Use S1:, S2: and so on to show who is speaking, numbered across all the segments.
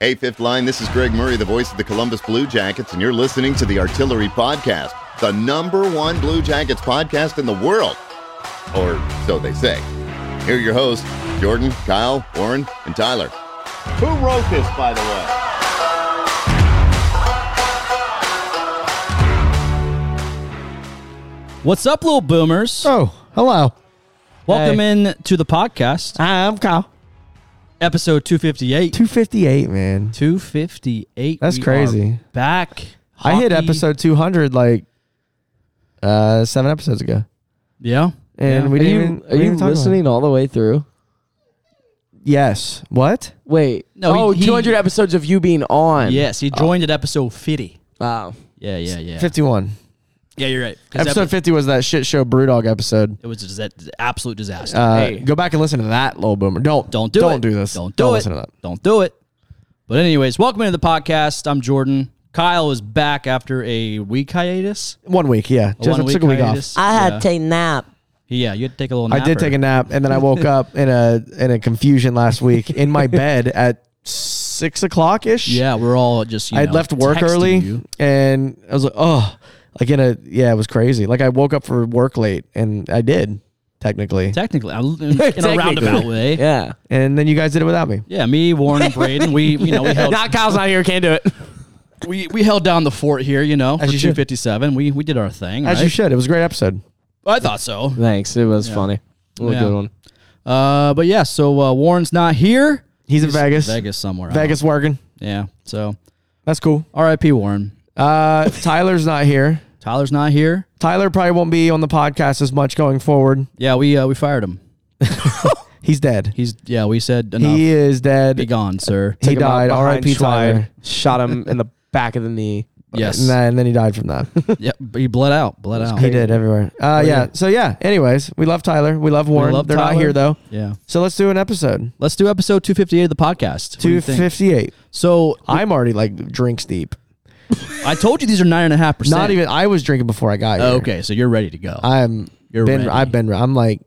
S1: Hey, Fifth Line, this is Greg Murray, the voice of the Columbus Blue Jackets, and you're listening to the Artillery Podcast, the number one Blue Jackets podcast in the world. Or so they say. Here are your hosts, Jordan, Kyle, Warren, and Tyler. Who wrote this, by the way?
S2: What's up, little boomers?
S3: Oh, hello.
S2: Welcome
S3: hey.
S2: in to the podcast,
S3: Hi, I'm Kyle.
S2: episode 258.
S3: 258, man.
S2: 258.
S3: That's
S2: We
S3: crazy.
S2: are back.
S3: I hit
S2: Hockey-
S3: episode 200 like uh 7 episodes ago.
S2: Yeah.
S3: And
S2: Yeah.
S3: we didn't
S4: Are you,
S3: even, we
S4: are
S3: didn't
S4: you
S3: even talk about it.
S4: listening all the way through?
S3: Yes. What?
S4: Wait.
S2: No,
S4: Oh,
S2: he- he-
S4: 200 episodes of you being on.
S2: Yes,
S3: uh,
S2: you joined at episode 50.
S4: Wow.
S2: Yeah, yeah, yeah.
S3: 51.
S2: Yeah, you're right. 'Cause
S3: Episode
S2: epi-
S3: 50 was that shit show Brewdog episode.
S2: It was a disa- absolute disaster.
S3: Uh,
S4: Hey.
S3: Go back and listen to that, little boomer. Don't
S2: don't do
S3: don't
S2: it.
S3: do this.
S2: Don't do it.
S3: listen to that.
S2: Don't do it. But anyways, welcome into the podcast. I'm Jordan. Kyle is back after a week hiatus.
S3: One week, yeah.
S2: A
S3: Just
S2: one-week
S3: took a week
S2: hiatus.
S5: I had
S2: yeah.
S5: to take a nap.
S2: Yeah, you had to take a little
S3: off.
S2: nap.
S3: I did
S2: or-
S3: take a nap, and then I woke up in a in a confusion last week in my bed at six o'clock ish.
S2: Yeah, we're all just, you
S3: I
S2: know,
S3: had left work
S2: texting
S3: early
S2: you.
S3: and I was like, oh, like in a, yeah, it was crazy. Like I woke up for work late and I did technically.
S2: Technically, I- in, in a roundabout way.
S4: Yeah.
S3: And then you guys did it without me.
S2: Yeah, me, Warren, and Braden. We, you know, we held
S4: Not Kyle's not here. Can't do it.
S2: we, we held down the fort here. You know,
S3: As
S2: for
S3: you should.
S2: two fifty seven. We we did our thing.
S3: As
S2: right?
S3: you should. It was a great episode.
S2: I thought so.
S4: Thanks. It was funny. It was
S2: Yeah.
S4: a good one.
S2: Uh, but yeah, so uh, Warren's not here.
S3: He's, in Vegas.
S2: Vegas somewhere. I don't
S3: Vegas working.
S2: know. Yeah. So
S3: That's cool.
S2: R.I.P. Warren.
S3: Uh, Tyler's not here.
S2: Tyler's not here.
S3: Tyler probably won't be on the podcast as much going forward.
S2: Yeah, we uh, we fired him.
S3: He's dead.
S2: He's yeah. We said enough.
S3: He is
S2: Be
S3: dead.
S2: gone, sir.
S3: He
S4: Took him out
S3: died.
S4: behind
S3: R.I.P.
S4: stride,
S3: Tyler.
S4: Shot him in the back of the knee.
S2: Yes.
S3: And then, and then he died from that.
S2: Yep. He bled out. Bled out.
S3: he did everywhere. Uh, yeah. So yeah. Anyways, we love Tyler. We love Warren.
S2: Oh, love
S3: They're not
S2: Tyler.
S3: here though.
S2: Yeah.
S3: So let's do an episode.
S2: Let's do episode two fifty eight of the podcast. What do you
S3: Two
S2: think?
S3: fifty eight.
S2: So
S3: I'm already like drinks deep.
S2: I told you these are nine and a half percent. Oh,
S3: Not even I was drinking before I got here.
S2: Okay, so you're ready to go.
S3: I'm
S2: You're
S3: been
S2: ready.
S3: I've been re- I'm like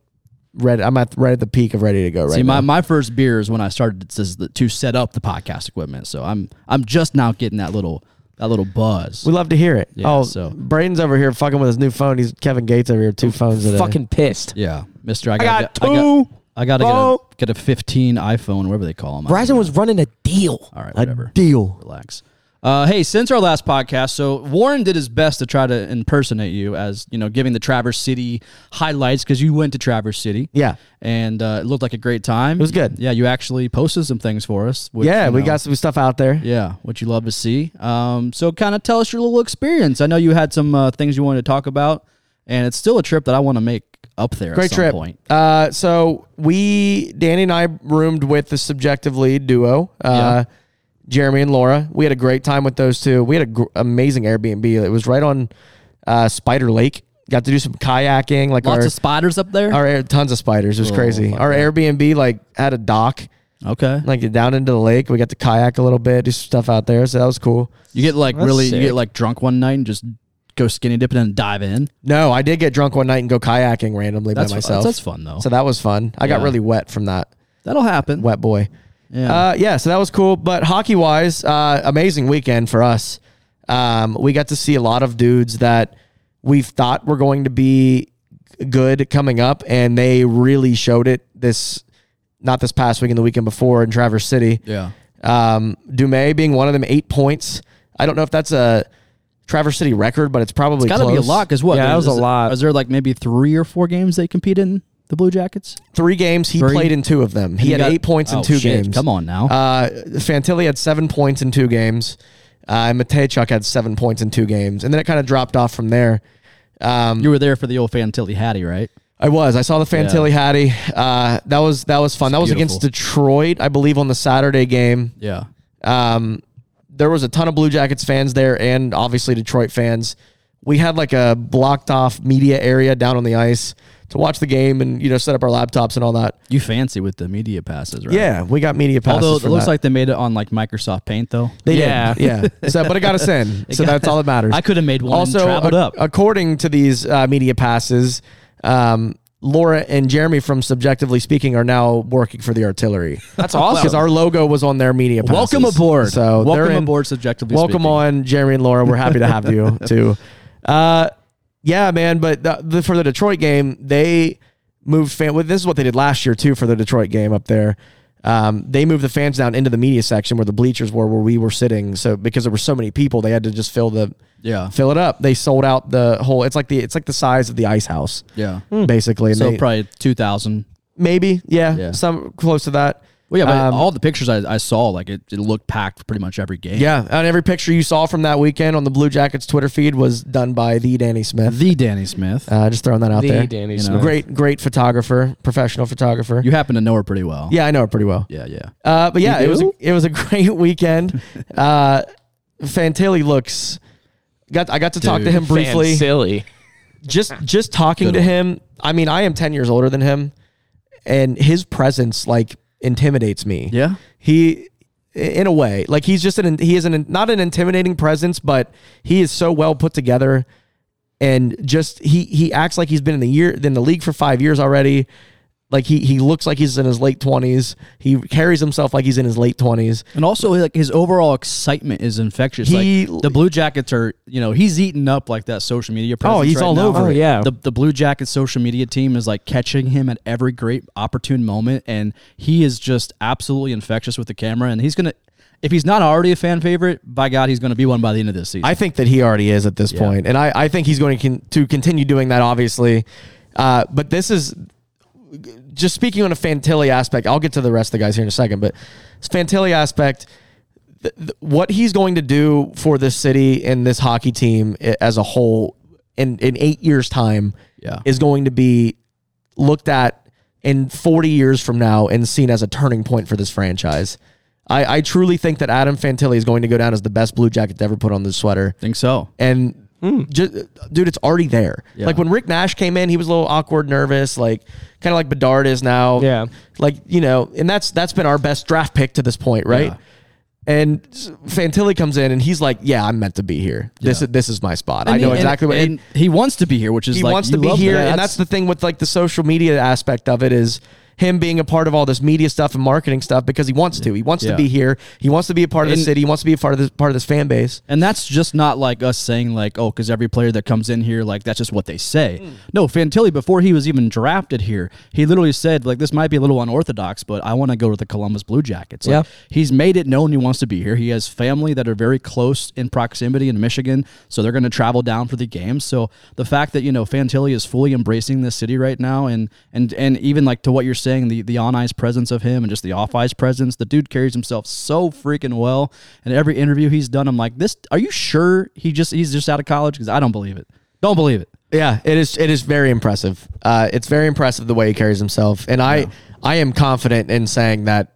S3: ready. I'm at right at the peak of ready to go right
S2: See, my,
S3: now.
S2: my first beer is when I started to, to set up the podcast equipment. So I'm I'm just now getting that little that little buzz.
S3: We love to hear it.
S2: Yeah,
S3: oh,
S2: so- Oh,
S3: Braden's over here fucking with his new phone. He's Kevin Gates over here two phones today.
S4: Fucking pissed.
S2: yeah, Mister, I
S4: I
S2: gotta,
S4: got
S2: get- I
S4: two.
S2: I gotta
S4: Oh.
S2: get, a, get a 15 iPhone, whatever they call them.
S4: Verizon was running a deal.
S2: All right,
S3: a
S2: whatever.
S3: deal.
S2: Relax. Uh, hey, since our last podcast, so Warren did his best to try to impersonate you as you know, giving the Traverse City highlights because you went to Traverse City.
S3: Yeah.
S2: and uh, it looked like a great time. It
S3: was good.
S2: Yeah, you actually posted some things for us. which,
S3: yeah,
S2: you
S3: we
S2: know,
S3: got some stuff out there.
S2: Yeah, what you love to see. Um, so kind of tell us your little experience. I know you had some uh, things you wanted to talk about, and it's still a trip that I want to make up there.
S3: Great
S2: at some
S3: trip.
S2: Point.
S3: Uh, so we, Danny and I, roomed with the subjective lead duo, uh, Jeremy and Laura. We had a great time with those two. We had an gr- amazing Airbnb. It was right on uh, Spider Lake. Got to do some kayaking, like
S2: Lots
S3: our,
S2: of spiders Oh up there.
S3: our air- tons of spiders. It was crazy. Our Airbnb like had a dock,
S2: Okay.
S3: like down into the lake. We got to kayak a little bit, do some stuff out there. So that was cool.
S2: You get like really, you
S4: sick.
S2: get like drunk one night and just go skinny dipping and dive in.
S3: No, I did get drunk one night and go kayaking randomly
S2: That's
S3: by
S2: fu-
S3: myself.
S2: that's fun, though.
S3: So that was fun. I got
S2: Yeah.
S3: really wet from that.
S2: That'll happen.
S3: Wet boy.
S2: yeah.
S3: Uh, yeah, so that was cool. But hockey wise, uh, amazing weekend for us. Um, we got to see a lot of dudes that we've thought were going to be good coming up, and they really showed it this not this past week and the weekend before in Traverse City.
S2: yeah.
S3: Um, Dume being one of them, eight points. I don't know if that's a Traverse City record, but it's probably
S2: Got to be a
S3: close.
S2: lot because what?
S4: Yeah, that
S2: is-
S4: was a
S2: is-
S4: lot.
S2: Is there like maybe three or four games they compete in the Blue Jackets?
S3: Three games he
S2: Three.
S3: played in two of them. He, had
S2: got-
S3: eight points in
S2: Oh,
S3: two
S2: shit.
S3: games.
S2: Come on now.
S3: Uh, Fantilli had seven points in two games. Uh, and Matejchuk had seven points in two games, and then it kind of dropped off from there. Um,
S2: you were there for the old Fantilli Hattie, right?
S3: I was. I saw the Fantilli Hattie. Uh, that was that was fun. that was against
S2: beautiful.
S3: Detroit, I believe, on the Saturday game.
S2: Yeah.
S3: Um, there was a ton of Blue Jackets fans there, and obviously Detroit fans. We had like a blocked off media area down on the ice to watch the game, and you know, set up our laptops and all that.
S2: You fancy with the media passes, right?
S3: Yeah, we got media passes.
S2: Although it
S3: for
S2: looks
S3: that.
S2: like they made it on like Microsoft Paint, though.
S3: They
S4: Yeah.
S3: did. Yeah. So, but it got us in. So that's all that matters.
S2: I could have made one. Also,
S3: also,
S2: and traveled
S3: ac-
S2: up.
S3: according to these uh, media passes, um, Laura and Jeremy from Subjectively Speaking are now working for the artillery.
S4: That's
S3: Because
S4: awesome.
S3: our logo was on their media. Passes.
S2: Welcome aboard.
S3: So
S2: welcome
S3: they're in-
S2: aboard. Subjectively
S3: welcome
S2: speaking.
S3: on Jeremy and Laura. We're happy to have you too. Uh, yeah, man. But the, the, for the Detroit game, they moved fan. Well, this is what they did last year too for the Detroit game up there. Um, they moved the fans down into the media section where the bleachers were, where we were sitting. So because there were so many people, they had to just fill the
S2: Yeah.
S3: fill it up. They sold out the whole. It's like the it's like the size of the ice house,
S2: Yeah.
S3: basically. And
S2: So
S3: they-
S2: probably two thousand.
S3: maybe yeah,
S2: Yeah.
S3: some close to that.
S2: Well, yeah, but
S3: Um,
S2: all the pictures I, I saw, like it, it looked packed for pretty much every game.
S3: Yeah, and every picture you saw from that weekend on the Blue Jackets Twitter feed was done by the Danny Smith.
S2: The Danny Smith.
S3: Uh, just throwing that out
S4: The
S3: there.
S4: Danny
S2: You know.
S4: Smith.
S3: Great, great photographer, professional photographer.
S2: you happen to know her pretty well.
S3: yeah, I know her pretty well.
S2: Yeah. Yeah.
S3: Uh, but yeah,
S4: You
S3: it was a,
S4: do?
S3: it was a great weekend. uh, Fantilli looks. Got I got to talk to
S2: Dude,
S3: him briefly.
S4: silly.
S3: Just just talking
S2: Good
S3: to
S2: one.
S3: him. I mean, I am ten years older than him, and his presence like intimidates me.
S2: Yeah.
S3: he in a way like he's just an he is an not an intimidating presence but he is so well put together and just he he acts like he's been in the year in the league for five years already like he he looks like he's in his late 20s he carries himself like he's in his late 20s
S2: And also, like his overall excitement is infectious.
S3: He-
S2: like the Blue Jackets are, you know, he's eating up like that social media. Presence
S3: he's
S2: right
S3: all
S2: now.
S3: over Oh,
S4: it. yeah.
S2: The the Blue Jackets social media team is like catching him at every great opportune moment, and he is just absolutely infectious with the camera. And he's gonna, if he's not already a fan favorite, by God, he's gonna be one by the end of this season.
S3: I think that he already is at this point, and I, I think he's going to con- to continue doing that, obviously. Uh, but this is just speaking on a Fantilli aspect. I'll get to the rest of the guys here in a second, but this Fantilli aspect, th- th- what he's going to do for this city and this hockey team i- as a whole in in eight years' time,
S2: Yeah.
S3: is going to be looked at in 40 years from now and seen as a turning point for this franchise. I, I truly think that Adam Fantilli is going to go down as the best Blue Jacket to ever put on this sweater.
S2: think so.
S3: And ju- dude, it's already there.
S2: Hmm. Yeah.
S3: Like when Rick Nash came in, he was a little awkward, nervous, like kind of like Bedard is now.
S4: Yeah.
S3: Like, you know, and that's that's been our best draft pick to this point, right?
S2: Yeah.
S3: And s- Fantilli comes in and he's like, "Yeah, I'm meant to be here. This is this is my spot. I know
S2: And-
S3: exactly what."
S2: and he wants to be here, which is
S3: he
S2: like,
S3: wants
S2: you
S3: to be
S2: love
S3: here,
S2: that.
S3: and that's the thing with like the social media aspect of it is him being a part of all this media stuff and marketing stuff because he wants to. He wants
S2: Yeah.
S3: to be here. He wants to be a part of the
S2: And-
S3: city. He wants to be a part of this part of this fan base.
S2: And that's just not like us saying like, oh, because every player that comes in here, like that's just what they say. No, Fantilli before he was even drafted here, he literally said like, this might be a little unorthodox, but I want to go to the Columbus Blue Jackets. Like,
S4: Yeah.
S2: he's made it known he wants to be here. He has family that are very close in proximity in Michigan, so they're going to travel down for the game. So the fact that you know Fantilli is fully embracing this city right now, and and and even like to what you're saying, the the on ice presence of him and just the off ice presence, the dude carries himself so freaking well. And every interview he's done, I'm like, this. Are you sure he just he's just out of college? Because I don't believe it. Don't believe it.
S3: Yeah, it is. It is very impressive. Uh, it's very impressive the way he carries himself, and I I am confident in saying that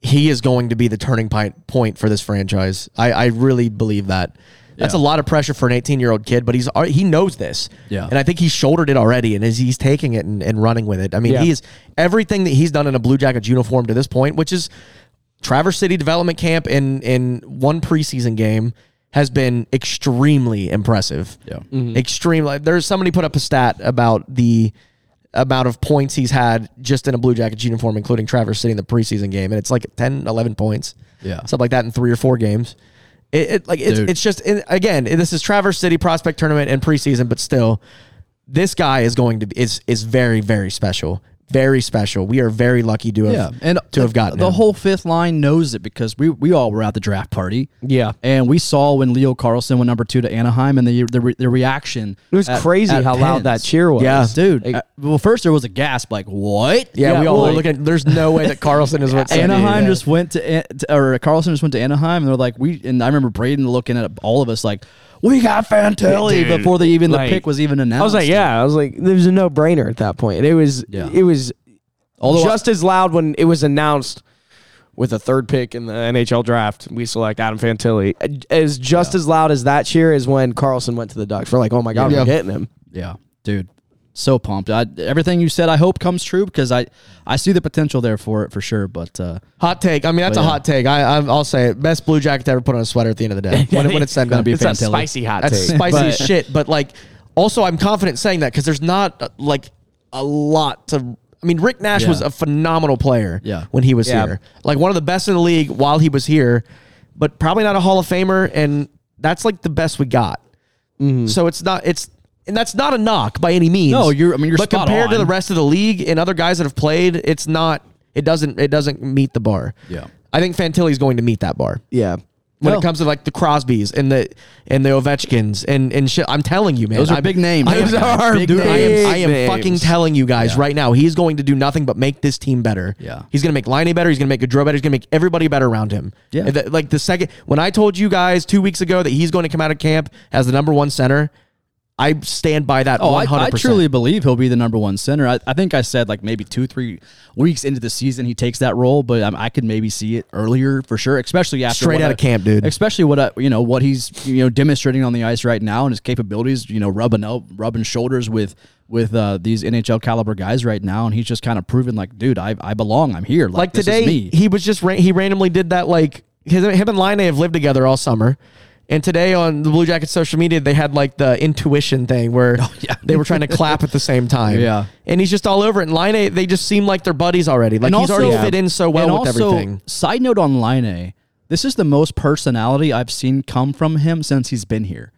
S3: he is going to be the turning point point for this franchise. I, I really believe that. That's
S2: Yeah.
S3: a lot of pressure for an 18 year old kid, but he's al- he knows this.
S2: Yeah.
S3: and I think he's shouldered it already, and is he's taking it and, and running with it. I mean,
S4: Yeah.
S3: he is everything that he's done in a Blue Jackets uniform to this point, which is Traverse City Development Camp in in one preseason game has been extremely impressive.
S2: Yeah.
S3: Extreme. Like, there's somebody put up a stat about the amount of points he's had just in a Blue Jackets uniform, including Traverse City in the preseason game, and it's like 10, 11 points.
S2: Yeah.
S3: something like that in three or four games. It, it like it's,
S2: Dude.
S3: it's just and again this is Traverse City Prospect Tournament and preseason, but still, this guy is going to be is is very very special, very special. We are very lucky to have
S2: Yeah, and
S3: to have gotten
S2: the
S3: him.
S2: whole fifth line knows it because we we all were at the draft party.
S4: Yeah.
S2: and we saw when Leo Carlson went number two to Anaheim, and the the, re, the reaction
S4: It was
S2: at-
S4: crazy
S2: at
S4: how
S2: Penn's.
S4: loud that cheer was.
S3: Yeah.
S2: dude.
S4: Like,
S2: uh, well, first there was a gasp, like what?
S3: Yeah,
S4: Yeah,
S3: we all
S4: well-
S3: were looking. There's no way that Carlson is what Sandy
S2: Anaheim
S3: is.
S2: just went to, An- to- or Carlson just went to Anaheim, and they're like, we. And I remember Braden looking at all of us like, we got Fantilli
S4: Dude,
S2: before they even
S4: like-
S2: the pick was even announced.
S4: I was like, yeah. I was like, there was a no brainer at that point. It was,
S2: Yeah.
S4: it was
S2: Although I-
S4: just as loud when it was announced with a third pick in the NHL draft. We select Adam Fantilli. As just as loud as that cheer is when Carlson went to the Ducks. We're like, oh my god,
S3: Yeah.
S4: we're getting him.
S2: Yeah, dude, so pumped. I, everything you said, I hope comes true because I I see the potential there for it for sure. But uh,
S3: hot take. I mean, that's
S2: But
S3: a
S2: yeah.
S3: hot take. I, I I'll say it. Best blue jacket to ever put on a sweater at the end of the day. when, it- when it's said and
S2: Gonna
S3: done.
S2: be
S4: It's a
S2: Fantilli.
S4: spicy hot
S3: That's
S4: take.
S3: spicy as shit. But like, also, I'm confident saying that because there's not uh, like a lot to. I mean, Rick Nash
S2: Yeah.
S3: was a phenomenal player
S2: Yeah.
S3: when he was
S4: Yeah.
S3: here. Like one of the best in the league while he was here, but probably not a Hall of Famer. And that's like the best we got. So it's not, it's, and that's not a knock by any means.
S2: Mm-hmm. No, you're- I mean, you're
S3: But
S2: spot
S3: compared to
S2: on.
S3: the rest of the league and other guys that have played, it's not, it doesn't, it doesn't meet the bar.
S2: Yeah.
S3: I think Fantilli's going to meet that bar
S4: Yeah.
S3: when
S2: No.
S3: it comes to like the Crosbys and the and the Ovechkins and and shit. I'm telling you, man,
S2: Those are
S3: I'm-
S2: big names.
S3: I am,
S2: Those are
S3: dude,
S2: big
S3: I am, I am
S4: names.
S3: fucking telling you guys right now, he's going to do nothing but make this team better.
S2: Yeah.
S3: he's gonna make Liney better. He's gonna make Gaudreau better. He's gonna make everybody better around him.
S2: Yeah.
S3: And that- like the second when I told you guys two weeks ago that he's going to come out of camp as the number one center, I stand by that.
S2: Oh, I,
S3: 100%.
S2: I truly believe he'll be the number one center. I, I think I said like maybe two, three weeks into the season he takes that role, but um, I could maybe see it earlier for sure, especially after
S3: Straight
S2: what
S3: outta
S2: I-
S3: camp, dude.
S2: Especially what I, you know what he's you know demonstrating on the ice right now and his capabilities. You know, rubbing up, rubbing shoulders with with uh, these NHL caliber guys right now, and he's just kind of proven like, dude, I, I belong. I'm here. Like,
S3: like
S2: this is
S3: today
S2: me.
S3: he was just ra- he randomly did that like his, him and Line have lived together all summer and today on the blue jackets social media they had like the intuition thing where
S2: Oh, yeah.
S3: they were trying to clap at the same time
S2: Yeah.
S3: and he's just all over it and Line they just seem like they're buddies already like
S2: And
S3: he's
S2: also-
S3: already fit in so well
S2: and
S3: with
S2: also,
S3: everything
S2: Side note on Line A, this is the most personality I've seen come from him since he's been here.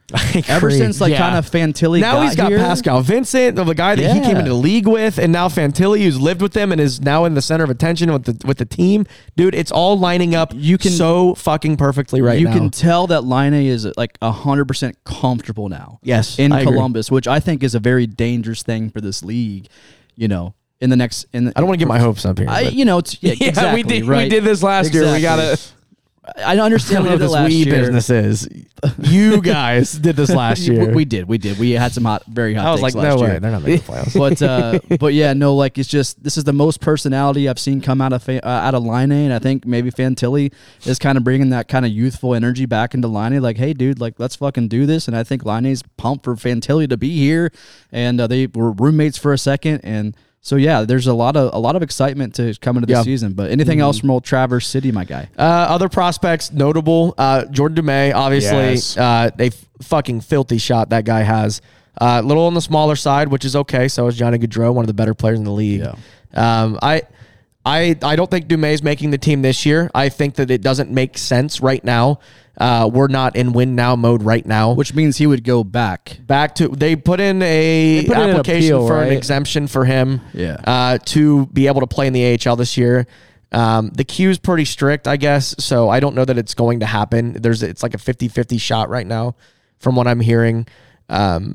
S2: Ever
S3: agree.
S2: since like
S4: Yeah.
S2: kind of Fantilli
S3: now
S2: got
S3: he's got
S2: here,
S3: Pascal Vincent, the guy that he
S2: Yeah.
S3: came into the league with, and now Fantilli, who's lived with him and is now in the center of attention with the with the team. Dude, it's all lining up. You
S2: can-
S3: so fucking perfectly right
S2: you
S3: now.
S2: can tell that Line A is like hundred percent comfortable now.
S3: Yes,
S2: in
S3: I agree.
S2: Columbus, which I think is a very dangerous thing for this league. You know, in the next in the,
S3: I don't want to get my hopes up here.
S2: I,
S3: but-
S2: you know, it's, yeah,
S4: Yeah,
S2: exactly,
S4: we did we
S2: right.
S4: did this last year. We
S2: Exactly.
S4: gotta
S2: I understand we did it last year.
S3: is. You guys did this last
S2: We, we did, we did. We had some hot, very hot.
S3: I was
S2: takes
S3: like,
S2: last
S3: no way,
S2: year.
S3: they're not making playoffs.
S2: but uh, but yeah, no, like it's just this is the most personality I've seen come out of fa- uh, out of Line, and I think maybe Fantilli is kind of bringing that kind of youthful energy back into Line. Like, hey, dude, like let's fucking do this. And I think Line's pumped for Fantilli to be here, and uh, they were roommates for a second, and so yeah, there's a lot of a lot of excitement to come into the
S3: Yeah. Mm-hmm.
S2: season. But anything else from old Traverse City, my guy?
S3: Uh, other prospects notable: uh, Jordan Dumais, obviously,
S4: Yes.
S3: uh, a f- fucking filthy shot that guy has. A little on the smaller side, which is okay. So is Johnny Gaudreau, one of the better players in the league.
S2: Yeah.
S3: Um, I, I, I don't think Dumais is making the team this year. I think that it doesn't make sense right now. Uh, we're not in win now mode right now.
S2: Which means he would go back.
S3: back to they put in a
S4: put in an
S3: application
S4: appeal,
S3: for an
S4: right?
S3: exemption for him
S2: Yeah.
S3: uh, to be able to play in the AHL this year. Um, the queue's pretty strict, I guess, so I don't know that it's going to happen. There's it's like a 50-50 shot right now from what I'm hearing. Um,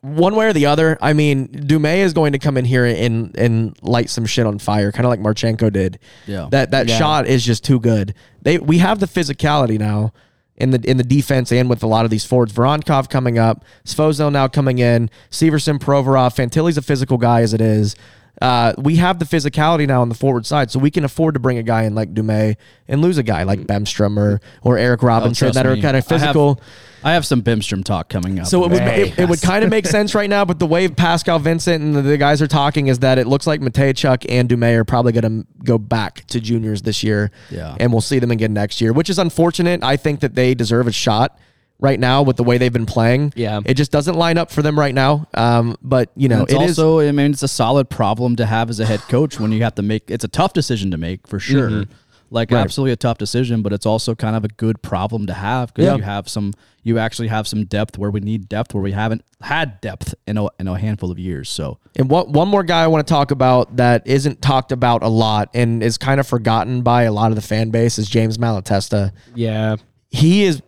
S3: one way or the other, I mean, Dume is going to come in here and and light some shit on fire, kind of like Marchenko did.
S2: Yeah.
S3: That that shot is just too good. They we have the physicality now in the in the defense and with a lot of these forwards. Voronkov coming up, Sfozo now coming in, Severson, Provorov, Fantilli's a physical guy as it is. Uh, we have the physicality now on the forward side, so we can afford to bring a guy in like Dume and lose a guy like Bemstrom or, or Eric Robinson
S2: Mm. Oh, trust
S3: that are
S2: me.
S3: kind of
S2: I have-
S3: physical.
S2: I have some Bimstrom talk coming up.
S3: So it would it, it would kind of make sense right now, but the way Pascal Vincent and the, the guys are talking is that it looks like Matejchuk and Dume are probably going to go back to juniors this year.
S2: Yeah.
S3: and we'll see them again next year, which is unfortunate. I think that they deserve a shot right now with the way they've been playing.
S4: Yeah.
S3: it just doesn't line up for them right now. Um, but you know,
S2: And it's
S3: it is-
S2: also, I mean, it's a solid problem to have as a head coach when you have to make. It's a tough decision to make for sure.
S3: Mm-hmm.
S2: Like absolutely a tough decision, but it's also kind of a good problem to have because
S3: Yeah.
S2: you have some, you actually have some depth where we need depth where we haven't had depth in a, in a handful of years. So
S3: And one, one more guy I want to talk about that isn't talked about a lot and is kind of forgotten by a lot of the fan base is James Malatesta.
S4: Yeah.
S3: he is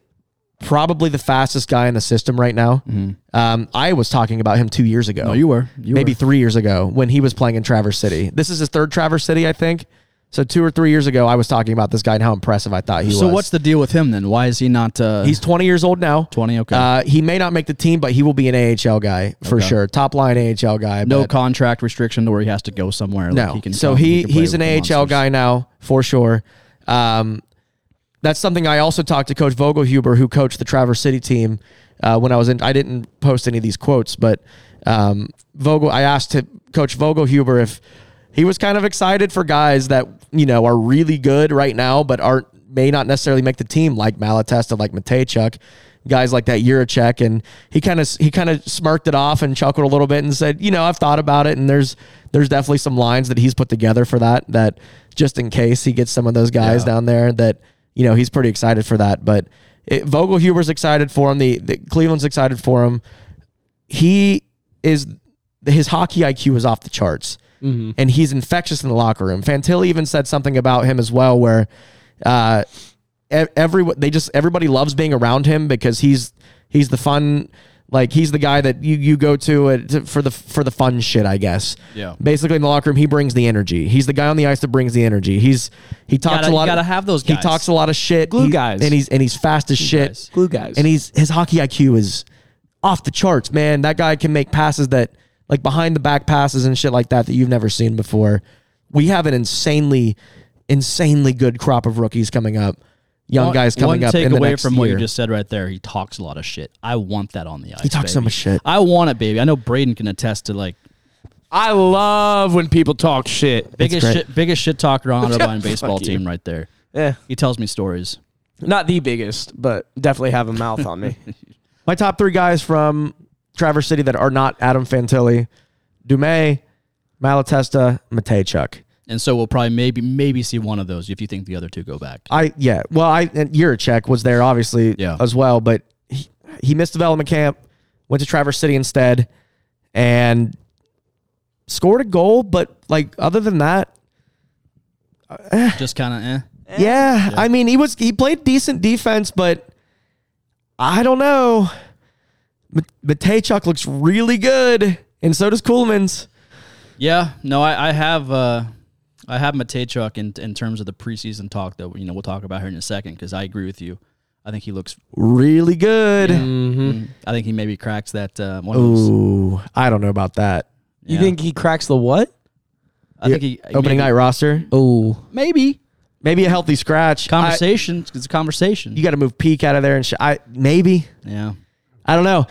S3: probably the fastest guy in the system right now. Um, I was talking about him two years ago.
S2: oh, Mm-hmm. you were you
S3: maybe
S2: were.
S3: three years ago when he was playing in Traverse City. This is his third Traverse City, I think. So two or three years ago, I was talking about this guy and how impressive I thought he was.
S2: So what's the deal with him then? Why is he not? Uh,
S3: He's 20 years old now.
S2: 20, okay.
S3: Uh, he may not make the team, but he will be an AHL guy for sure. Top line AHL guy. I
S2: no
S3: bet.
S2: contract restriction to where he has to go somewhere.
S3: No.
S2: Like he can
S3: so
S2: come,
S3: he,
S2: can play
S3: he's
S2: with the
S3: an AHL
S2: monsters.
S3: guy now for sure. Um, that's something I also talked to Coach Vogelhuber, who coached the Traverse City team uh, when I was in. I didn't post any of these quotes, but um, Vogel. I asked him, Coach Vogelhuber if he was kind of excited for guys that you know are really good right now, but aren't may not necessarily make the team, like Malatesta, like Matejchuk, guys like that Juracek, and he kind of he kind of smirked it off and chuckled a little bit and said, you know, I've thought about it, and there's there's definitely some lines that he's put together for that that just in case he gets some of those guys down there that you know he's pretty excited for that, but. It, Vogelhuber's excited for him. The, the Cleveland's excited for him he is his hockey IQ is off the charts, and he's infectious in the locker room. Fantilli even said something about him as well, where uh, e- every they just everybody loves being around him because he's he's the fun. Like he's the guy that you, you go to it to- for the for the fun shit, I guess.
S2: Yeah.
S3: Basically, in the locker room, he brings the energy. He's the guy on the ice that brings the energy. He's he talks
S2: gotta-
S3: a lot.
S2: you gotta
S3: of,
S2: have those
S3: He
S2: guys.
S3: talks a lot of shit.
S4: Glue
S3: He-
S4: guys.
S3: and he's and he's fast as shit
S2: guys.
S4: Glue guys.
S3: and he's his hockey IQ is off the charts, man. That guy can make passes that like behind the back passes and shit like that that you've never seen before. We have an insanely, insanely good crop of rookies coming up, young guys coming
S2: one
S3: up.
S2: Take
S3: in the
S2: away
S3: next
S2: from
S3: year.
S2: what you just said right there. He talks a lot of shit. I want that on the ice.
S3: He talks so
S2: baby.
S3: much shit.
S2: I want it, baby. I know Braden can attest to like
S4: I love when people talk shit.
S2: biggest
S3: great.
S2: shit, biggest shit talker on Irvine baseball
S4: Fuck you.
S2: team right there.
S4: Yeah.
S2: He tells me stories.
S4: Not the biggest, but definitely have a mouth on me.
S3: My top three guys from Traverse City that are not Adam Fantilli, Dume, Malatesta, Matejchuk.
S2: And so we'll probably maybe maybe see one of those if you think the other two go back.
S3: I yeah. Well, I and Juracek was there obviously
S2: Yeah.
S3: as well, but he, he missed development camp, went to Traverse City instead, and scored a goal. But like other than that,
S2: Just kind of eh.
S3: yeah, I mean he was he played decent defense, but I don't know. Mate- Matejchuk looks really good, and so does Coolman's.
S2: Yeah, no, I, I have uh, I have Matejchuk in in terms of the preseason talk that you know we'll talk about here in a second because I agree with you. I think he looks.
S3: Really good.
S2: Mm. I think he maybe cracks that uh, one. Of those,
S3: Mm-hmm. Ooh, I don't know about that.
S4: You think he cracks the what?
S2: I think he
S3: Opening
S2: maybe,
S3: night roster,
S4: Oh.
S2: maybe
S3: maybe a healthy scratch. I-
S2: conversation. it's a conversation.
S3: you got to move Peak out of there and sh- I maybe
S2: yeah,
S3: I don't know.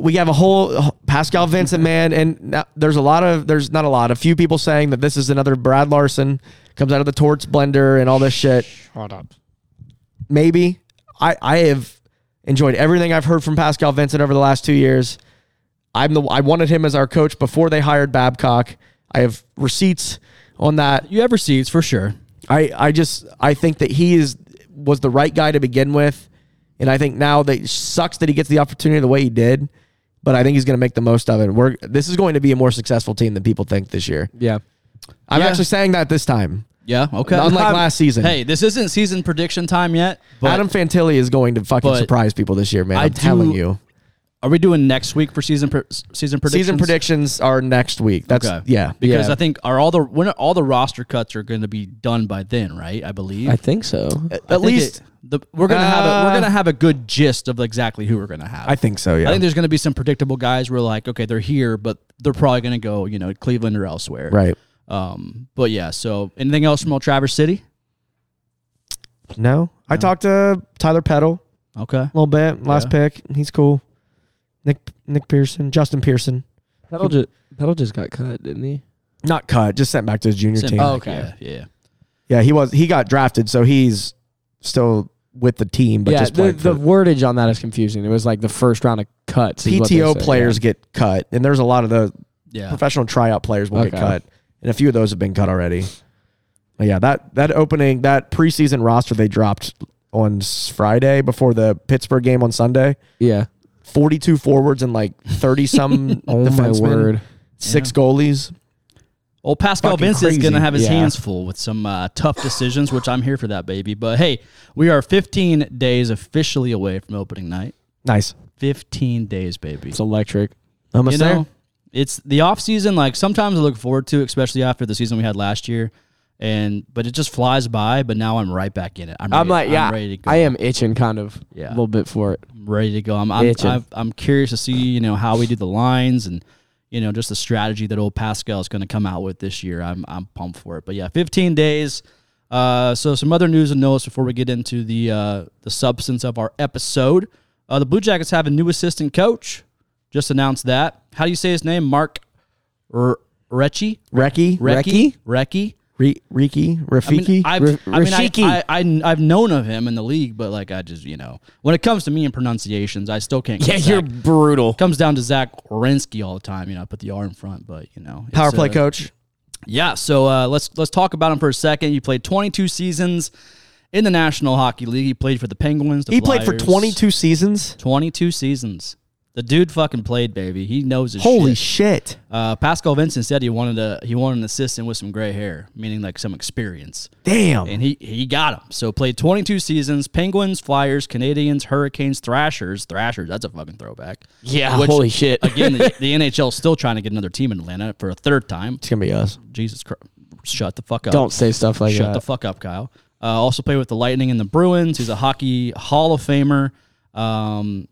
S3: We have a whole Pascal Vincent man, and now, there's a lot of there's not a lot. A few people saying that this is another Brad Larson comes out of the torts blender and all this shit.
S4: Shut up.
S3: Maybe I I have enjoyed everything I've heard from Pascal Vincent over the last two years. I'm the I wanted him as our coach before they hired Babcock. I have receipts on that.
S2: you have receipts for sure.
S3: I, I just I think that he is was the right guy to begin with, and I think now that it sucks that he gets the opportunity the way he did, but I think he's going to make the most of it. We're this is going to be a more successful team than people think this year.
S4: Yeah.
S3: I'm
S2: Yeah.
S3: actually saying that this time,
S2: Yeah, okay.
S3: unlike last season.
S2: hey, this isn't season prediction time yet. But
S3: Adam Fantilli is going to fucking
S2: but-
S3: surprise people this year, man.
S2: I
S3: I'm telling
S2: do-
S3: you.
S2: are we doing next week for season pre- season predictions?
S3: Season predictions are next week. That's
S2: Okay.
S3: yeah,
S2: Because
S3: yeah.
S2: I think are all the when are all the roster cuts are going to be done by then, right? I believe.
S4: I think so.
S2: I
S3: at
S2: think
S3: least
S2: it- the, we're gonna have a,
S3: Uh,
S2: we're gonna have a good gist of exactly who we're gonna have.
S3: I think so. Yeah,
S2: I think there's gonna be some predictable guys. We're like, okay, they're here, but they're probably gonna go, you know, Cleveland or elsewhere.
S3: right.
S2: Um. But yeah. So anything else from Old Traverse City?
S3: No, I talked to Tyler Peddle.
S2: Okay.
S3: a little bit. Last pick, he's cool. Nick Nick Pearson, Justin Pearson,
S4: Pedal just, Pedal just got cut, didn't he?
S3: not cut, just sent back to his junior team.
S2: Oh,
S4: okay.
S2: Yeah. yeah.
S3: Yeah, he was he got drafted, so he's still with the team, but
S4: yeah,
S3: just
S4: the,
S3: playing
S4: the
S3: for-
S4: wordage on that is confusing. It was like the first round of cuts. is what they
S3: PTO
S4: say,
S3: players
S4: yeah. Oh.
S3: get cut, and there's a lot of the
S2: Yeah.
S3: professional tryout players will
S4: Okay.
S3: get cut, and a few of those have been cut already. But yeah, that that opening that preseason roster they dropped on s- Friday before the Pittsburgh game on Sunday.
S4: Yeah.
S3: 42 forwards and like 30 some
S4: Oh my
S3: defensemen,
S4: word.
S3: six goalies.
S2: Well, Pascal
S3: Fucking
S2: Vincent's
S3: crazy.
S2: going to have his
S4: Yeah.
S2: hands full with some uh, tough decisions, which I'm here for that, baby. But hey, we are 15 days officially away from opening night.
S3: Nice.
S2: 15 days, baby.
S4: It's electric.
S3: Almost
S2: you
S3: there.
S2: know, it's the off season. Like sometimes I look forward to, especially after the season we had last year, and but it just flies by. But now I'm right back in it. I'm, ready-
S4: I'm like, yeah,
S2: I'm ready to go.
S4: I am itching kind of
S2: Yeah.
S4: a little bit for it.
S2: I'm ready to go. I'm I'm,
S4: Itching.
S2: I'm I'm curious to see you know how we do the lines and you know just the strategy that old Pascal is going to come out with this year. I'm I'm pumped for it. But yeah, 15 days. Uh, so some other news and notes before we get into the uh, the substance of our episode. Uh, the Blue Jackets have a new assistant coach. Just announced that. How do you say his name? Mark R- Recchi.
S3: Recky.
S2: Recky. Recky.
S3: Re- Riki,
S2: I mean,
S3: Rafiki,
S2: I've,
S3: Ra-
S2: I mean, I,
S3: Rashiki.
S2: I, I, have known of him in the league, but like, I just, you know, when it comes to me and pronunciations, I still can't. get Zach.
S4: brutal.
S2: Comes down to Zach Orensky all the time. You know, I put the R in front, but you know, it's,
S3: power play
S2: uh,
S3: coach.
S2: Yeah, so uh, let's let's talk about him for a second. He played 22 seasons in the National Hockey League. He played for the Penguins. The
S3: He played for
S2: Flyers.
S3: 22 seasons.
S2: 22 seasons. The dude fucking played, baby. He knows his
S3: Holy
S2: shit.
S3: shit.
S2: Uh, Pascal Vincent said he wanted a he wanted an assistant with some gray hair, meaning like some experience,
S3: Damn.
S2: and he he got him. So played 22 seasons. Penguins, Flyers, Canadians, Hurricanes, Thrashers, Thrashers. That's a fucking throwback.
S4: Yeah,
S2: Which-
S4: holy shit.
S2: Again, the, the NHL's still trying to get another team in Atlanta for a third time.
S3: It's going to be us.
S2: Jesus Christ, shut the fuck up.
S4: Don't say stuff like
S2: Shut
S4: that.
S2: the fuck up, Kyle. Uh, also played with the Lightning and the Bruins. He's a hockey Hall of Famer. Um,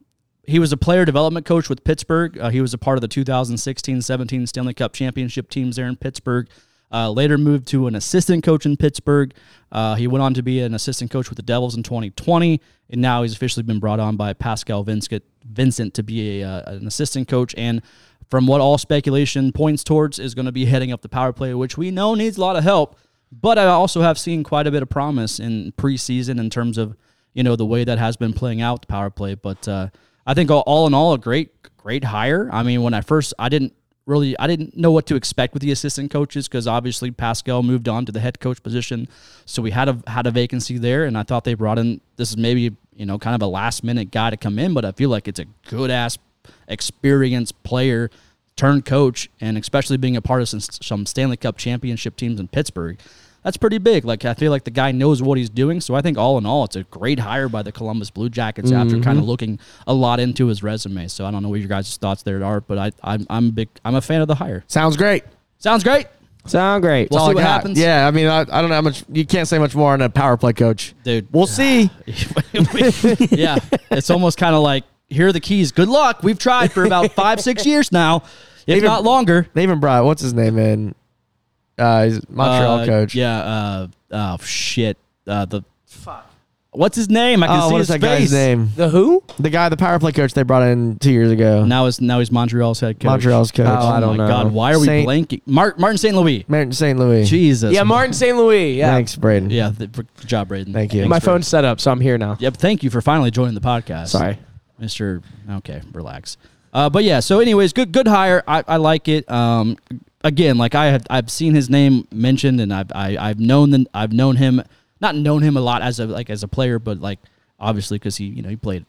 S2: he was a player development coach with Pittsburgh. Uh, he was a part of the 2016-17 Stanley Cup championship teams there in Pittsburgh. Uh, later moved to an assistant coach in Pittsburgh. Uh, he went on to be an assistant coach with the Devils in 2020, and now he's officially been brought on by Pascal Vincent, Vincent to be a, uh, an assistant coach. And from what all speculation points towards, is going to be heading up the power play, which we know needs a lot of help. But I also have seen quite a bit of promise in preseason in terms of you know the way that has been playing out the power play. But uh, I think all, all in all, a great great hire. I mean, when I first I didn't really I didn't know what to expect with the assistant coaches because obviously Pascal moved on to the head coach position, so we had a had a vacancy there, and I thought they brought in this is maybe you know kind of a last minute guy to come in, but I feel like it's a good ass experienced player turned coach, and especially being a part of some, some Stanley Cup championship teams in Pittsburgh, that's pretty big. Like I feel like the guy knows what he's doing. So I think all in all, it's a great hire by the Columbus Blue Jackets after kind of looking a lot into his resume. So I don't know what your guys' thoughts there are, but I I'm I'm a big I'm a fan of the hire.
S3: Sounds great.
S2: Sounds great,
S4: Sound great.
S2: Well, see
S3: That's all I
S2: what
S3: got.
S2: happens.
S3: Oh, Yeah, I mean, I, I don't know how much. You can't say much more on a power play coach.
S2: dude.
S3: We'll see.
S2: yeah, it's almost kind of like here are the keys. Good luck. We've tried for about five six years now, if
S3: Even-
S2: not longer.
S3: They even brought what's his name in. Uh, he's Montreal
S2: Uh,
S3: coach.
S2: Yeah. Uh, oh shit. Uh, the fuck. What's his name? I can
S3: Oh,
S2: see
S3: what
S2: his
S3: is that
S2: face.
S3: guy's name?
S4: the who?
S3: The guy, the power play coach they brought in two years ago.
S2: Now is now he's Montreal's head coach.
S3: Montreal's coach.
S2: Oh,
S3: Oh,
S2: I
S3: I
S2: don't
S4: don't
S2: my
S4: know.
S2: God, why are we
S3: Saint-
S2: blanking? Mart, Martin St. Louis.
S3: Martin St. Louis.
S2: Jesus.
S4: Yeah, Martin St. Louis. Yeah.
S3: Thanks, Braden.
S2: Yeah. th- for- Good job, Braden.
S3: Thank you.
S4: My
S3: Thanks,
S4: phone's set up, so I'm here now.
S2: Yep. Thank you for finally joining the podcast.
S4: Sorry.
S2: Mr. Okay, relax. Uh, but yeah, so anyways, good good hire. I, I like it. Um, again, like I had I've seen his name mentioned and I've I, I've known the, I've known him not known him a lot as a like as a player, but like obviously because he you know he played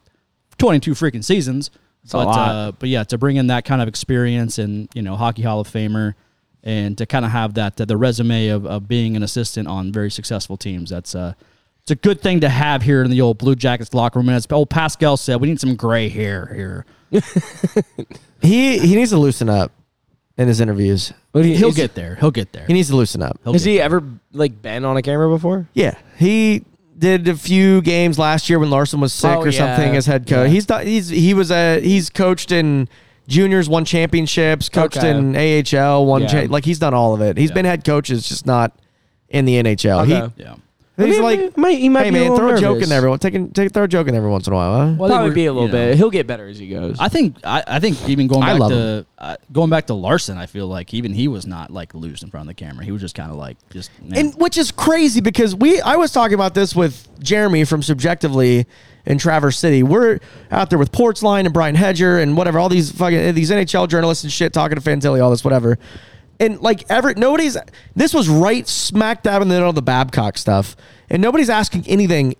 S2: twenty two freaking seasons. but
S4: lot.
S2: Uh, but yeah, to bring in that kind of experience and you know hockey Hall of Famer. And to kind of have that, the resume of, of being an assistant on very successful teams, that's uh, it's a good thing to have here in the old Blue Jackets locker room. And as old Pascal said, we need some gray hair here.
S3: He he needs to loosen up in his interviews.
S2: He'll get there. He'll get there.
S3: He needs to loosen up.
S2: He'll
S4: Has
S2: get
S4: he ever like been on a camera before?
S3: Yeah, he did a few games last year when Larson was sick
S4: Oh,
S3: or something
S4: yeah.
S3: as head coach.
S4: Yeah.
S3: He's not, he's he was a he's coached in juniors, won championships, coached
S4: Okay.
S3: in AHL, one
S4: Yeah.
S3: cha- like he's done all of it. He's been head coaches, just not in the NHL. He-
S4: Okay.
S2: there. yeah.
S3: he's
S4: I mean,
S3: like,
S4: he might- he might
S3: hey
S4: be a
S3: man,
S4: little
S3: throw a joke
S4: nervous.
S3: in there. Everyone, take, a- take throw a joke in every once in a while. Huh?
S2: Well,
S4: Probably
S2: we're-
S4: be a little
S2: you know.
S4: bit. He'll get better as he goes.
S2: I think I, I think even going
S3: I
S2: back
S3: love
S2: to uh, going back to Larson, I feel like even he was not like loose in front of the camera. He was just kind of like just nah.
S3: and which is crazy because we I was talking about this with Jeremy from Subjectively in Traverse City. We're out there with Portsline and Brian Hedger and whatever all these fucking these NHL journalists and shit talking to Fantilli, all this whatever. And like ever nobody's this was right smack dab in the middle of the Babcock stuff, and nobody's asking anything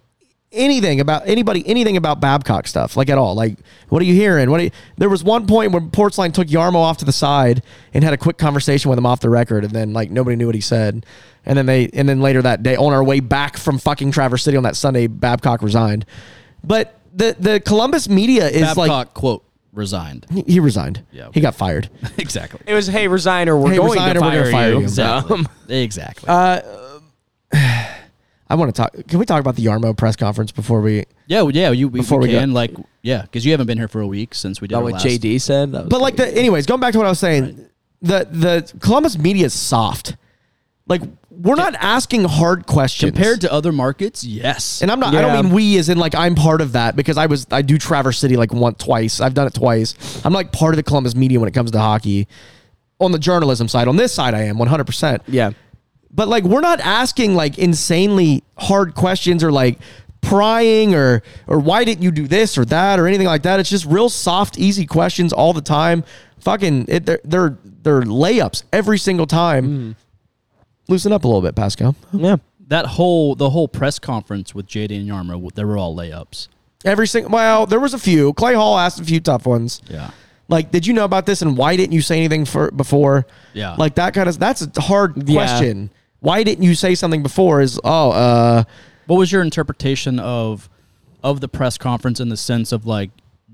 S3: anything about anybody anything about Babcock stuff like at all. Like, what are you hearing? What? Are you, there was one point when Portsline took Yarmo off to the side and had a quick conversation with him off the record, and then like nobody knew what he said. And then they and then later that day on our way back from fucking Traverse City on that Sunday, Babcock resigned. But the the Columbus media is
S2: Babcock
S3: like
S2: quote resigned.
S3: he- he resigned.
S2: Yeah, okay.
S3: he got fired.
S2: exactly.
S4: it was, hey, resign or we're
S3: Hey,
S4: going
S3: resign
S4: to
S3: or we're
S4: fire,
S3: gonna Uh, fire
S4: you.
S3: you.
S2: Exactly.
S4: Um,
S2: exactly.
S3: I want to talk. Can we talk about the Yarmo press conference before we?
S2: yeah, well, yeah. You we,
S3: before
S2: we
S3: we go-
S2: can like yeah because you haven't been here for a week since we did
S4: that
S2: our
S4: what
S2: last.
S4: JD said. That was
S3: But like the anyways, going back to what I was saying, the the Columbus media is soft. Like we're not asking hard questions
S2: Compared to other markets, yes.
S3: And I'm not. I
S4: Yeah.
S3: don't mean we as in like I'm part of that because I was. I do Traverse City like once, twice. I've done it twice. I'm like part of the Columbus media when it comes to hockey. On the journalism side, on this side, I am 100. percent
S4: yeah.
S3: But like we're not asking like insanely hard questions or like prying or or why didn't you do this or that or anything like that. It's just real soft, easy questions all the time. Fucking it, they're they're they're layups every single time.
S2: Mm.
S3: Loosen up a little bit, Pascal.
S4: Yeah.
S2: That whole the whole press conference with JD and Yarmo, they were all layups.
S3: Every single well, there was a few. Clay Hall asked a few tough ones.
S2: Yeah.
S3: Like, did you know about this and why didn't you say anything for before?
S2: Yeah.
S3: Like that kind of that's a hard
S4: Yeah.
S3: question. Why didn't you say something before is oh uh
S2: What was your interpretation of of the press conference in the sense of like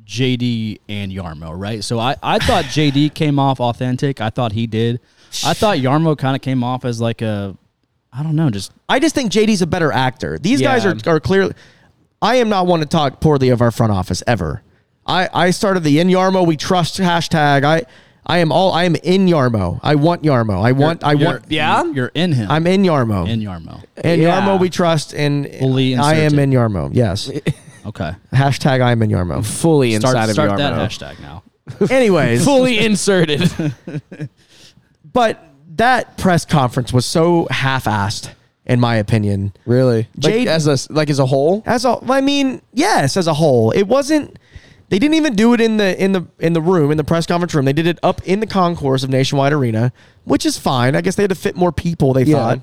S2: JD and Yarmo, right? So I, I thought JD came off authentic. I thought he did. I thought Yarmo kind of came off as like a I don't know, just
S3: I just think JD's a better actor. These guys
S4: Yeah.
S3: are, are clearly. I am not one to talk poorly of our front office ever. I, I started the in Yarmo we trust hashtag. I I am all I am in Yarmo. I want Yarmo. I want I
S2: you're-
S3: want.
S4: Yeah?
S2: You're in him.
S3: I'm in Yarmo.
S2: in Yarmo.
S3: and
S4: Yeah.
S3: Yarmo we trust. And
S2: Fully
S3: I am
S2: inserted.
S3: in Yarmo. Yes.
S2: Okay.
S3: hashtag I am in Yarmo.
S4: Fully inside
S2: Start,
S4: of
S2: start
S4: Yarmo.
S2: that hashtag now.
S3: Anyways,
S4: Fully inserted.
S3: but that press conference was so half-assed, in my opinion.
S4: really? Like
S3: Jade-
S4: as a like as a whole?
S3: as a I mean, yes, as a whole. It wasn't they didn't even do it in the in the in the room in the press conference room. They did it up in the concourse of Nationwide Arena, which is fine. I guess they had to fit more people, they
S4: Yeah.
S3: thought.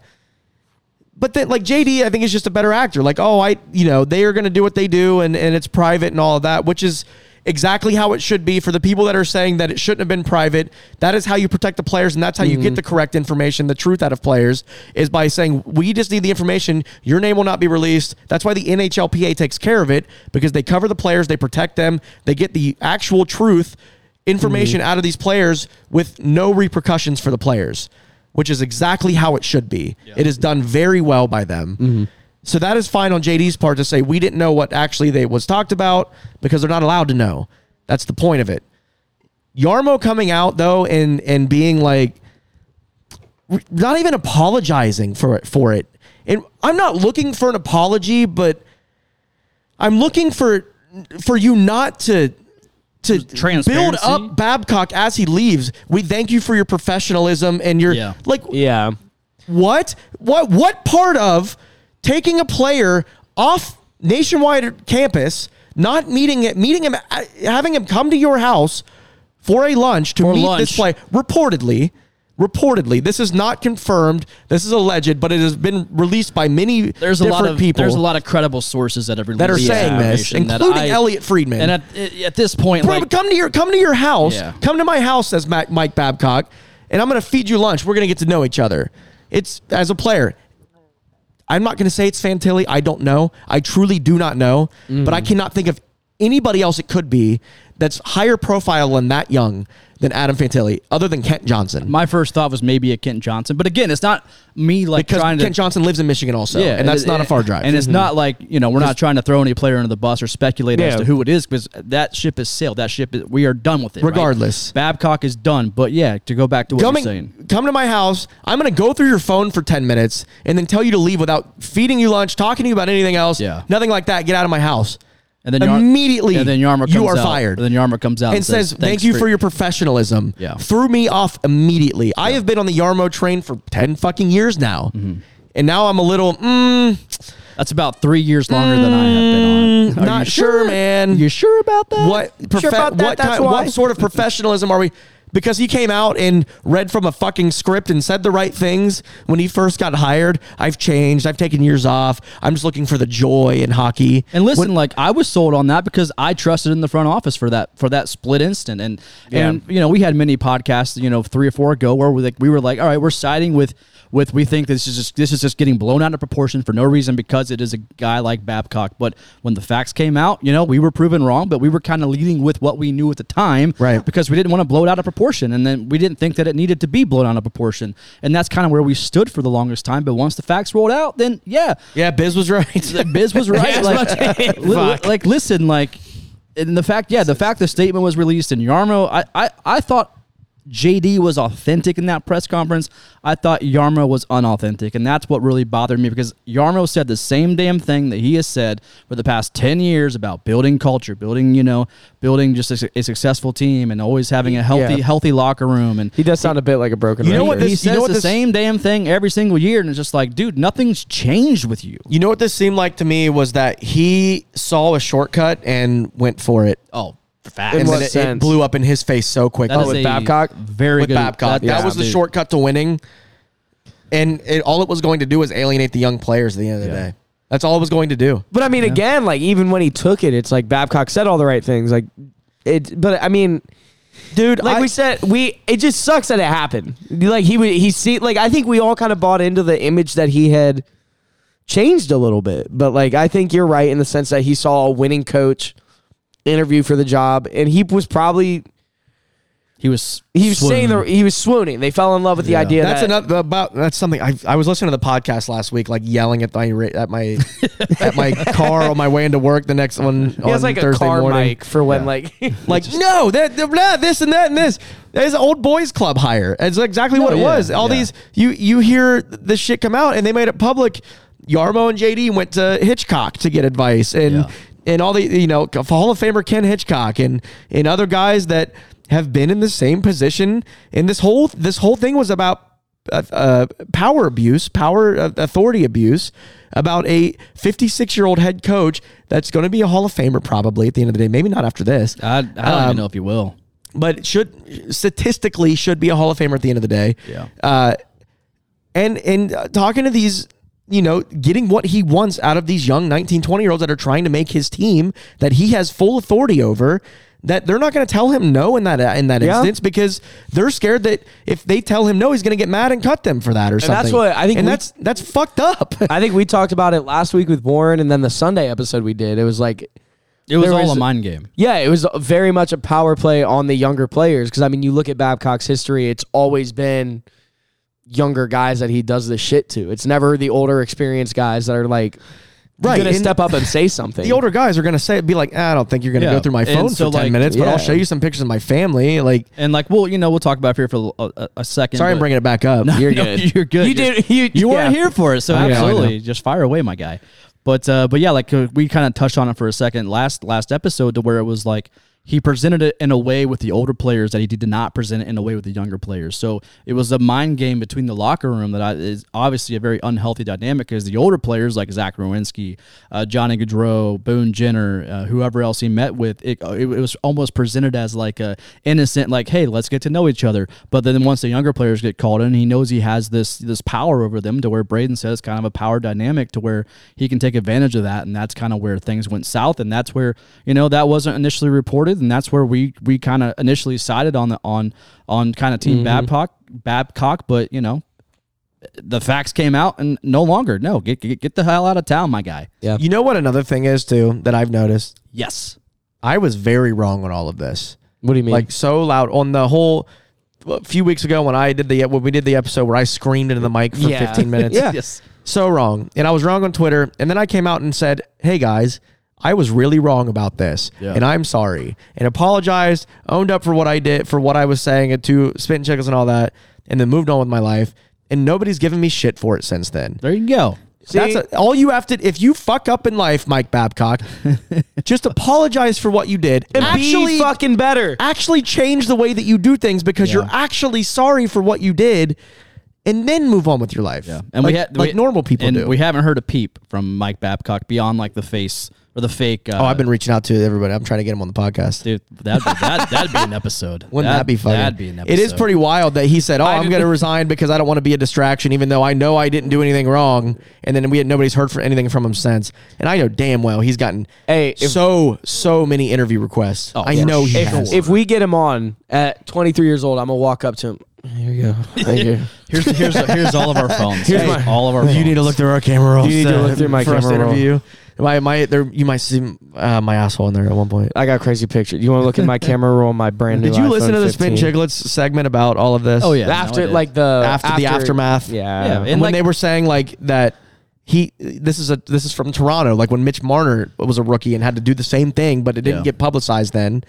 S3: But then like JD, I think is just a better actor. Like, oh, I you know, they are gonna do what they do and, and it's private and all of that, which is exactly how it should be for the people that are saying that it shouldn't have been private. That is how you protect the players and that's how you get the correct information, the truth out of players is by saying we just need the information. Your name will not be released. That's why the NHLPA takes care of it because they cover the players, they protect them, they get the actual truth information out of these players with no repercussions for the players, which is exactly how it should be. It is done very well by them. So that is fine on JD's part to say we didn't know what actually they was talked about because they're not allowed to know. That's the point of it. Yarmo coming out though and and being like re- not even apologizing for it for it. And I'm not looking for an apology, but I'm looking for for you not to to build
S2: Transparency?
S3: up Babcock as he leaves. We thank you for your professionalism and your
S2: Yeah.
S3: like
S4: Yeah.
S3: what? What? What part of taking a player off nationwide campus, not meeting it, meeting him, uh, having him come to your house for a lunch to meet
S2: lunch.
S3: this player? Reportedly, reportedly, this is not confirmed. This is alleged, but it has been released by many
S2: There's a
S3: different
S2: lot of
S3: people.
S2: there's a lot of credible sources that have
S3: that are
S2: released
S3: saying this,
S2: information that
S3: including
S2: I-
S3: Elliot Friedman.
S2: And at, at this point,
S3: Bro,
S2: like,
S3: come to your come to your house.
S2: Yeah.
S3: Come to my house, says Mac, Mike Babcock, and I'm going to feed you lunch. We're going to get to know each other. It's as a player. I'm not going to say it's Fantilli. I don't know. I truly do not know. But I
S2: Mm.
S3: cannot think of anybody else it could be that's higher profile and that young than Adam Fantilli, other than Kent Johnson.
S2: my first thought was maybe a Kent Johnson, but again, it's not me like
S3: because
S2: trying
S3: Kent
S2: to
S3: Johnson lives in Michigan also, and that's
S2: it-
S3: not a
S2: it-
S3: far drive. Mm-hmm.
S2: And it's not like you know we're not trying to throw any player under the bus or speculate as
S4: Yeah.
S2: to who it is because that ship is sailed. That ship is, we are done with it. right?
S3: Regardless.
S2: Babcock is done. But yeah, to go back to what you're saying,
S3: coming come to my house i'm going to go through your phone for 10 minutes and then tell you to leave without feeding you lunch talking to you about anything else
S2: Yeah.
S3: nothing like that get out of my house
S2: and then Yar-
S3: immediately
S2: and then Yarmer comes
S3: you are
S2: out,
S3: fired
S2: And then Yarmer comes out and,
S3: and says,
S2: "Thanks
S3: "Thank you for your professionalism."
S2: Yeah.
S3: threw me off immediately. I have been on the Yarmo train for ten fucking years now,
S2: Mm-hmm.
S3: and now I'm a little mm,
S2: That's about three years longer than I have been on. Are
S3: Mm, not
S2: you
S3: sure, man.
S2: You sure about that?
S3: What profe-
S4: about that?
S3: what,
S4: That's
S3: kind,
S4: why.
S3: what sort of professionalism are we? Because he came out and read from a fucking script and said the right things when he first got hired. I've changed. I've taken years off. I'm just looking for the joy in hockey.
S2: And listen, like I was sold on that because I trusted in the front office for that for that split instant. And and you know we had many podcasts, you know, three or four ago where we like we were like, all right, we're siding with with we think this is just this is just getting blown out of proportion for no reason because it is a guy like Babcock. But when the facts came out, you know, we were proven wrong, but we were kind of leading with what we knew at the time,
S3: Right.
S2: Because we didn't want to blow it out of proportion, and then we didn't think that it needed to be blown out of proportion, and that's kind of where we stood for the longest time. But once the facts rolled out, then yeah,
S3: yeah, Biz was right.
S2: that Biz was right. like, li- li- like, listen, like, and the fact, yeah, the fact the statement was released in Yarmo, I, I, I thought JD was authentic in that press conference. I thought Yarmo was unauthentic, and that's what really bothered me because Yarmo said the same damn thing that he has said for the past 10 years about building culture, building, you know, building just a, su- a successful team and always having a healthy
S4: Yeah.
S2: healthy locker room and
S4: He does sound a bit like a broken
S3: You know
S4: record.
S3: what
S2: he
S3: this-
S2: says
S3: you know what
S2: the
S3: this-
S2: same damn thing every single year and it's just like, dude, nothing's changed with you.
S3: You know what this seemed like to me was that he saw a shortcut and went for it.
S2: Oh,
S4: In
S3: And
S2: facts.
S4: what
S3: then it, it
S4: sense?
S3: blew up in his face so quickly.
S2: That is
S4: with
S2: a
S4: Babcock?
S2: Very
S3: with
S2: good.
S3: Babcock. That,
S2: yeah,
S3: was the
S2: Oh, dude.
S3: shortcut to winning. And it, all it was going to do was alienate the young players at the end of the
S2: Yeah.
S3: day. That's all it was going to do.
S4: But I mean, again, like even when he took it, it's like Babcock said all the right things. Like it, but I mean,
S3: Dude,
S4: like
S3: I,
S4: we said, we it just sucks that it happened. Like he would, he see, like I think we all kind of bought into the image that he had changed a little bit. But like I think you're right in the sense that he saw a winning coach interview for the job, and he was probably
S2: He was
S4: he was
S2: swooning.
S4: saying the, he was swooning. They fell in love with the
S2: Yeah.
S4: idea.
S3: that's
S4: that,
S3: another about that's something I, I was listening to the podcast last week, like yelling at my ra- at my at my car on my way into work the next one
S4: He
S3: on
S4: has like
S3: Thursday
S4: a car
S3: morning.
S4: mic for when like
S3: Like no, that that- blah, this and that and this. It's an old boys club hire. It's exactly what it
S2: yeah,
S3: was. All
S2: yeah.
S3: these you you hear the shit come out, and they made it public. Yarmo and JD went to Hitchcock to get advice, and
S2: Yeah.
S3: and all the you know Hall of Famer Ken Hitchcock and and other guys that have been in the same position. And this whole this whole thing was about. Uh, uh, power abuse, power uh, authority abuse, about a 56 year old head coach that's going to be a Hall of Famer probably at the end of the day. Maybe not after this
S2: I, I don't even know if you will.
S3: but it should statistically should be a Hall of Famer at the end of the day.
S2: Yeah.
S3: Uh, and and uh, talking to these, you know, getting what he wants out of these young 19, 20 year olds that are trying to make his team that he has full authority over. That they're not going to tell him no in that uh, in that
S4: Yeah.
S3: instance because they're scared that if they tell him no, he's going to get mad and cut them for that or something.
S4: that's what I think
S3: And
S4: we-
S3: that's that's fucked up.
S4: I think we talked about it last week with Warren, and then the Sunday episode we did. It was like,
S2: It was
S4: There
S2: all
S4: was-
S2: a mind game.
S4: yeah, it was very much a power play on the younger players. Because I mean, you look at Babcock's history; it's always been younger guys that he does this shit to. It's never the older, experienced guys that are like,
S3: Right,
S4: going to
S3: and-
S4: step up and say something.
S3: the older guys are going to say be like, "Ah, I don't think you're going to
S2: Yeah.
S3: go through my
S2: And
S3: phone
S2: so,
S3: for ten
S2: like,
S3: minutes, but
S4: yeah.
S3: I'll show you some pictures of my family. Like,
S2: And like, well, you know, we'll talk about it here for a, a, a second.
S3: sorry, I'm
S2: but-
S3: bringing it back up.
S4: You're
S2: No,
S4: good.
S2: You're good.
S4: You
S2: You're-
S4: did- you-
S2: you weren't
S4: yeah.
S2: here for it, so
S3: I know, I
S2: absolutely, just fire away, my guy. But uh, but yeah, like uh, we kind of touched on it for a second last last episode, to where it was like he presented it in a way with the older players that he did not present it in a way with the younger players. So it was a mind game between the locker room that I, is obviously a very unhealthy dynamic because the older players like Zach Rowinski, uh, Johnny Gaudreau, Boone Jenner, uh, whoever else he met with, it, it, it was almost presented as like a innocent, like, hey, let's get to know each other. But then once the younger players get called in, he knows he has this this power over them to where Braden says kind of a power dynamic to where he can take advantage of that. And that's kind of where things went south. And that's where, you know, that wasn't initially reported. And that's where we we kind of initially sided on the on on kind of team Babcock Babcock, but you know, the facts came out and no longer. No, get get, get the hell out of town, my guy.
S4: yeah,
S3: You know what another thing is too that I've noticed?
S2: Yes.
S3: I was very wrong on all of this.
S4: what do you mean?
S3: Like so loud on the whole a few weeks ago when I did the when we did the episode where I screamed into the mic for
S4: Yeah.
S3: 15 minutes.
S4: Yeah.
S2: Yes.
S3: So wrong. And I was wrong on Twitter and then I came out and said, "Hey guys, I was really wrong about this,
S2: Yeah.
S3: and I'm sorry." And apologized, owned up for what I did, for what I was saying, and to spin checkers and all that, and then moved on with my life. And nobody's given me shit for it since then.
S2: There you go.
S3: That's a, all you have to. If you fuck up in life, Mike Babcock, just apologize for what you did and
S4: be
S3: actually
S4: fucking better.
S3: actually change the way that you do things because you're actually sorry for what you did, and then move on with your life. Yeah,
S2: And
S3: like,
S2: we had
S3: like
S2: we-
S3: normal people
S2: and
S3: do.
S2: We haven't heard a peep from Mike Babcock beyond like the face or the fake. Uh,
S3: oh, I've been reaching out to everybody. I'm trying to get him on the podcast.
S2: Dude, that'd be, that, that'd be an episode.
S3: Wouldn't that, be funny?
S2: That'd be an episode.
S3: It is pretty wild that he said, "Oh, I'm going to resign because I don't want to be a distraction, even though I know I didn't do anything wrong." And then we had nobody's heard from anything from him since. And I know damn well he's gotten
S4: Hey, if-
S3: so so many interview requests. I
S2: for
S3: know he
S2: sure.
S3: has.
S4: if, if we get him on at 23 years old, I'm gonna walk up to him. Here you go. Thank you.
S2: Here's here's here's all of our phones. Here's
S4: my-
S2: all of our. Phones.
S3: Oh, you need to look through our camera rolls. uh,
S4: need to look through my
S3: for us to
S4: camera roll.
S3: interview. My my there you might see uh, my asshole in there at one point.
S4: I got a crazy picture. You want to look at my camera roll, my brand new.
S3: Uh, Did you listen
S4: iPhone
S3: to the Spin
S4: 15?
S3: Chicklets segment about all of this?
S2: Oh yeah. no, I
S4: after
S2: did.
S4: like the
S3: After the aftermath.
S4: Yeah.
S2: Yeah, And,
S3: when
S2: like-
S3: they were saying like that he this is a this is from Toronto like when Mitch Marner was a rookie and had to do the same thing but it didn't
S2: Yeah.
S3: get publicized then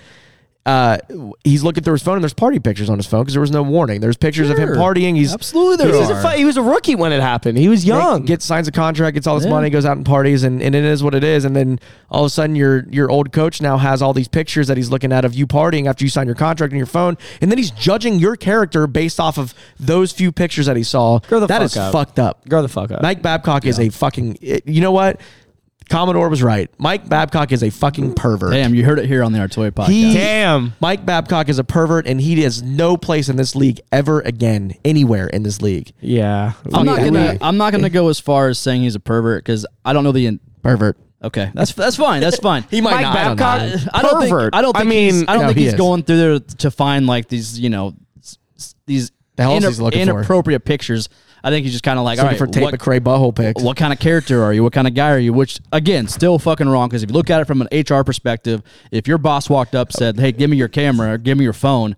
S3: uh, he's looking through his phone and there's party pictures on his phone because there was no warning. There's pictures of him
S2: Sure.
S3: partying. He's
S2: Absolutely there
S4: He was,
S2: are.
S4: a, fu- he was a rookie when it happened. He was young.
S3: Gets signs a contract, gets all this
S2: Yeah.
S3: money, goes out and parties, and, and it is what it is. And then all of a sudden, your your old coach now has all these pictures that he's looking at of you partying after you sign your contract on your phone, and then he's judging your character based off of those few pictures that he saw.
S4: Grow the
S3: That
S4: fuck
S3: is
S4: up.
S3: fucked up.
S4: Grow the fuck up.
S3: Mike Babcock is a fucking. it- You know what? Commodore was right. Mike Babcock is a fucking pervert.
S2: Damn, you heard it here on the Artoy podcast.
S3: He-
S4: Damn.
S3: Mike Babcock is a pervert, and he has no place in this league ever again, anywhere in this league.
S4: Yeah.
S2: I'm not
S3: We-
S2: gonna.
S3: we-
S2: I'm not gonna go as far as saying he's a pervert because I don't know the. In-
S3: Pervert.
S2: okay, that's that's fine. That's fine.
S3: He might
S4: Mike
S3: not. I don't
S4: Babcock?
S3: know.
S2: I, I don't
S4: Pervert.
S2: think. I don't
S4: I
S2: think.
S4: mean-
S2: he's, I don't
S3: No,
S2: think
S3: he
S2: he's
S3: is.
S2: going through there to find like these. You know, s- s- these
S3: The hell is he's looking for?
S2: inappropriate pictures. I think he's just kind of like, all
S3: Looking
S2: right,
S3: for tape
S2: what,
S3: McRae butthole pics.
S2: what kind of character are you? What kind of guy are you? Which again, still fucking wrong because if you look at it from an HR perspective, if your boss walked up said, "Hey, give me your camera, or give me your phone,"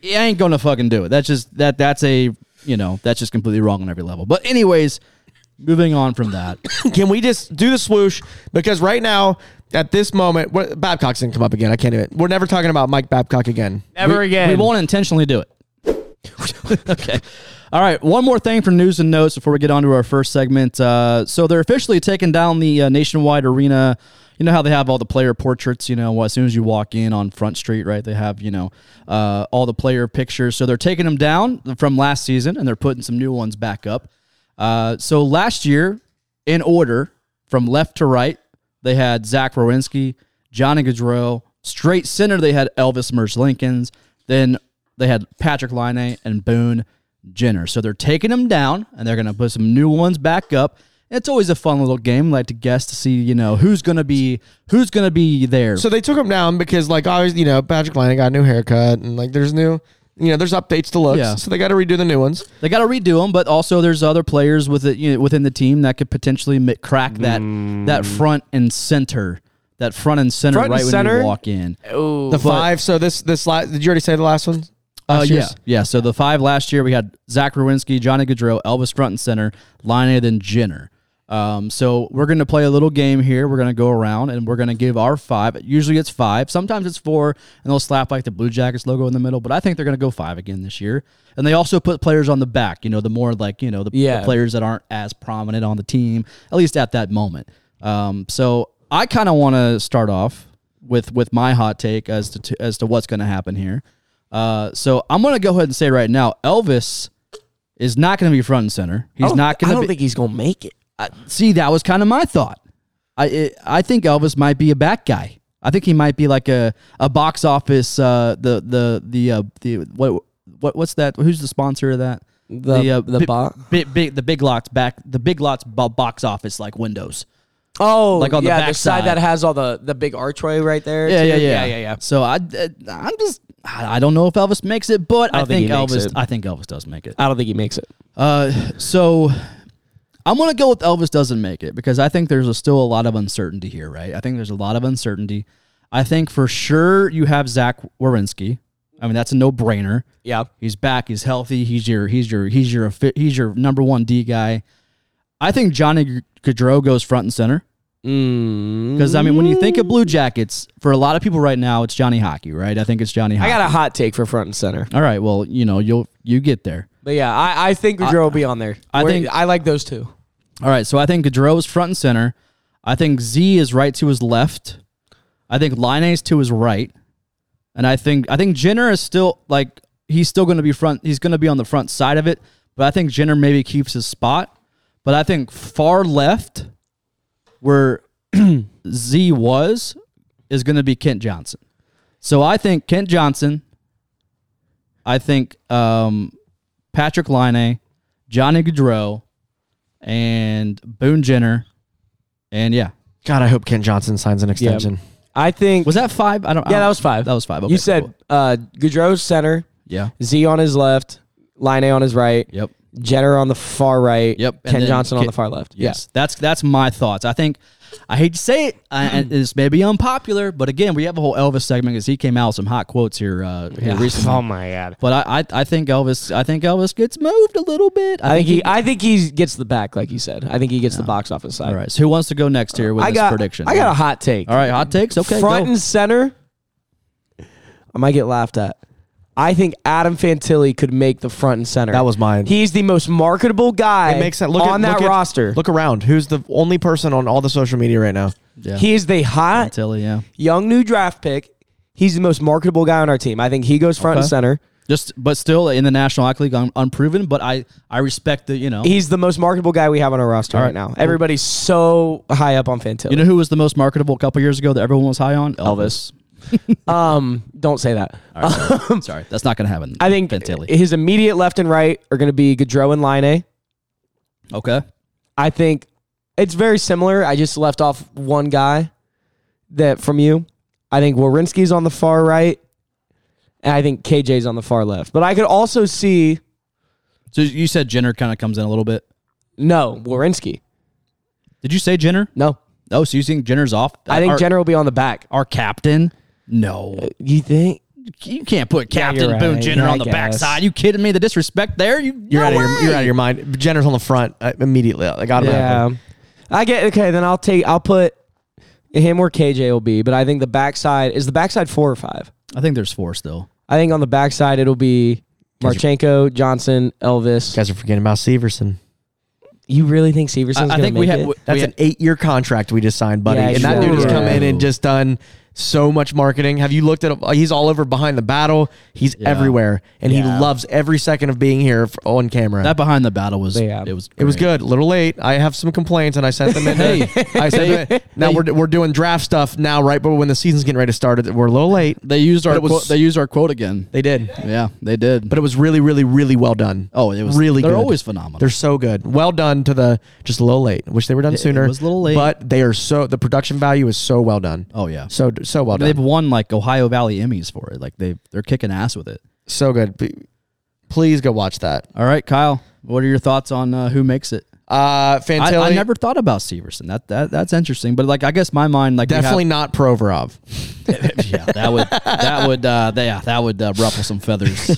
S2: you ain't gonna fucking do it. That's just that. That's a you know that's just completely wrong on every level. But anyways, moving on from that,
S3: Can we just do the swoosh? Because right now, at this moment, we're- Babcock's didn't come up again. I can't even. We're never talking about Mike Babcock again.
S4: Ever
S2: We-
S4: again.
S2: we won't intentionally do it. okay. All right. One more thing for news and notes before we get on to our first segment. Uh, so they're officially taking down the uh, nationwide arena. You know how they have all the player portraits, you know, as soon as you walk in on Front Street, right? They have, you know, uh, all the player pictures. So they're taking them down from last season and they're putting some new ones back up. Uh, so last year, in order from left to right, they had Zach Rowinski, Johnny Gaudreau. Straight center, they had Elvis Merge Lincolns. Then they had Patrick Line and Boone Jenner. So they're taking them down and they're going to put some new ones back up. It's always a fun little game, like to guess to see, you know, who's going to be who's going to be there.
S3: So they took him down because, like, obviously, you know, Patrick Laney got a new haircut, and like, there's new, you know, there's updates to looks.
S2: Yeah.
S3: So they got to redo the new ones.
S2: They got to redo them, but also there's other players with it, you know, within the team that could potentially mi- crack that that front and center, that front and center
S4: Mm. Front and
S2: right when
S4: center?
S2: you walk in.
S4: Ooh.
S3: The five. So this, this last. Did you already say the last one?
S2: Uh,
S3: Last
S2: yeah,
S3: year's?
S2: yeah. So the five last year we had Zach Rowinski, Johnny Gaudreau, Elvis front and center, Line then Jenner. Um, so we're gonna play a little game here. We're gonna go around and we're gonna give our five. Usually it's five, sometimes it's four, and they'll slap like the Blue Jackets logo in the middle. But I think they're gonna go five again this year. And they also put players on the back. You know, the more like you know the, the
S4: Yeah.
S2: players that aren't as prominent on the team, at least at that moment. Um, so I kind of want to start off with with my hot take as to, to as to what's going to happen here. Uh, so I'm going to go ahead and say right now, Elvis is not going to be front and center. He's not
S4: Oh, I
S2: going to
S4: don't
S2: be.
S4: think he's going to make it.
S2: I- see, that was kind of my thought. I it, I think Elvis might be a back guy. I think he might be like a, a box office. Uh, the the the uh, the what what what's that? Who's the sponsor of that?
S4: The- uh, the
S2: big,
S4: bo-
S2: big, big the big lots back the big lots bo- box office like windows.
S4: Oh,
S2: Like on the
S4: yeah,
S2: back
S4: the side,
S2: side.
S4: that has all the the big archway right there.
S2: yeah,
S4: too.
S2: yeah, yeah,
S4: yeah, yeah.
S2: So I, uh, I'm just, I I don't know if Elvis makes it, but I,
S4: don't think
S2: think,
S4: he makes
S2: Elvis,
S4: it.
S2: I think Elvis does make it.
S4: I don't think he makes it.
S2: Uh, so I'm gonna go with Elvis doesn't make it because I think there's a, still a lot of uncertainty here, right? I think there's a lot of uncertainty. I think for sure you have Zach Warinsky. I mean, that's a no brainer.
S4: Yeah.
S2: He's back. He's healthy. He's your he's your he's your fi- he's your number one D guy. I think Johnny Gaudreau goes front and center.
S4: Mm.
S2: Because I mean, when you think of Blue Jackets, for a lot of people right now, it's Johnny Hockey, right? I think it's Johnny
S4: I
S2: Hockey.
S4: got a hot take for front and center.
S2: All right, well, you know, you'll you get there.
S4: But yeah, I, I think Gaudreau will be on there.
S2: I
S4: We're-
S2: think-
S4: I like those two.
S2: All right, so I think Gaudreau is front and center. I think Z is right to his left. I think Line is to his right, and I think I think Jenner is still like he's still going to be front. He's going to be on the front side of it, but I think Jenner maybe keeps his spot. But I think far left, where Z was, is going to be Kent Johnson. So I think Kent Johnson. I think um, Patrick Line, Johnny Gaudreau, and Boone Jenner, and yeah,
S3: God, I hope Ken Johnson signs an extension.
S4: I think.
S2: was that five? I don't. I
S4: yeah,
S2: don't-
S4: that was five.
S2: That was five. Okay,
S4: you said
S2: cool.
S4: uh, Gaudreau center,
S2: yeah.
S4: Z on his left, Line on his right,
S2: Yep.
S4: Jenner on the far right,
S2: Yep, and
S4: Ken
S2: then
S4: Johnson
S2: Ken-
S4: on the far left. Yeah.
S2: Yes, that's that's my thoughts. I think I hate to say it, I, and this may be unpopular, but again, we have a whole Elvis segment because he came out with some hot quotes here, uh, here recently.
S4: Oh my god.
S2: But I, I I think Elvis I think Elvis gets moved a little bit.
S4: I think he. I think he gets the back, like you said. I think he gets the box office side.
S2: all right. So who wants to go next here with
S4: I
S2: this
S4: got
S2: prediction?
S4: I got a hot take.
S2: all right, hot takes. Okay,
S4: Front
S2: go.
S4: and center. I might get laughed at. I think Adam Fantilli could make the front and center.
S3: That was mine.
S4: He's the most marketable guy
S3: It makes sense. Look
S4: on
S3: at,
S4: that
S3: look at-
S4: roster.
S3: look around. Who's the only person on all the social media right now?
S2: Yeah.
S4: he is the hot
S2: Fantilli, yeah.
S4: young new draft pick. He's the most marketable guy on our team. I think he goes front and
S2: Okay.
S4: center.
S2: Just, but still in the National Hockey League, un- unproven. But I, I respect the, you know,
S4: He's the most marketable guy we have on our roster right, now. Everybody's so high up on Fantilli.
S2: you know who was the most marketable a couple years ago that everyone was high on? Elvis.
S4: um, don't say that.
S2: Sorry, that's not going to happen.
S4: Hmm. I think
S2: Fantilli.
S4: his immediate left and right are going to be Gaudreau and Line.
S2: Okay.
S4: I think it's very similar. I just left off one guy that from you. I think Warinsky's on the far right, and I think KJ's on the far left. But I could also see
S2: So you said Jenner kind of comes in a little bit.
S4: no Warinsky.
S2: Did you say Jenner?
S4: No,
S2: Oh, so you think Jenner's off?
S4: I think
S2: our,
S4: Jenner will be on the back.
S2: our captain. No,
S4: You think?
S2: you can't put Captain
S4: you're
S2: Boone
S4: right.
S2: Jenner
S4: Yeah,
S2: on
S4: I
S2: the
S4: guess.
S2: backside. You kidding me? The disrespect there. You,
S3: You're
S2: no
S3: out of
S2: way.
S3: your you're out of your mind. Jenner's on the front uh, immediately. Like
S4: Yeah,
S3: automatically.
S4: I get okay. Then I'll take. I'll put him where KJ will be. But I think the backside is the backside four or five.
S2: I think there's four still.
S4: I think on the backside it'll be Marchenko, Johnson, Elvis.
S3: You guys are forgetting about Severson.
S4: You really think Severson's
S2: I, I
S4: gonna
S2: think
S4: make
S2: we have.
S4: it?
S2: we-
S3: That's
S2: we-
S3: an eight year contract we just signed, buddy.
S4: Yeah,
S3: and that dude has
S4: sure.
S3: come in and just done so much marketing. Have you looked at him? Uh, He's all over behind the battle. He's everywhere. And
S2: Yeah.
S3: he loves every second of being here f- on camera.
S2: that behind the battle was.
S4: Yeah.
S2: It was.
S3: it was
S2: great.
S3: good. A little late. I have some complaints and I sent them in.
S2: Hey.
S3: I sent them in. Now we're, we're doing draft stuff now, right? But when the season's getting ready to start, it- we're a little late.
S2: They used
S3: But
S2: our.
S3: it was-
S2: quote, they used our quote again.
S3: They did.
S2: yeah, they did.
S3: But it was really, really, really well done.
S2: oh, it was
S3: really
S2: They're
S3: good.
S2: always phenomenal.
S3: They're so good. Well done to the just a little late. Wish they were done sooner.
S2: was a little late.
S3: but they are so the production value is so well done.
S2: oh yeah.
S3: so so well
S2: They've
S3: done.
S2: won like Ohio Valley Emmys for it. Like they they're kicking ass with it.
S3: So good. P- Please go watch that.
S2: All right, Kyle. What are your thoughts on uh, who makes it?
S3: Uh, Fantilli
S2: I, I never thought about Severson. That that that's interesting. But like I guess my mind like we have-
S3: definitely not Provorov.
S2: yeah, that would that would uh, that- yeah that would uh, ruffle some feathers.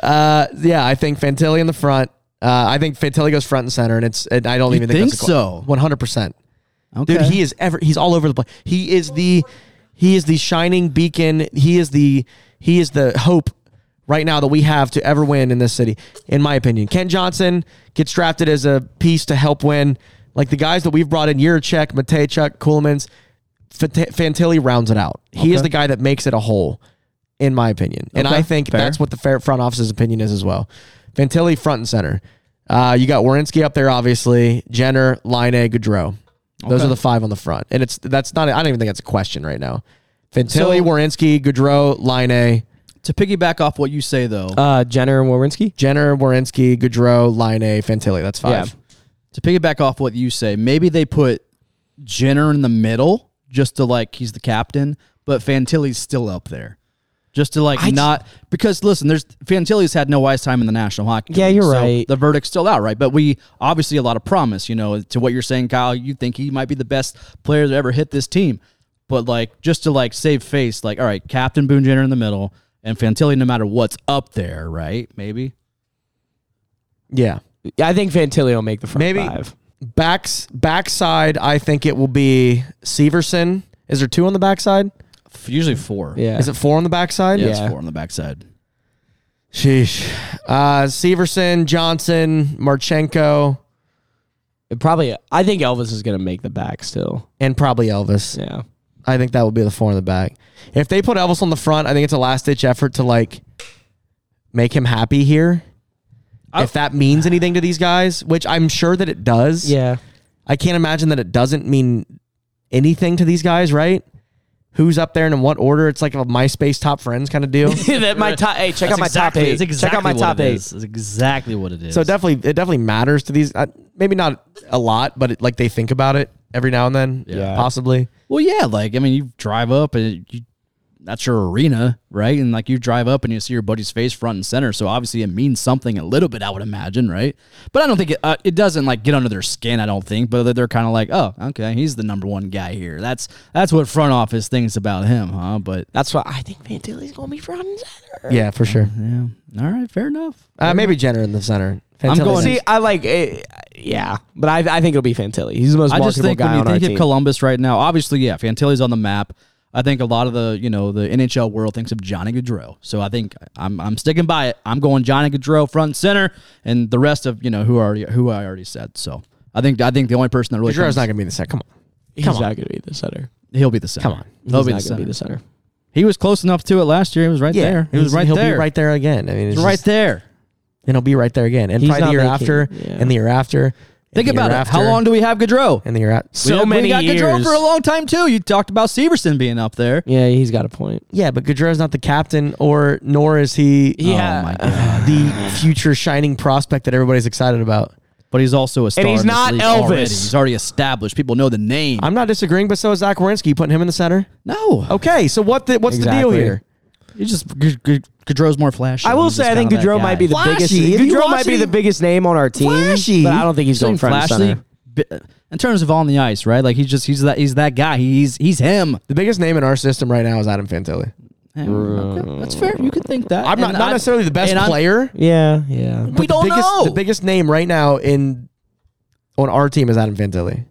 S3: Uh, yeah, I think Fantilli in the front. Uh, I think Fantilli goes front and center, and it's. And I don't
S2: You
S3: even think,
S2: think
S3: that's a
S2: so?
S3: One hundred percent,
S2: Okay.
S3: dude. He is ever. He's all over the place. He is the. He is the shining beacon. He is the. He is the hope right now that we have to ever win in this city, in my opinion. Ken Johnson gets drafted as a piece to help win. Like the guys that we've brought in, Yurichek, Matejchuk, Kuhlmans, Fant- Fantilli rounds it out. He is the guy that makes it a whole, in my opinion. And I think that's what the fair front office's opinion is as well. Fantilli front and center. Uh, you got Warinsky up there, obviously. Jenner, Line, Gaudreau. Those are the five on the front, and it's that's not. I don't even think that's a question right now. Fantilli,
S2: So-
S3: Warinsky, Gaudreau, Line,
S2: to piggyback off what you say though,
S4: Uh, Jenner and Wawrinski?
S3: Jenner, Warinsky, Gaudreau, Line, Fantilli. That's five.
S4: Yeah.
S2: to piggyback off what you say, maybe they put Jenner in the middle just to like he's the captain, but Fantilli's still up there. Just to like not because listen, there's Fantilli's had no ice time in the National Hockey.
S4: Yeah,
S2: League,
S4: you're
S2: so
S4: right.
S2: The verdict's still out, right? But we obviously a lot of promise, you know, to what you're saying, Kyle. You think he might be the best player that ever hit this team, but like just to like save face, like all right, Captain Boone Jenner in the middle and Fantilli, no matter what's up there, right? Maybe.
S3: yeah.
S4: I think Fantilli will make the front
S3: Maybe.
S4: five.
S3: Backs backside, I think it will be Severson. Is there two on the backside?
S2: F- Usually four.
S4: Yeah.
S3: Is it four on the backside?
S2: Yeah, it's
S4: Yeah.
S2: four on the backside.
S3: Sheesh. Uh, Severson, Johnson, Marchenko,
S4: It probably. I think Elvis is going to make the back still.
S3: and probably Elvis.
S4: Yeah.
S3: I think that would be the four in the back. If they put Elvis on the front, I think it's a last ditch effort to like make him happy here.
S2: I-
S3: if that means anything to these guys, which I'm sure that it does.
S4: Yeah.
S3: I can't imagine that it doesn't mean anything to these guys, right? Who's up there and in what order? It's like a MySpace top friends kind of deal.
S4: that my top. Hey, check out my top eight. check out my top eight.
S2: It's exactly what it is.
S3: so definitely, it definitely matters to these. Uh, maybe not a lot, but it, like they think about it every now and then.
S2: Yeah.
S3: possibly.
S2: Well, yeah, like I mean, you drive up and you, that's your arena, right? And like you drive up and you see your buddy's face front and center, so obviously it means something a little bit, I would imagine, right? But I don't think it uh, it doesn't like get under their skin, I don't think. But they're, they're kind of like, oh, okay, he's the number one guy here. That's that's what front office thinks about him, huh? But
S4: That's why I think Fantilli's going to be front and center.
S3: Yeah, for sure.
S2: yeah, all right, fair enough.
S3: Uh, maybe Jenner in the center.
S2: I'm going-
S4: See, I like. eh, yeah, but I, I think it'll be Fantilli. He's the most
S2: I just
S4: marketable
S2: think when
S4: guy
S2: you
S4: on our
S2: think of
S4: team.
S2: Columbus right now, obviously, yeah, Fantilli's on the map. I think a lot of the you know the NHL world thinks of Johnny Gaudreau. So I think I'm I'm sticking by it. I'm going Johnny Gaudreau front and center, and the rest of you know who already who I already said. So I think I think the only person that really
S3: Gaudreau's
S2: comes-
S3: not gonna be in the set. Come on,
S4: He's
S3: Come on.
S4: not going to be the center.
S2: he'll be the center.
S3: Come on.
S4: He's
S2: he'll
S4: not
S2: be the
S4: going to
S2: center.
S4: be the center.
S2: He was close enough to it last year. He was right there. He was
S3: He's-
S2: right
S3: he'll
S2: there.
S3: be right there again. I mean, it's
S2: He's right
S3: just-
S2: there.
S3: and he'll be right there again, and
S4: He's
S3: probably the
S4: not
S3: year
S4: making-
S3: after,
S4: yeah.
S3: and the year after.
S2: Think about it. How long do we have Gaudreau?
S3: and the year after.
S4: So
S2: we, we
S4: many
S2: got Gaudreau
S4: years.
S2: for a long time too. You talked about Severson being up there.
S4: Yeah, he's got a point.
S3: Yeah, but Gaudreau's not the captain, or nor is he uh,
S4: Yeah.
S2: Oh my god.
S3: the future shining prospect that everybody's excited about.
S2: But he's also a star.
S4: he's
S2: in this
S4: not
S2: league
S4: Elvis.
S2: already. He's already established. People know the name.
S3: I'm not disagreeing, but so is Zach Wierenski. You putting him in the center?
S2: no.
S4: Oh.
S3: Okay, so what the, what's the
S4: Exactly.
S3: deal here?
S2: You just G- G- Gaudreau's more flashy.
S4: I will
S2: He's
S4: say
S2: just
S4: I think
S2: kinda that
S4: Gaudreau might
S2: guy.
S4: be the
S3: Flashy.
S4: biggest.
S3: If you
S4: Gaudreau
S3: watch
S4: might be
S3: it,
S4: the biggest name on our team,
S3: Flashy.
S4: but I don't think he's
S2: Saying
S4: going front and
S2: flashy
S4: center.
S2: bi- in terms of on the ice, right? Like he's just he's that he's that guy. He's he's him.
S3: The biggest name in our system right now is Adam Fantilli.
S2: Eh, okay, that's fair. You could think that.
S3: I'm not,
S2: And
S3: not
S2: I-
S3: necessarily the best
S2: and I'm-
S3: player.
S4: Yeah, yeah.
S2: We
S3: the
S2: don't
S3: biggest,
S2: know.
S3: The biggest name right now in on our team is Adam Fantilli.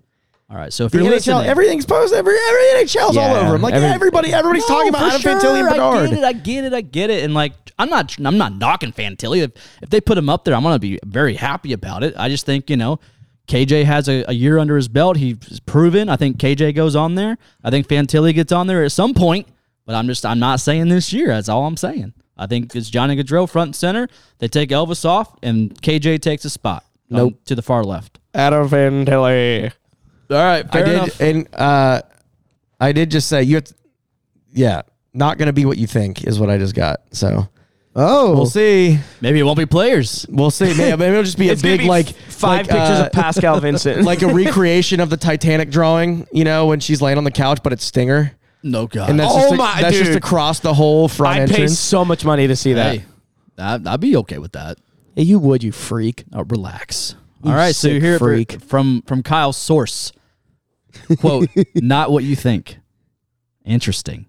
S2: All right. So if
S3: The
S2: you're
S3: NHL,
S2: listening,
S3: everything's posted. Every, every NHL's all
S4: Yeah.
S3: over him. Like
S4: Every-
S3: everybody, everybody's
S2: No,
S3: talking about
S2: for
S3: Adam Fantilli and
S2: sure. I
S3: Bedard.
S2: get it. I get it. I get it. And like, I'm not. I'm not knocking Fantilli. If, if they put him up there, I'm gonna be very happy about it. I just think you know, KJ has a, a year under his belt. He's proven. I think KJ goes on there. I think Fantilli gets on there at some point. But I'm just. I'm not saying this year. That's all I'm saying. I think it's Johnny Gaudreau front and center. They take Elvis off, and KJ takes a spot. um,
S4: Nope.
S2: to the far left.
S4: Adam Fantilli.
S2: All right.
S3: I did, and uh, I did just say you. Have to, yeah, not gonna be what you think is what I just got. So
S4: Oh,
S3: we'll see.
S2: Maybe it won't be players.
S3: Well see. Maybe, maybe it'll just be a
S4: It's gonna
S3: big
S4: be
S3: like
S4: five
S3: like,
S4: pictures
S3: uh,
S4: of Pascal Vincent.
S3: like a recreation of the Titanic drawing. You know, when she's laying on the couch, but it's Stinger,
S2: No God.
S3: and that's
S4: Oh
S3: just a-
S4: my-
S3: that's just
S4: dude.
S3: across the whole front
S4: I'd pay
S3: entrance.
S4: so much money to see that.
S2: hey, I, I'd be okay with that.
S4: You would, you freak.
S2: Uh, relax.
S4: You
S2: All right, so you
S4: sick
S2: hear it fr-
S4: freak.
S2: from from Kyle Source. Quote, not what you think. Interesting.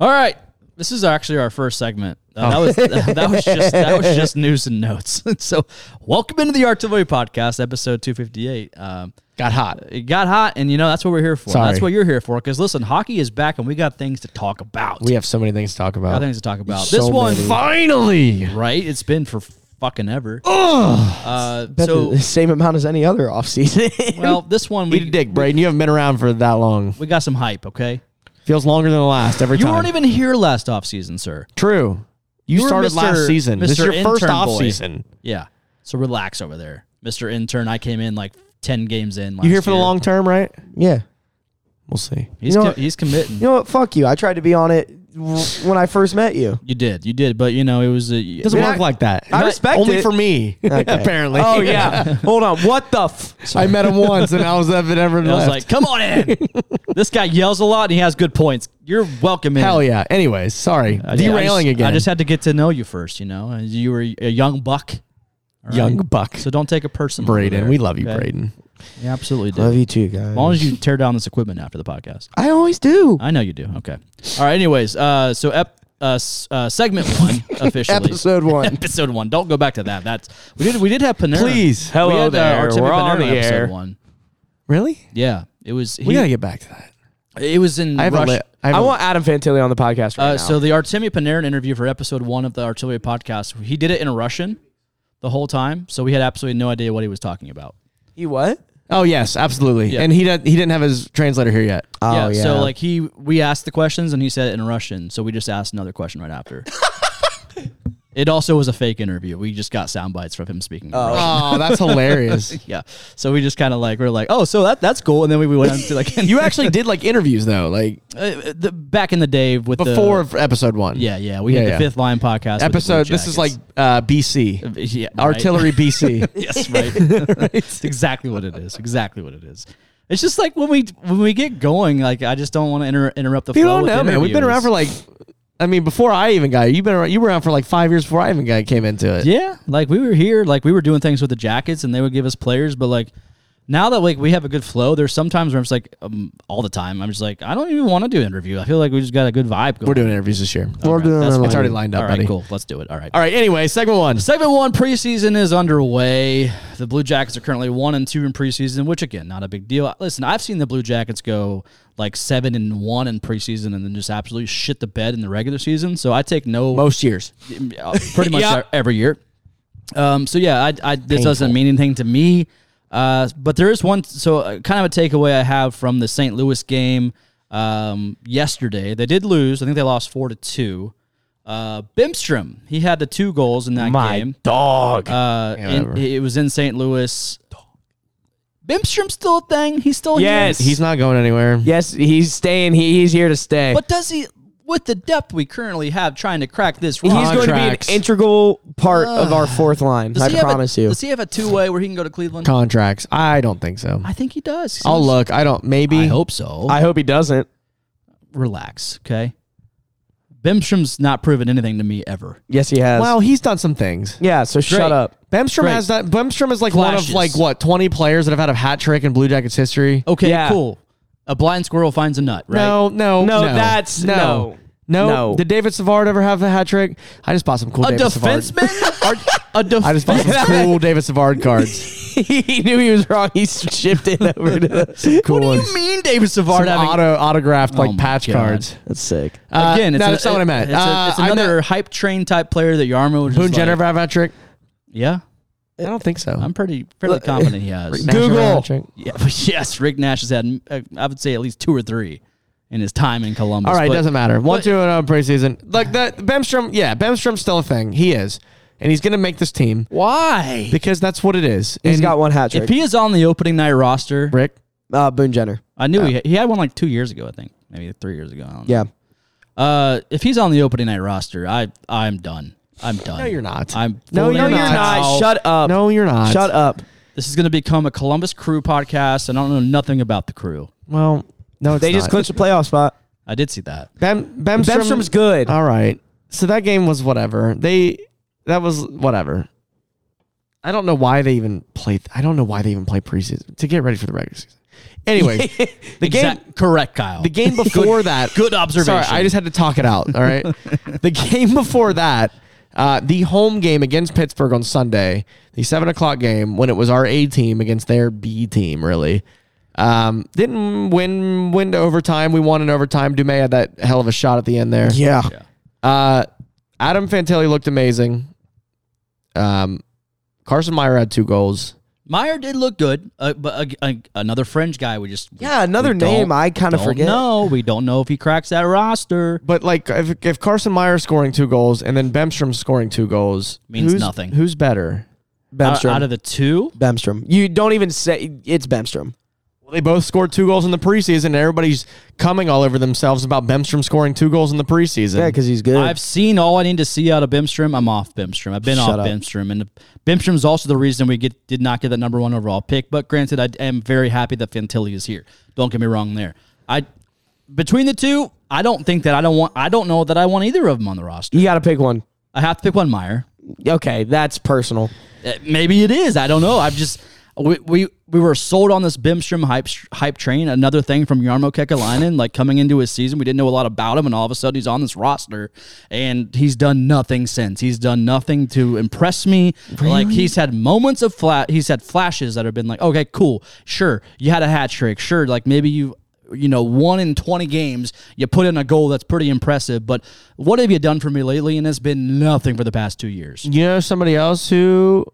S2: All right. This is actually our first segment. Uh,
S3: Oh.
S2: That was that was just that was just news and notes. so, welcome into the Artillery Podcast, episode two fifty eight. Um,
S3: Got hot.
S2: it got hot, and you know that's what we're here for.
S3: Sorry.
S2: That's what you're here for. Because listen, hockey is back, and we got things to talk about.
S3: We have so many things to talk
S2: got
S3: about.
S2: things to talk about.
S3: So
S2: this one,
S3: many. finally.
S2: right? It's been for fucking ever. Uh,
S4: So
S2: so
S4: the same amount as any other offseason.
S2: Well, this one
S3: Eat a
S2: we
S3: dick, Braden. You haven't been around for that long.
S2: we got some hype. Okay,
S3: Feels longer than the last every
S2: you
S3: time.
S2: weren't even here last offseason, sir.
S3: True. You,
S2: You were
S3: started
S2: Mr.
S3: last season. This is
S2: Mr.
S3: your first
S2: Intern
S3: off
S2: boy.
S3: season.
S2: Yeah, so relax over there, Mister Intern. I came in like ten games in. Last
S3: You here for the
S2: year.
S3: long term, right?
S4: yeah.
S3: We'll see.
S2: He's
S4: You know
S2: co-
S4: what?
S2: he's committing.
S4: You know what? Fuck you. I tried to be on it w- when I first met you.
S2: You did, you did, but you know it was a.
S3: Doesn't
S4: Man,
S3: work
S4: I-
S3: like that.
S4: I respect
S3: Only
S4: it.
S3: for me, apparently.
S4: Oh, yeah. Hold on. What the f?
S3: I met him once, and I was up and everyone
S2: I was
S3: left.
S2: like, come on in. this guy yells a lot and he has good points. You're welcome in.
S3: Hell yeah. Anyways, sorry,
S2: I- I
S3: derailing
S2: just-
S3: again.
S2: I just had to get to know you first. You know, And you were a young buck. all
S3: young
S2: right?
S3: buck.
S2: So don't take it personally.
S3: Braden,
S2: there,
S3: we love you,
S2: okay?
S3: Braden.
S2: You absolutely do.
S4: Love you too, guys.
S2: As long as you tear down this equipment after the podcast.
S4: I always do.
S2: I know you do. Okay. All right. Anyways, uh, so ep- uh, s- uh, segment one officially.
S4: Episode one.
S2: Episode one. Don't go back to that. That's we did. We did have Panera.
S3: Please.
S2: we
S4: Hello
S2: had,
S4: there.
S2: our Timmy
S4: We're on
S2: Panera
S4: the
S2: episode
S4: air.
S2: One.
S3: Really?
S2: Yeah, it was. He,
S3: We gotta get back to that.
S2: it was in
S3: I have
S2: Russia.
S3: a lit. I,
S4: I
S3: have a-
S4: want Adam Fantilli on the podcast right
S2: Uh,
S4: now.
S2: so the Artemia Panarin interview for episode one of the Artillery podcast, he did it in Russian the whole time, so we had absolutely no idea what he was talking about.
S4: he what?
S3: Oh yes, absolutely.
S2: Yeah.
S3: And he did, he didn't have his translator here yet.
S4: Oh, yeah.
S2: So like he, we asked the questions and he said it in Russian, so we just asked another question right after. it also was a fake interview. We just got sound bites from him speaking. in Russian.
S3: Oh, that's hilarious.
S2: Yeah. So we just kind of like we're like, oh, so that that's cool, and then we, we went on to like
S3: You actually did like interviews though, like
S2: uh, the, back in the day with
S3: before
S2: The,
S3: episode one.
S2: yeah, yeah, we
S3: Yeah,
S2: had the
S3: yeah.
S2: Fifth Line podcast with the Blue
S3: episode. This is like
S2: Jackets.
S3: uh, BC,
S2: yeah, right.
S3: artillery BC.
S2: Yes, right. It's exactly what it is. Exactly what it is. It's just like when we when we get going, like I just don't want to inter- interrupt the
S3: You
S2: flow.
S3: don't
S2: with
S3: know, man. We've been around
S2: interviews.
S3: for like, I mean, before I even got you've been around, you were around for like five years before I even got came into it.
S2: yeah, like we were here, like we were doing things with the jackets, and they would give us players, but like now that like we have a good flow, there's sometimes where I'm just like um, all the time. I'm just like I don't even want to do an interview. I feel like we just got a good vibe going.
S3: We're doing interviews this year.
S4: We're doing
S2: that's
S4: another
S3: It's
S4: one.
S3: already lined up,
S2: all right,
S3: buddy.
S2: cool. Let's do it. All right.
S3: All right. Anyway, segment one.
S2: Segment one preseason is underway. The Blue Jackets are currently one and two in preseason, which again, not a big deal. Listen, I've seen the Blue Jackets go like seven and one in preseason, and then just absolutely shit the bed in the regular season. So I take no
S3: Most years.
S2: uh, pretty much
S3: Yep.
S2: every year. Um, so yeah, I, I, this doesn't mean anything to me. Uh, but there is one, so uh, kind of a takeaway I have from the St. Louis game um, yesterday. They did lose. I think they lost four to two. Uh, Bimstrom, he had the two goals in that
S4: My
S2: game.
S4: dog.
S2: Uh, in, it was in St. Louis. Bimstrom's still a thing. He's still
S4: Yes.
S2: here.
S3: He's not going anywhere.
S4: yes, he's staying. He, he's here to stay.
S2: But does he, with the depth we currently have, trying to crack this?
S4: he's
S2: roster-
S4: going to be an
S3: Contracts.
S4: integral part of our fourth line.
S2: Does he
S4: I
S2: have a-
S4: promise you.
S2: Does he have a two way where he can go to Cleveland?
S3: Contracts. I don't think so.
S2: I think he does.
S3: I'll look. I don't. Maybe.
S2: I hope so.
S4: I hope he doesn't.
S2: Relax, okay. Bimstrom's not proven anything to me ever.
S4: Yes, he has.
S3: Well, he's done some things.
S4: yeah. So shut up.
S3: Bemstrom
S2: Great.
S3: has that. Bemstrom is like one
S2: Flashes.
S3: of like what twenty players that have had a hat trick in Blue Jackets history.
S2: Okay,
S4: Yeah.
S2: cool. A blind squirrel finds a nut, right?
S3: No, no,
S4: No,
S3: no,
S4: that's- no.
S3: no, no.
S4: No.
S3: Did David Savard ever have a hat trick? I just bought some cool
S2: A
S3: David Savard.
S2: defenseman? Are- a def-
S3: I just bought some cool David Savard cards.
S4: he knew he was wrong. He shifted over to the.
S3: Cool
S2: what do
S3: ones.
S2: you mean David Savard
S3: Some
S2: having... Oh
S3: auto autographed like
S2: my
S3: patch
S2: God.
S3: cards.
S4: That's sick.
S3: Uh,
S2: Again, it's
S3: no,
S2: a-
S3: that's not what I meant.
S2: It's, a- it's
S3: Uh, I
S2: another
S3: meant-
S2: hype train type player that Yarmo was just
S3: Boone
S2: like,
S3: Jenner have a hat trick?
S2: Yeah,
S3: I don't think so.
S2: I'm pretty fairly confident he has.
S3: Nash ever
S4: Google.
S3: had a hat trick?
S2: yeah, but yes, Rick Nash has had, uh, I would say, at least two or three in his time in Columbus.
S3: All right,
S2: but-
S3: doesn't matter. One,
S2: but-
S3: two, and on preseason. Like that, Bemstrom. Yeah, Bemstrom's still a thing. He is, and he's gonna make this team
S2: Why?
S3: because that's what it is.
S4: He's
S3: And-
S4: got one hat
S2: If
S4: trick.
S2: he is on the opening night roster,
S3: Rick.
S4: Uh, Boone Jenner.
S2: I knew he, had, he had one like two years ago, I think, maybe three years ago. I don't know.
S4: Yeah.
S2: Uh, if he's on the opening night roster, I I'm done. I'm done.
S3: No, you're not.
S2: I'm
S4: No,
S2: fully
S4: no, you're
S2: out.
S4: not. Shut up.
S3: No, you're not.
S4: Shut up.
S2: This is going to become a Columbus Crew podcast, and I don't know nothing about the Crew.
S3: Well, no, it's
S4: They just
S3: not.
S4: clinched the playoff spot.
S2: I did see that.
S3: Bem, Bemstrom,
S4: Bemstrom's good.
S3: All right. So that game was whatever. They that was whatever. I don't know why they even played. I don't know why they even played preseason to get ready for the regular season. Anyway, the game
S2: Exact- correct, Kyle.
S3: the game before that.
S2: Good observation.
S3: Sorry, I just had to talk it out. All right. the game before that, uh, the home game against Pittsburgh on Sunday, the seven o'clock game when it was our A team against their B team, really. Um, didn't win win to overtime. We won in overtime. Dume had that hell of a shot at the end there.
S4: Yeah.
S3: Uh, Adam Fantilli looked amazing. Um, Carson Meyer had two goals.
S2: Meyer did look good, uh, but uh, uh, another fringe guy. We just
S4: Yeah, another
S2: we don't-
S4: name I kinda
S2: don't
S4: forget.
S2: know. we don't know if he cracks that roster.
S3: But like, if, if Carson Meyer scoring two goals and then Bemstrom scoring two goals
S2: Means
S3: who's-
S2: nothing.
S3: Who's better?
S2: Out,
S4: Bemstrom.
S2: out of the two,
S4: Bemstrom. You don't even say it's Bemstrom.
S3: Well, they both scored two goals in the preseason, and everybody's coming all over themselves about Bemstrom scoring two goals in the preseason.
S4: Yeah, because he's good.
S2: I've seen all I need to see out of Bimstrom. I'm off Bimstrom. I've been off
S4: up.
S2: Bimstrom, and Bimstrom's also the reason we get did not get that number one overall pick. But granted, I am very happy that Fantilli is here. Don't get me wrong there. I between the two, I don't think that I don't want. I don't know that I want either of them on the roster.
S4: you got to pick one.
S2: I have to pick one Meyer.
S4: Okay, that's personal.
S2: Uh, Maybe it is. I don't know. I've just. We, we we were sold on this Bimstrom hype hype train. Another thing from Yarmo Kekalainen, like coming into his season, we didn't know a lot about him, and all of a sudden he's on this roster, and he's done nothing since. He's done nothing to impress me. Like he's had moments of flat, he's had flashes that have been like, okay, cool, sure, you had a hat trick, sure, like maybe you you know, one in 20 games, you put in a goal that's pretty impressive. But what have you done for me lately? And it's been nothing for the past two years.
S3: You know somebody else who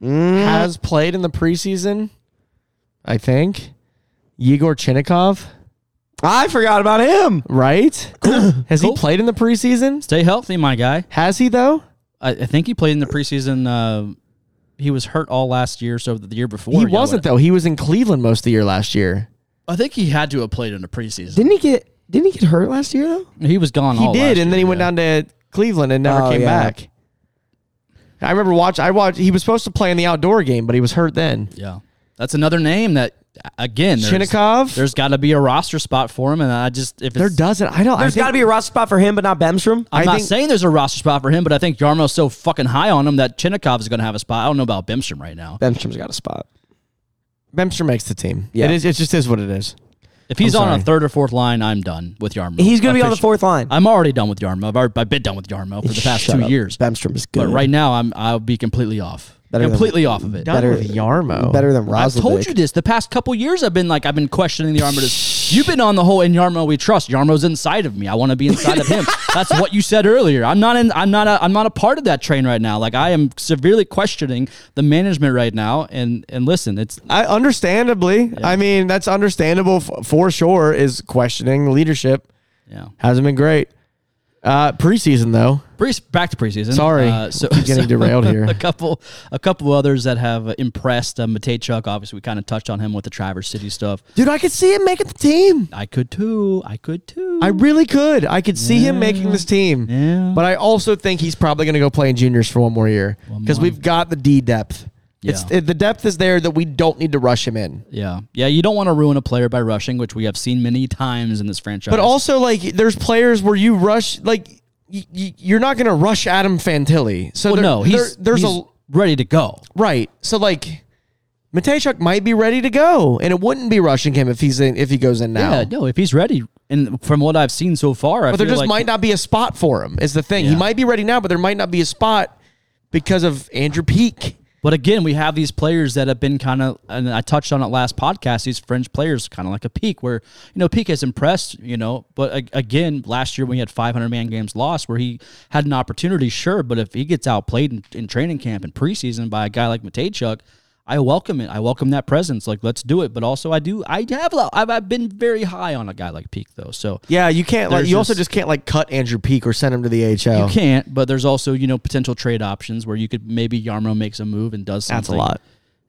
S3: has played in the preseason? I think Igor Chinnikov,
S4: I forgot about him.
S3: right? Has he played in the preseason?
S2: Stay healthy, my guy.
S3: Has he though?
S2: I, I think he played in the preseason. Uh, he was hurt all last year, so the year before
S3: he
S2: yeah,
S3: wasn't though. He was in Cleveland most of the year last year.
S2: what- I think he had to have played in the preseason.
S4: Didn't he get Didn't he get hurt last year though?
S2: he was gone.
S3: He
S2: all
S3: did,
S2: Oh, last
S3: and then he
S2: year,
S3: went
S2: yeah.
S3: down to Cleveland and never
S4: Oh,
S3: came
S4: yeah.
S3: back. I remember watch. I watched. He was supposed to play in the outdoor game, but he was hurt then.
S2: Yeah, that's another name that again. there's-
S3: Chinnikov?
S2: There's got to be a roster spot for him, and I just if it's,
S3: There doesn't. I don't.
S4: There's
S3: I think- Uh,
S4: got to be a roster spot for him, but not Bemstrom.
S2: I'm
S3: I
S2: not
S3: think-
S2: saying there's a roster spot for him, but I think Yarmo's so fucking high on him that Chinnikov is going to have a spot. I don't know about Bimstrom right now.
S4: Bemstrom's got a spot.
S3: Bemster makes the team.
S4: Yeah.
S3: It is. It just is what it is.
S2: If he's
S3: I'm
S2: on a
S3: sorry.
S2: third or fourth line, I'm done with Yarmo.
S4: He's going to be on the
S2: Official-
S4: fourth line.
S3: Uh,
S2: I'm already done with Yarmo. I've, already, I've been done with Yarmo for the past
S4: Shut
S2: two
S4: up.
S2: years.
S4: Bemstrom is good.
S2: But right now, I'm I'll be completely off.
S4: Better than-
S2: completely off of it.
S3: Done
S4: Better-
S3: with Yarmo.
S4: better than
S2: I've
S4: Roslovic.
S2: told you this. The past couple years, I've been like, I've been questioning the Armitage. You've been on the whole in Yarmo we trust. Yarmo's inside of me. I want to be inside of him. That's what you said earlier. I'm not in. I'm not. A, I'm not a part of that train right now. Like I am severely questioning the management right now. And and listen, it's
S3: I understandably. I mean, that's understandable f- for sure. Is questioning the leadership
S2: yeah.
S3: hasn't been great. Uh, preseason though,
S2: Pre- back to preseason. Uh,
S3: Sorry. Keep getting derailed here.
S2: A couple, a couple others that have impressed. Uh, Matejchuk, obviously, we kind of touched on him with the Traverse City stuff.
S3: dude, I could see him making the team.
S2: I could too. I could too.
S3: I really could. I could see him making this team.
S2: Yeah.
S3: But I also think he's probably going to go play in juniors for one more year because we've got the D depth. It's
S2: Yeah.
S3: it, the depth is there that we don't need to rush him in.
S2: yeah, yeah. You don't want to ruin a player by rushing, which we have seen many times in this franchise.
S3: But also, like, there's players where you rush, like, y- y- you're not going to rush Adam Fantilli. So
S2: well,
S3: there-
S2: no, he's
S3: there- there's
S2: he's
S3: a
S2: ready to go.
S3: right. So like, Matejchuk might be ready to go, and it wouldn't be rushing him if he's in, if he goes in now.
S2: Yeah, no, if he's ready, and from what I've seen so far, I
S3: but there
S2: feel
S3: just
S2: like
S3: might not be a spot for him. Is the thing
S2: Yeah.
S3: he might be ready now, but there might not be a spot because of Andrew Peak.
S2: But again, we have these players that have been kind of, and I touched on it last podcast. These French players, kind of like a peak, where you know peak has impressed, you know. But a- again, last year when he had 500 man games lost, where he had an opportunity, sure. But if he gets outplayed in, in training camp and preseason by a guy like Matejchuk, I welcome it. I welcome that presence. Like, let's do it. But also, I do. I have. a lot- I've, I've been very high on a guy like Peak though. So
S3: Yeah, you can't. Like,
S2: There's
S3: you also
S2: just-
S3: just can't like cut Andrew Peak or send him to the AHL.
S2: You can't, but there's also you know potential trade options where you could maybe Yarmo makes a move and does something.
S3: That's a lot.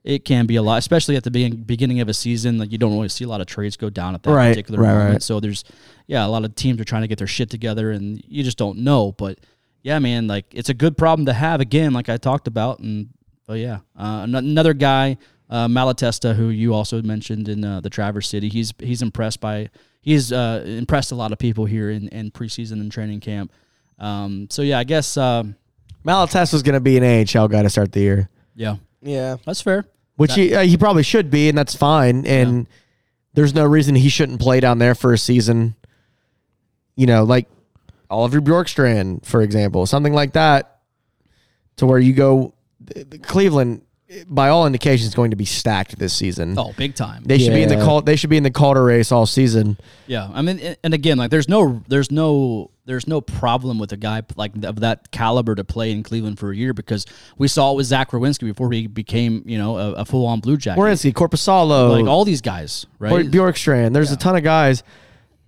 S2: It can be a lot, especially at the begin- beginning of a season. Like you don't really see a lot of trades go down at that
S3: Right,
S2: particular
S3: right,
S2: moment.
S3: right.
S2: So there's yeah, a lot of teams are trying to get their shit together, and you just don't know. But yeah, man, like it's a good problem to have again, like I talked about. And but yeah, uh, ano- another guy. Uh, Malatesta, who you also mentioned in uh, the Traverse City, he's he's impressed by he's uh, impressed a lot of people here in, in preseason and training camp. Um, so yeah, I guess um,
S3: Malatesta's going to be an AHL guy to start the year,
S2: yeah,
S4: yeah.
S2: that's fair.
S3: which he, uh, he probably should be, and that's fine. And there's no reason he shouldn't play down there for a season. You know, like Oliver Bjorkstrand, for example, something like that, to where you go. th- th- Cleveland, by all indications, is going to be stacked this season.
S2: Oh, big time.
S3: They should be in the
S4: Yeah.
S3: call. They should be in the Calder race all season.
S2: Yeah, I mean, a- and again, like there's no, there's no, there's no problem with a guy like th- of that caliber to play in Cleveland for a year because we saw it with Zach Rowinski before he became, you know, a, a full-on Blue Jacket.
S3: Wierenski, Corpusalo,
S2: like all these guys, right?
S3: Or Bjorkstrand. There's a ton of guys.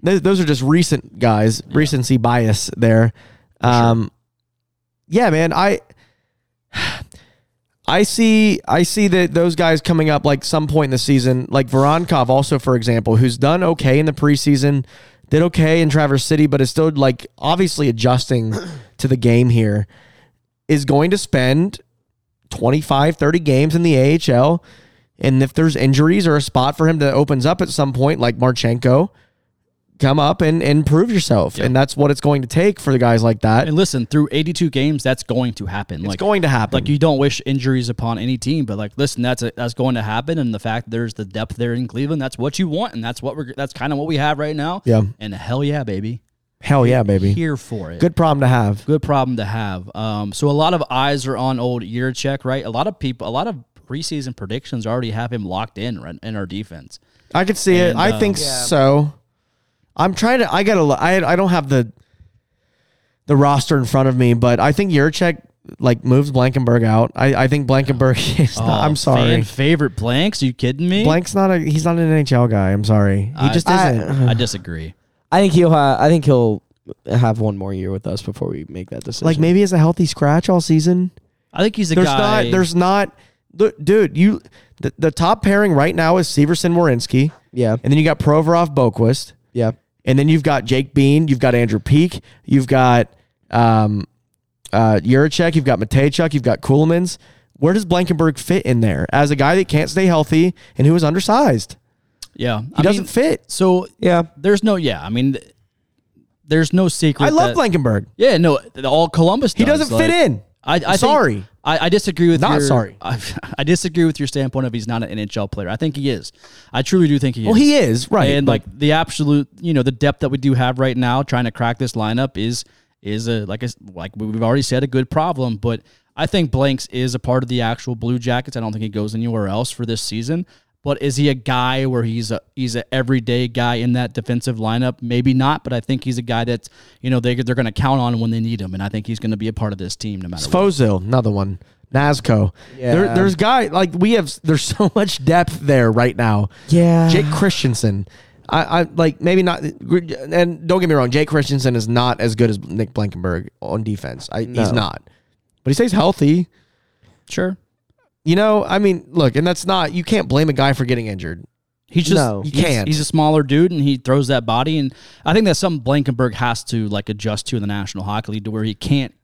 S3: Those, those are just recent guys. Recency bias there. Um, Yeah, man. I I see I see that those guys coming up like some point in the season, like Voronkov also, for example, who's done okay in the preseason, did okay in Traverse City, but is still like obviously adjusting to the game here, is going to spend 25, 30 games in the AHL. And if there's injuries or a spot for him that opens up at some point, like Marchenko, come up and, and prove yourself. And that's what it's going to take for the guys like that.
S2: and listen, through 82 games, that's going to happen.
S3: it's
S2: like
S3: going to happen.
S2: like you don't wish injuries upon any team, but like listen, that's a, that's going to happen, and the fact there's the depth there in Cleveland, that's what you want, and that's what we're that's kind of what we have right now.
S3: Yeah.
S2: and hell yeah, baby,
S3: Hell yeah, baby.
S2: here for it.
S3: Good problem to have.
S2: Good problem to have. Um, so a lot of eyes are on old year check, right? A lot of people, a lot of preseason predictions already have him locked in right, in our defense.
S3: I could see it.
S2: And,
S3: I
S2: uh,
S3: think so. I'm trying to. I gotta. lo- I I don't have the the roster in front of me, but I think Yurchek like moves Blankenberg out. I, I think Blankenberg is.
S2: Oh,
S3: not, I'm
S2: Fan
S3: sorry.
S2: favorite blanks? you kidding me?
S3: Blank's not a. He's not an NHL guy. I'm sorry. He just
S4: I-
S3: isn't.
S2: I disagree.
S4: I think he'll. Ha- I think he'll have one more year with us before we make that decision.
S3: like maybe as a healthy scratch all season.
S2: I think he's a
S3: There's
S2: guy.
S3: not. There's not. Look, dude, you the, the top pairing right now is Severson Warinsky,
S4: yeah,
S3: and then you got Provorov Boquist.
S4: yeah.
S3: And then you've got Jake Bean, you've got Andrew Peak, you've got um, uh, Juracek, you've got Matejchuk, you've got Kuhlmans. Where does Blankenberg fit in there as a guy that can't stay healthy and who is undersized?
S2: yeah, he
S3: He doesn't fit.
S2: So
S4: Yeah.
S2: there's no. Yeah, I mean, th- there's no secret.
S3: I love
S2: that,
S3: Blankenberg.
S2: Yeah, no, all Columbus.
S3: He
S2: does,
S3: doesn't fit
S2: like-
S3: in.
S2: I, I think-
S3: Sorry.
S2: I, I disagree with
S3: Not
S2: your-
S3: sorry.
S2: I, I disagree with your standpoint of he's not an NHL player. I think he is. I truly do think he
S3: Well,
S2: is.
S3: he is, right,
S2: And
S3: but-
S2: like the absolute, you know, the depth that we do have right now, trying to crack this lineup is is a like a, like we've already said a good problem. But I think Blanks is a part of the actual Blue Jackets. I don't think he goes anywhere else for this season. But is he a guy where he's a he's an everyday guy in that defensive lineup? Maybe not, but I think he's a guy that's you know they they're going to count on when they need him, and I think he's going to be a part of this team no matter. what.
S3: Fozil, another one. Nazco. There,
S4: Yeah.
S3: there's guy like we have. There's so much depth there right now.
S4: Yeah.
S3: Jake Christensen. I, I like maybe not. And don't get me wrong, Jake Christensen is not as good as Nick Blankenberg on defense. I, He's
S4: No.
S3: not, but he stays healthy.
S2: Sure,
S3: You know, I mean, look, and that's not. You can't blame a guy for getting injured.
S2: He's just
S4: No.
S2: he's,
S3: You can't.
S2: he's a smaller dude and he throws that body and I think that's something Blankenberg has to like adjust to in the National Hockey League to where he can't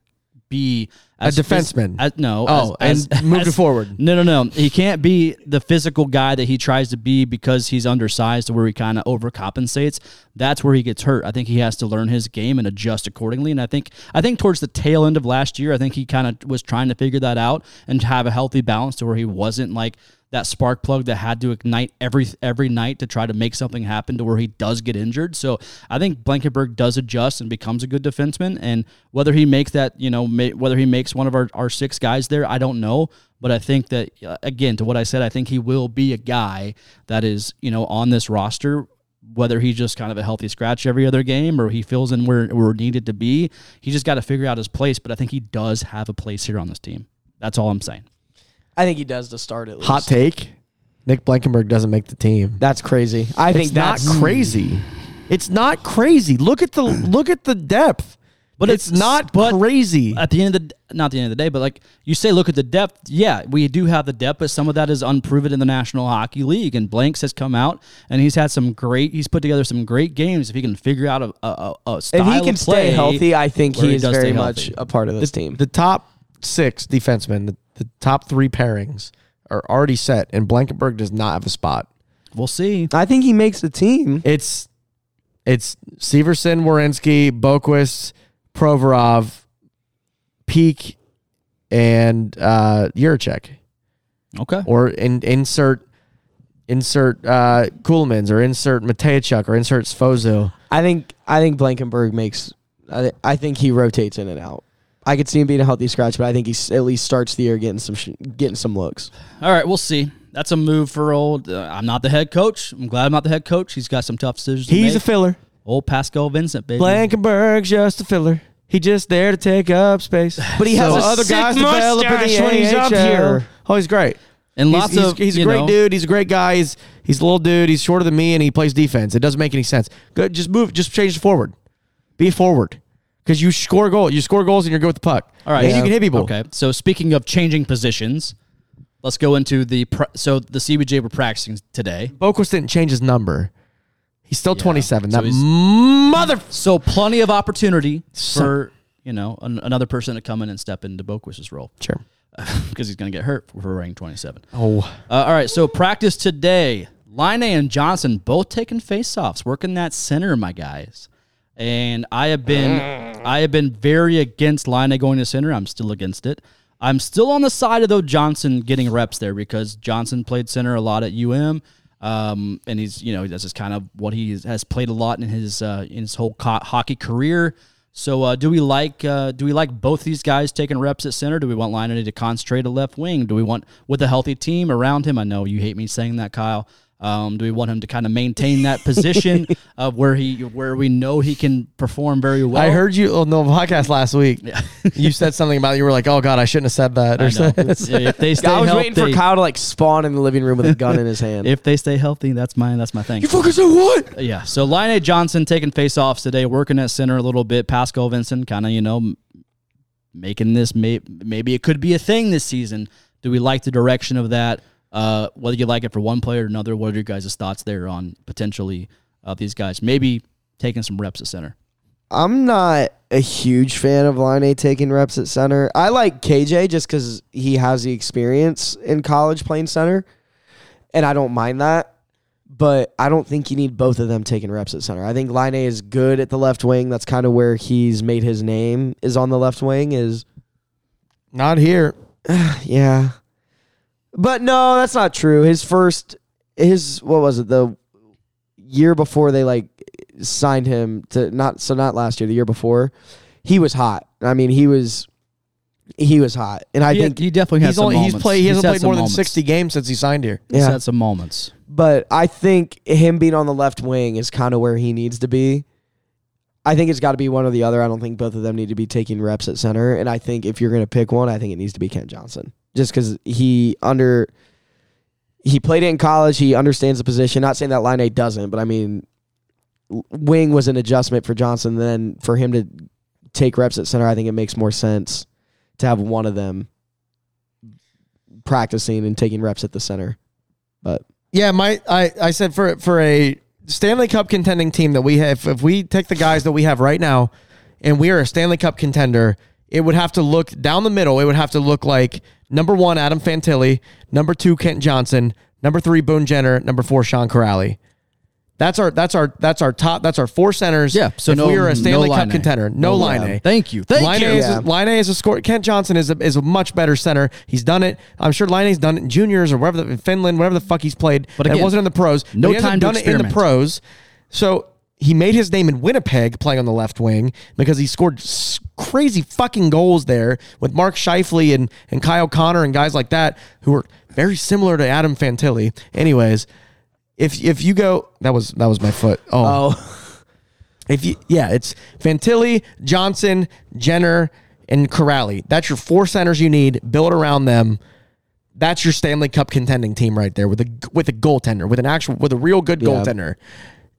S2: be as phys-
S3: defenseman.
S2: as, no.
S3: Oh,
S2: as,
S3: and moving forward.
S2: No, no, no. He can't be the physical guy that he tries to be because he's undersized to where he kind of overcompensates. That's where he gets hurt. I think he has to learn his game and adjust accordingly. And I think I think towards the tail end of last year, I think he kind of was trying to figure that out and have a healthy balance to where he wasn't like that spark plug that had to ignite every every night to try to make something happen to where he does get injured. So I think Blankenberg does adjust and becomes a good defenseman. And whether he makes that, you know, ma- whether he makes one of our, our six guys there, I don't know. But I think that uh, again, to what I said, I think he will be a guy that is, you know, on this roster. Whether he's just kind of a healthy scratch every other game or he fills in where where needed to be, he just got to figure out his place. But I think he does have a place here on this team. That's all I'm saying.
S4: I think he does to start at least.
S3: Hot take: Nick Blankenberg doesn't make the team.
S4: That's crazy. I think
S3: it's not
S4: that's
S3: crazy. It's not crazy. Look at the look at the depth.
S2: But
S3: But it's,
S2: it's-
S3: not
S2: but-
S3: crazy.
S2: at the end of the not the end of the day, but like you say, look at the depth. Yeah, we do have the depth, but some of that is unproven in the National Hockey League. And Blanks has come out and he's had some great. He's put together some great games. If he can figure out a, a, a- a style
S4: If he can
S2: of
S4: stay
S2: play
S4: healthy, I think
S2: where
S4: he is
S2: does stay
S4: very
S2: healthy.
S4: much a part of this team.
S3: the top six defensemen, the, the top three pairings are already set, and Blankenberg does not have a spot.
S2: We'll see.
S4: I think he makes the team.
S3: It's it's Severson, Warinsky, Boquist, Provorov, Peak, and uh Juracek.
S2: Okay.
S3: Or in, insert insert uh Kuhlmans or insert Matejchuk or insert Sfozo.
S4: I think I think Blankenberg makes. I, thi- I think he rotates in and out. I could see him being a healthy scratch, but I think he s- at least starts the year getting some sh- getting some looks.
S2: All right. We'll see. That's a move for old. Uh, I'm not the head coach. I'm glad I'm not the head coach. He's got some tough decisions. to
S3: He's a
S2: make.
S3: filler.
S2: old Pascal Vincent baby.
S3: Blankenberg's just a filler. He just there to take up space.
S4: But he has a
S3: other
S4: sick
S3: guys develop in the
S4: mustache when he's up
S3: AHL.
S4: here.
S3: Oh, he's great.
S2: and
S3: He's-
S2: lots
S3: he's,
S2: of
S3: he's a
S2: you
S3: great
S2: know,
S3: dude. He's a great guy. He's he's a little dude. He's shorter than me, and he plays defense. It doesn't make any sense. Go, just move. Just change to forward. Be a forward because you score goal. You score goals, and you're good with the puck.
S2: All right,
S3: and you can hit people.
S2: Okay, so speaking of changing positions, let's go into the pra- so the CBJ we're practicing today.
S3: Boquist didn't change his number. He's still 27.
S2: so
S3: that
S2: he's-
S3: mother.
S2: So plenty of opportunity
S3: So-
S2: for you know an, another person to come in and step into Boquist's role
S3: Sure.
S2: because he's going to get hurt for rank twenty seven.
S3: Oh,
S2: Uh, all right, so practice today. Line and Johnson both taking faceoffs, working that center, my guys. And I have been, I have been very against Line going to center. I'm still against it. I'm still on the side of though Johnson getting reps there because Johnson played center a lot at UM, um, and he's you know that's just kind of what he is- has played a lot in his uh, in his whole co- hockey career. So uh, do we like uh, do we like both these guys taking reps at center? Do we want Liney to concentrate a left wing? Do we want with a healthy team around him? I know you hate me saying that, Kyle. Um, do we want him to kind of maintain that position of where he where we know he can perform very well?
S3: I heard you on the podcast last week. you said something about you were like, "Oh God, I shouldn't have said that." Or
S2: I know.
S3: something.
S2: if they stay
S4: I was
S2: healthy,
S4: waiting for Kyle to like spawn in the living room with a gun in his hand.
S2: if they stay healthy, that's my that's my thing.
S4: fucking said what?
S2: Yeah. So Line Johnson taking faceoffs today, working at center a little bit. Pascal Vincent kind of, you know, m- making this may- maybe it could be a thing this season. Do we like the direction of that? Uh, whether you like it for one player or another, what are your guys' thoughts there on potentially uh, these guys maybe taking some reps at center?
S4: I'm not a huge fan of Line A taking reps at center. I like KJ just because he has the experience in college playing center, and I don't mind that. But I don't think you need both of them taking reps at center. I think Line A is good at the left wing. That's kind of where he's made his name is on the left wing. Is
S3: Not here.
S4: yeah. But no, that's not true. His first, his what was it? The year before they like signed him to not so not last year, the year before, he was hot. I mean, he was he was hot, and I
S2: He,
S4: think.
S2: he definitely has
S3: He's
S2: some
S3: only he's
S2: moments.
S3: played he hasn't
S2: had
S3: played
S2: some
S3: more
S2: moments.
S3: than sixty games since he signed here.
S2: He's
S4: Yeah.
S2: had some moments.
S4: but I think him being on the left wing is kind of where he needs to be. I think it's got to be one or the other. I don't think both of them need to be taking reps at center. And I think if you're going to pick one, I think it needs to be Ken Johnson, just because he under he played it in college. He understands the position. Not saying that line eight doesn't, but I mean, w- wing was an adjustment for Johnson. Then for him to take reps at center, I think it makes more sense to have one of them practicing and taking reps at the center. But
S3: Yeah, my I, I said for for a Stanley Cup contending team that we have, if, if we take the guys that we have right now, and we are a Stanley Cup contender, it would have to look down the middle. It would have to look like number one Adam Fantilli, number two Kent Johnson, number three Boone Jenner, number four Sean Corrali. That's our that's our that's our top that's our four centers.
S2: Yeah, so
S3: if
S2: no-
S3: we are
S2: no
S3: a Stanley Cup
S2: line A.
S3: contender, no, line A.
S2: Thank you. Thank
S3: Line
S2: you.
S3: A, is a,
S4: Yeah.
S3: Line A is a score. Kent Johnson is a, is a much better center. He's done it. I'm sure Line A's done it in juniors or wherever the, in Finland, whatever the fuck he's played.
S2: But
S3: But it
S2: again,
S3: wasn't in the pros.
S2: no
S3: But he hasn't
S2: time to
S3: done it in
S2: experiment.
S3: the pros. So he made his name in Winnipeg playing on the left wing because he scored s- crazy fucking goals there with Mark Shifley and, and Kyle Connor and guys like that who were very similar to Adam Fantilli. Anyways, if if you go, that was that was my foot. oh if you, yeah, it's Fantilli, Johnson, Jenner, and Corrali. That's your four centers you need. Build around them. That's your Stanley Cup contending team right there with a with a goaltender, with an actual, with a real good goaltender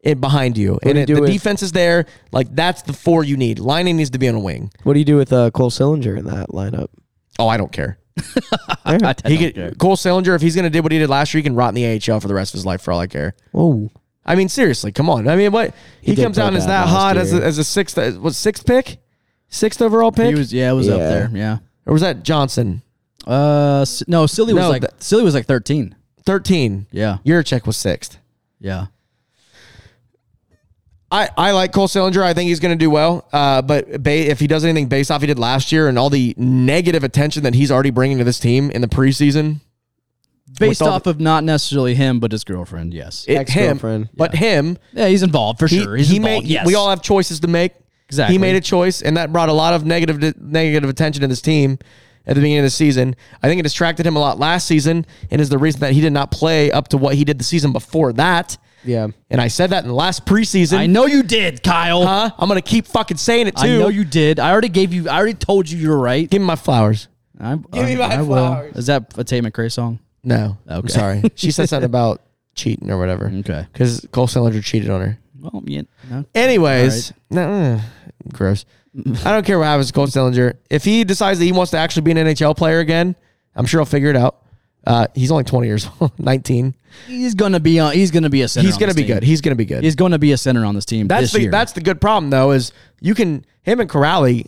S3: in behind you, and
S4: do you
S3: it,
S4: do
S3: the
S4: with-
S3: defense is there. Like that's the four you need. Lining needs to be on a wing.
S4: What do you do with uh, Cole Sillinger in that lineup?
S3: Oh, I don't care.
S2: I
S3: He
S2: don't
S3: could
S2: care.
S3: Cole Sillinger if he's gonna do what he did last year, he can rot in the AHL for the rest of his life for all I care.
S4: Oh,
S3: I mean, seriously, come on. I mean, what he,
S4: did
S3: comes out
S4: play
S3: and is
S4: bad
S3: that
S4: last
S3: hot as a,
S4: year.
S3: as a sixth, was sixth pick, sixth overall pick.
S2: He was yeah, it was up
S4: Yeah.
S2: there. Yeah.
S3: Or was that Johnson?
S2: Uh S- no, Silly was
S3: No,
S2: like
S3: that-
S2: Silly was like 13.
S3: 13.
S2: Yeah.
S3: Yurchek was sixth.
S2: Yeah.
S3: I, I like Cole Sillinger. I think he's going to do well. Uh, but ba- if he does anything based off he did last year and all the negative attention that he's already bringing to this team in the preseason,
S2: Based
S3: all
S2: off of not necessarily him but his girlfriend, yes.
S3: it, him,
S4: Ex-girlfriend.
S3: but him,
S2: yeah, he's involved for
S3: he,
S2: sure. He's
S3: he
S2: involved.
S3: made,
S2: yes.
S3: we all have choices to make.
S2: Exactly.
S3: He made a choice, and that brought a lot of negative negative attention to this team at the beginning of the season. I think it distracted him a lot last season, and is the reason that he did not play up to what he did the season before that.
S4: yeah.
S3: And I said that in the last preseason.
S2: I know you did, Kyle.
S3: Huh? I'm gonna keep fucking saying it too.
S2: I know you did. I already gave you I already told you you're right.
S3: Give me my flowers.
S2: I'm,
S3: Give me my
S2: will.
S3: flowers.
S2: Is that a Tate McRae song?
S3: No, I'm
S2: Okay.
S3: sorry. She said something about cheating or whatever.
S2: Okay.
S3: because Cole Sillinger cheated on her.
S2: Well, yeah, no.
S3: Anyways, no, uh, gross. I don't care what happens to Cole Sillinger. If he decides that he wants to actually be an NHL player again, I'm sure he'll figure it out. Uh, he's only 20 years old, 19.
S2: he's gonna be on. He's gonna be a center.
S3: He's
S2: on
S3: gonna
S2: this
S3: be
S2: team.
S3: good. He's gonna be good.
S2: He's gonna be a center on this team.
S3: that's
S2: this
S3: the
S2: year.
S3: that's the good problem though is you can him and Corrali like, you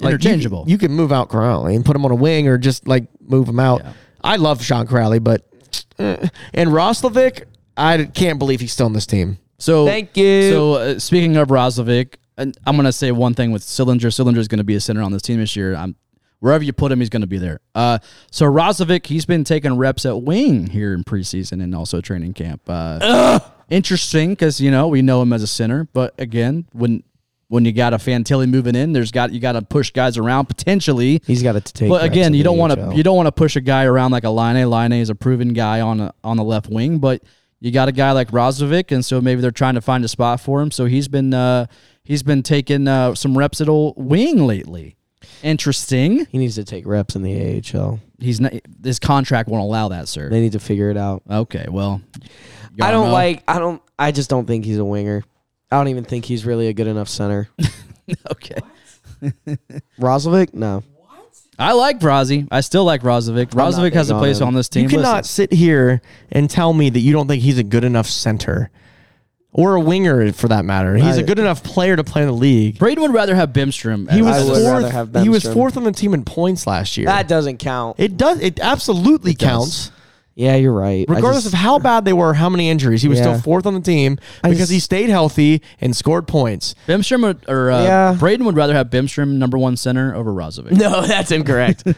S3: can-
S2: Interchangeable.
S3: You, can move out Corrali and put him on a wing or just like move him out. I love Sean Corrali, but eh. and Roslovic, I can't believe he's still on this team.
S2: So
S4: Thank you.
S2: So uh, speaking of Roslovic, and I'm gonna say one thing with Sillinger. Sillinger is gonna be a center on this team this year. I'm wherever you put him, he's gonna be there. Uh, so Roslovic, he's been taking reps at wing here in preseason and also training camp. Uh, interesting because you know we know him as a center, but again when. When you got a Fantilli moving in, there's got you got to push guys around potentially.
S4: He's got to take.
S2: But again, you don't want to
S4: to.
S2: you don't want to push a guy around like a Line A. Line A is a proven guy on a, on the left wing, but you got a guy like Rozovic, and so maybe they're trying to find a spot for him. So he's been uh, he's been taking uh, some reps at old wing lately. Interesting.
S4: He needs to take reps in the AHL.
S2: He's not, his contract won't allow that, sir.
S4: They need to figure it out.
S2: Okay, well,
S4: I don't
S2: Yarmo,
S4: like. I don't. I just don't think he's a winger. I don't even think he's really a good enough center.
S2: Okay,
S4: Roslovic, no.
S2: I like Brozzi. I still like Rozovic.
S4: not
S2: Rozovic
S4: big
S2: has a
S4: on
S2: place
S4: him.
S2: on this team.
S3: You cannot
S2: Listen,
S3: sit here and tell me that you don't think he's a good enough center or a winger for that matter. He's a
S4: I-
S3: good enough player to play in the league.
S2: Braden would rather have Bimstrom.
S3: He
S2: as-
S4: I
S3: was
S4: would rather
S3: fourth.
S4: have
S3: He was
S4: Bemstrom.
S3: fourth on the team in points last year.
S4: That doesn't count.
S3: It does. It absolutely
S2: does.
S3: counts.
S4: Yeah, you're right. I
S3: Regardless
S4: just-
S3: of how bad they were, how many injuries, he was
S4: Yeah.
S3: still fourth on the team
S4: I
S3: because
S4: just-
S3: he stayed healthy and scored points.
S2: Bimstrom would, or uh,
S4: Yeah.
S2: Braden would rather have Bimstrom number one center over Rozovic.
S4: no, that's incorrect. uh,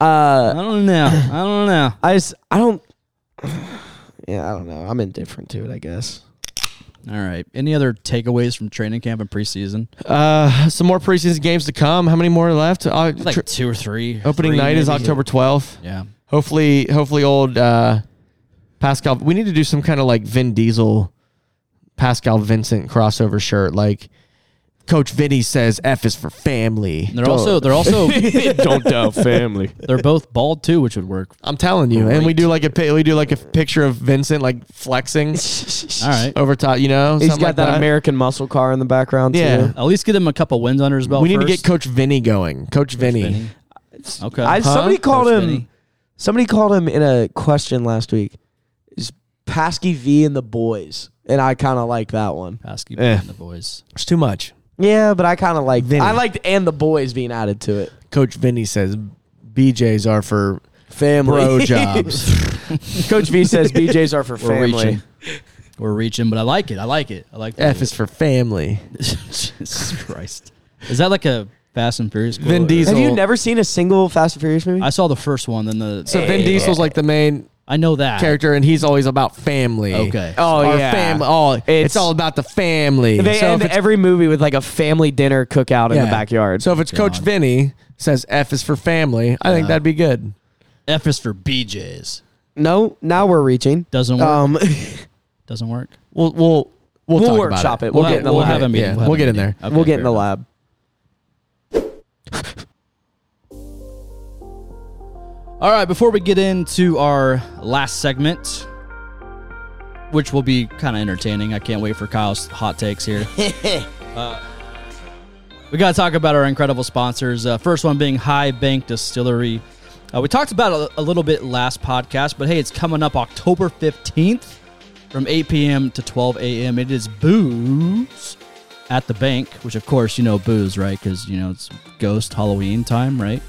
S2: I don't know. I don't know.
S4: I just I don't. Yeah, I don't know. I'm indifferent to it. I guess.
S2: All right. Any other takeaways from training camp and preseason?
S3: Uh, some more preseason games to come. How many more left? Uh,
S2: Like
S3: tr-
S2: two or three.
S3: opening
S2: three
S3: night is
S2: maybe.
S3: October 12th.
S2: Yeah.
S3: Hopefully, hopefully, old uh, Pascal. We need to do some kind of like Vin Diesel, Pascal Vincent crossover shirt. Like Coach Vinny says, "F is for family."
S2: They're also they're also
S4: don't doubt family.
S2: they're both bald too, which would work.
S3: I'm telling you. And we do like a pi- we do like a picture of Vincent like flexing
S2: All right.
S3: over top. You know,
S4: He's
S3: something
S4: got
S3: like
S4: that, American muscle car in the background
S3: Yeah.
S4: too.
S2: At least get him a couple wins under his belt.
S3: We need to
S2: first.
S3: get Coach Vinny going. Coach, Vinny.
S2: Vinny. Okay.
S4: I, Somebody called
S2: Coach
S4: him.
S2: Vinny.
S4: Somebody called him in a question last week. Is Paskey V and the boys? And I kind of like that one.
S2: Paskey
S3: Eh.
S2: the boys.
S3: It's too much.
S4: Yeah, but I kind of like.
S3: Vinny.
S4: I liked and the boys being added to it.
S3: Coach Vinny says, "BJ's are for
S4: Family.
S3: bro jobs."
S4: Coach V says BJ's are for
S2: We're
S4: family.
S2: reaching. We're reaching, but I like it. I like it. I like the-
S3: F is for family.
S2: Jesus Christ. Is that like a Fast and Furious? quote,
S3: Vin
S2: or-
S3: Diesel.
S4: Have you never seen a single Fast and Furious movie?
S2: I saw the first one, then the.
S3: So Vin Diesel's like the main
S2: I know that.
S3: character, and he's always about family.
S2: Okay.
S4: Oh,
S3: Our
S4: yeah.
S3: family. Oh, it's,
S4: It's-
S3: all about the family.
S4: They
S3: So if
S4: end
S3: it's-
S4: every movie with like a family dinner cookout in the
S3: yeah.
S4: backyard.
S3: So if it's Coach
S2: God.
S3: Vinny says F is for family, I think that'd be good.
S2: F is for BJ's.
S4: no, now we're reaching.
S2: Doesn't work.
S4: Um,
S2: Doesn't work.
S3: We'll we'll we'll,
S4: We'll
S3: talk about
S4: workshop
S3: it.
S4: it. We'll
S2: Well,
S4: get in the
S2: we'll
S4: lab.
S2: have a meeting.
S3: Yeah,
S2: have
S3: we'll
S2: a
S3: get in
S2: meeting.
S3: there.
S2: Okay,
S4: we'll get
S2: fair
S4: in the
S2: enough.
S4: lab.
S2: All right, before we get into our last segment, which will be kind of entertaining, I can't wait for Kyle's hot takes here. Uh, we got to talk about our incredible sponsors. Uh, first one being High Bank Distillery. Uh, we talked about it a, a little bit last podcast, but hey, it's coming up October 15th from 8 p.m. to 12 a.m. It is booze at the bank, which of course, you know, booze, right? Because, you know, it's ghost Halloween time, right?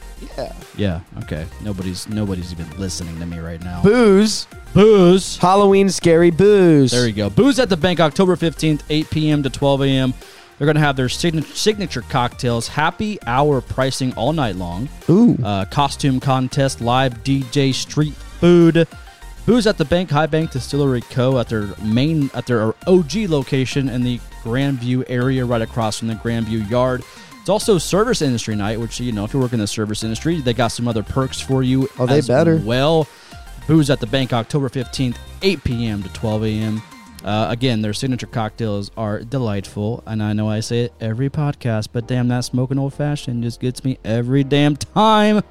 S2: Yeah. Okay. Nobody's nobody's even listening to me right now.
S4: Booze,
S2: Booze.
S4: Halloween scary booze.
S2: There you go. Booze at the Bank, October fifteenth, eight p.m. to twelve a.m. They're going to have their signature, signature cocktails, happy hour pricing all night long,
S4: Ooh.
S2: uh, costume contest, live DJ, street food. Booze at the Bank, High Bank Distillery Co. at their main at their OG location in the Grandview area, right across from the Grandview Yard. It's also service industry night, which you know if you work in the service industry, they got some other perks for you.
S4: Oh, they
S2: as
S4: better.
S2: well. Booze at the Bank, October 15th, 8 p.m. to 12 a.m. Uh, again, their signature cocktails are delightful, and I know I say it every podcast, but damn, that smoking old fashioned just gets me every damn time.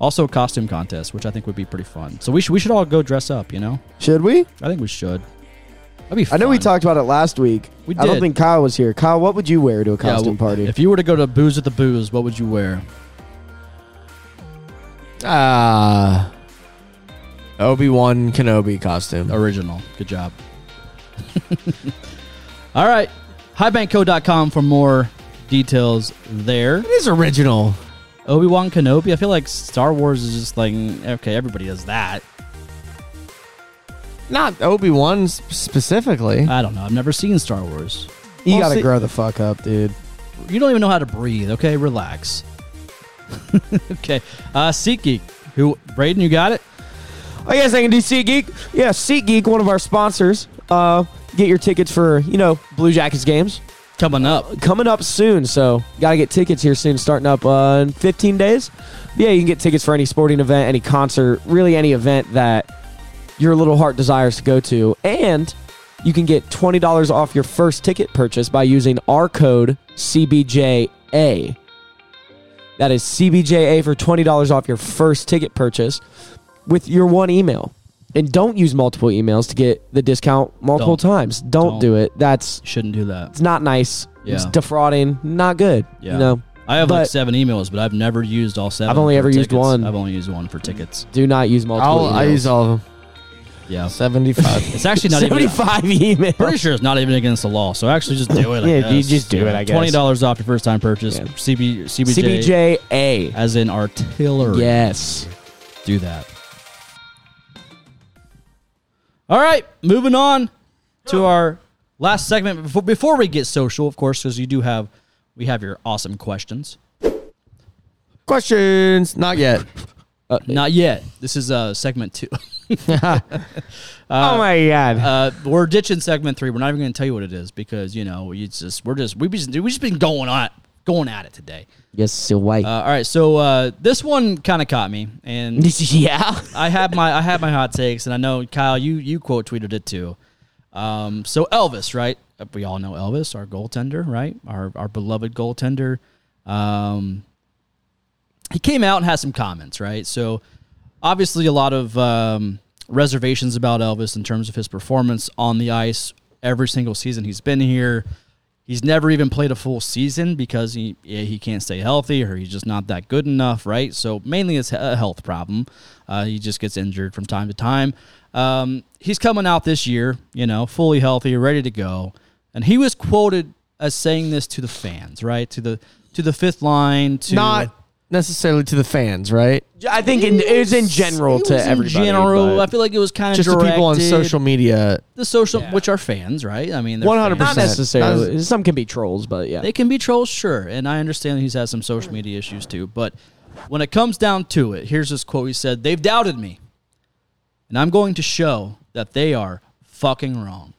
S2: Also, a costume contest, which I think would be pretty fun. So we should we should all go dress up, you know?
S4: Should we?
S2: I think we should. That'd be.
S4: I
S2: Fun.
S4: know we talked about it last week.
S2: We
S4: I don't
S2: did.
S4: think Kyle was here. Kyle, what would you wear to a
S2: Yeah,
S4: costume
S2: well,
S4: party?
S2: If you were to go to booze at the booze, what would you wear?
S3: Ah, Obi Wan Kenobi costume.
S2: Original. Good job. All right. Highbankco.com for more details there.
S3: It is original.
S2: Obi Wan Kenobi. I feel like Star Wars is just like okay, everybody does that.
S3: Not Obi Wan specifically.
S2: I don't know. I've never seen Star Wars.
S4: you
S3: Well,
S4: gotta
S3: see-
S4: grow the fuck up, dude.
S2: You don't even know how to breathe. Okay, relax. okay, uh, SeatGeek. Who Braden? You got it.
S4: Oh yes, I can do SeatGeek. Yeah, SeatGeek, one of our sponsors. Uh, get your tickets for you know Blue Jackets games
S2: Coming up.
S4: coming up soon. So gotta get tickets here soon. Starting up uh, in 15 days. Yeah, you can get tickets for any sporting event, any concert, really any event that your little heart desires to go to, and you can get twenty dollars off your first ticket purchase by using our code CBJA. That is CBJA for twenty dollars off your first ticket purchase with your one email. And don't use multiple emails to get the discount multiple
S2: Don't.
S4: times. Don't,
S2: Don't.
S4: do it. That's
S2: Shouldn't do that.
S4: it's not nice. It's
S2: Yeah.
S4: defrauding. Not good.
S2: Yeah.
S4: You know,
S2: I have like
S4: But-
S2: seven emails, but I've never used all seven.
S4: I've only
S2: for
S4: ever used
S2: tickets.
S4: one.
S2: I've only used one for tickets.
S4: do not use multiple.
S3: I'll, I
S4: emails.
S3: use all of them.
S2: Yeah,
S3: Seventy five.
S2: it's actually not even.
S4: Mm. seventy-five emails.
S2: Pretty sure it's not even against the law, so actually just do it. I
S4: Yeah, you
S2: guess.
S4: just do it, I guess.
S2: Twenty dollars off your first time purchase.
S4: Yeah.
S2: CB CBJ,
S4: CBJA.
S2: as in artillery.
S4: Yes.
S2: do that. All right, moving on to our last segment before, before we get social, of course, because you do have we have your awesome questions.
S3: Questions? Not yet.
S2: Not yet. This is uh, segment two.
S4: oh my god.
S2: Uh, we're ditching segment three. We're not even going to tell you what it is because you know it's just we're just we've just we've just been going on going at it today.
S4: yes, still white.
S2: Uh, all right, so uh, this one kind of caught me, and
S4: yeah.
S2: I had my I had my hot takes, and I know Kyle, you you quote tweeted it too. Um, so Elvis, right? Uh, We all know Elvis, our goaltender, right? Our our beloved goaltender. Um, he came out and had some comments, right? So obviously a lot of um, reservations about Elvis in terms of his performance on the ice every single season he's been here. He's never even played a full season because he yeah, he can't stay healthy or he's just not that good enough, right? So mainly it's a health problem. Uh, he just gets injured from time to time. Um, he's coming out this year, you know, fully healthy, ready to go, and he was quoted as saying this to the fans, right? To the to the fifth line, to
S3: Not necessarily to the fans, right?
S4: I think in, it was in general
S2: it
S4: to
S2: was in
S4: everybody.
S2: general,
S4: but-
S2: I feel like it was kind of
S3: Just to people on social media.
S2: the social, which are fans, right? I mean, they're
S3: 100%.
S2: fans.
S4: not necessarily. Some can be trolls, but yeah.
S2: They can be trolls, sure, and I understand he's had some social media issues too. But when it comes down to it, here's this quote: He said, "They've doubted me, and I'm going to show that they are fucking wrong."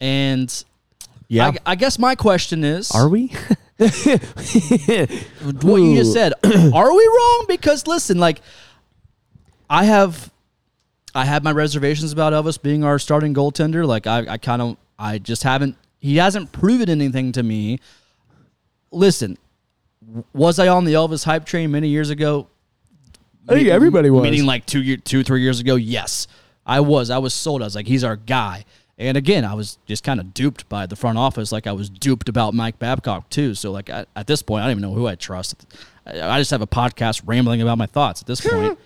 S2: And
S3: Yeah.
S2: I, I guess my question is:
S3: Are we?
S2: what you just said. Are we wrong? Because listen, like I have, I have my reservations about Elvis being our starting goaltender. Like I, I kind of, I just haven't. He hasn't proven anything to me. Listen, w- was I on the Elvis hype train many years ago?
S4: I think everybody was.
S2: Meaning like two year, two three years ago. Yes, I was. I was sold. I was like, he's our guy. And again, I was just kind of duped by the front office, like I was duped about Mike Babcock too. So like I, at this point, I don't even know who I trust. I, I just have a podcast rambling about my thoughts at this point.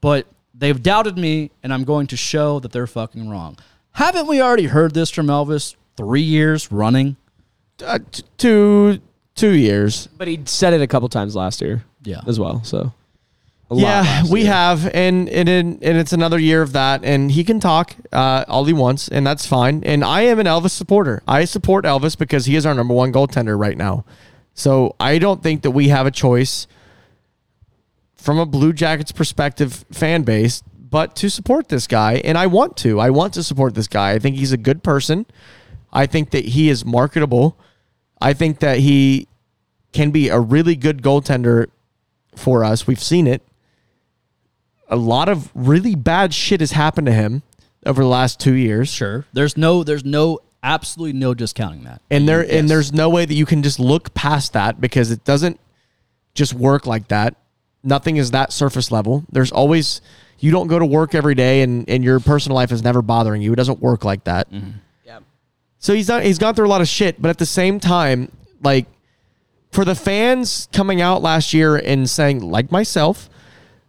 S2: But they've doubted me, and I'm going to show that they're fucking wrong. Haven't we already heard this from Elvis three years running?
S3: uh, t- two two years.
S4: but he said it a couple times last year.
S2: Yeah.
S4: As well. So. A lot
S3: Yeah,
S4: last
S3: we
S4: year.
S3: have, and and and it's another year of that. And he can talk uh, all he wants, and that's fine. And I am an Elvis supporter. I support Elvis because he is our number one goaltender right now. So I don't think that we have a choice from a Blue Jackets perspective fan base, but to support this guy. And I want to. I want to support this guy. I think he's a good person. I think that he is marketable. I think that he can be a really good goaltender for us. We've seen it. A lot of really bad shit has happened to him over the last two years.
S2: Sure. There's no. There's no. Absolutely no discounting that.
S3: And there and
S2: Yes.
S3: there's no way that you can just look past that because it doesn't just work like that. Nothing is that surface level. There's always you don't go to work every day and, and your personal life is never bothering you. It doesn't work like that.
S4: Yep.
S3: So he's done he's gone through a lot of shit, but at the same time, like for the fans coming out last year and saying, like myself,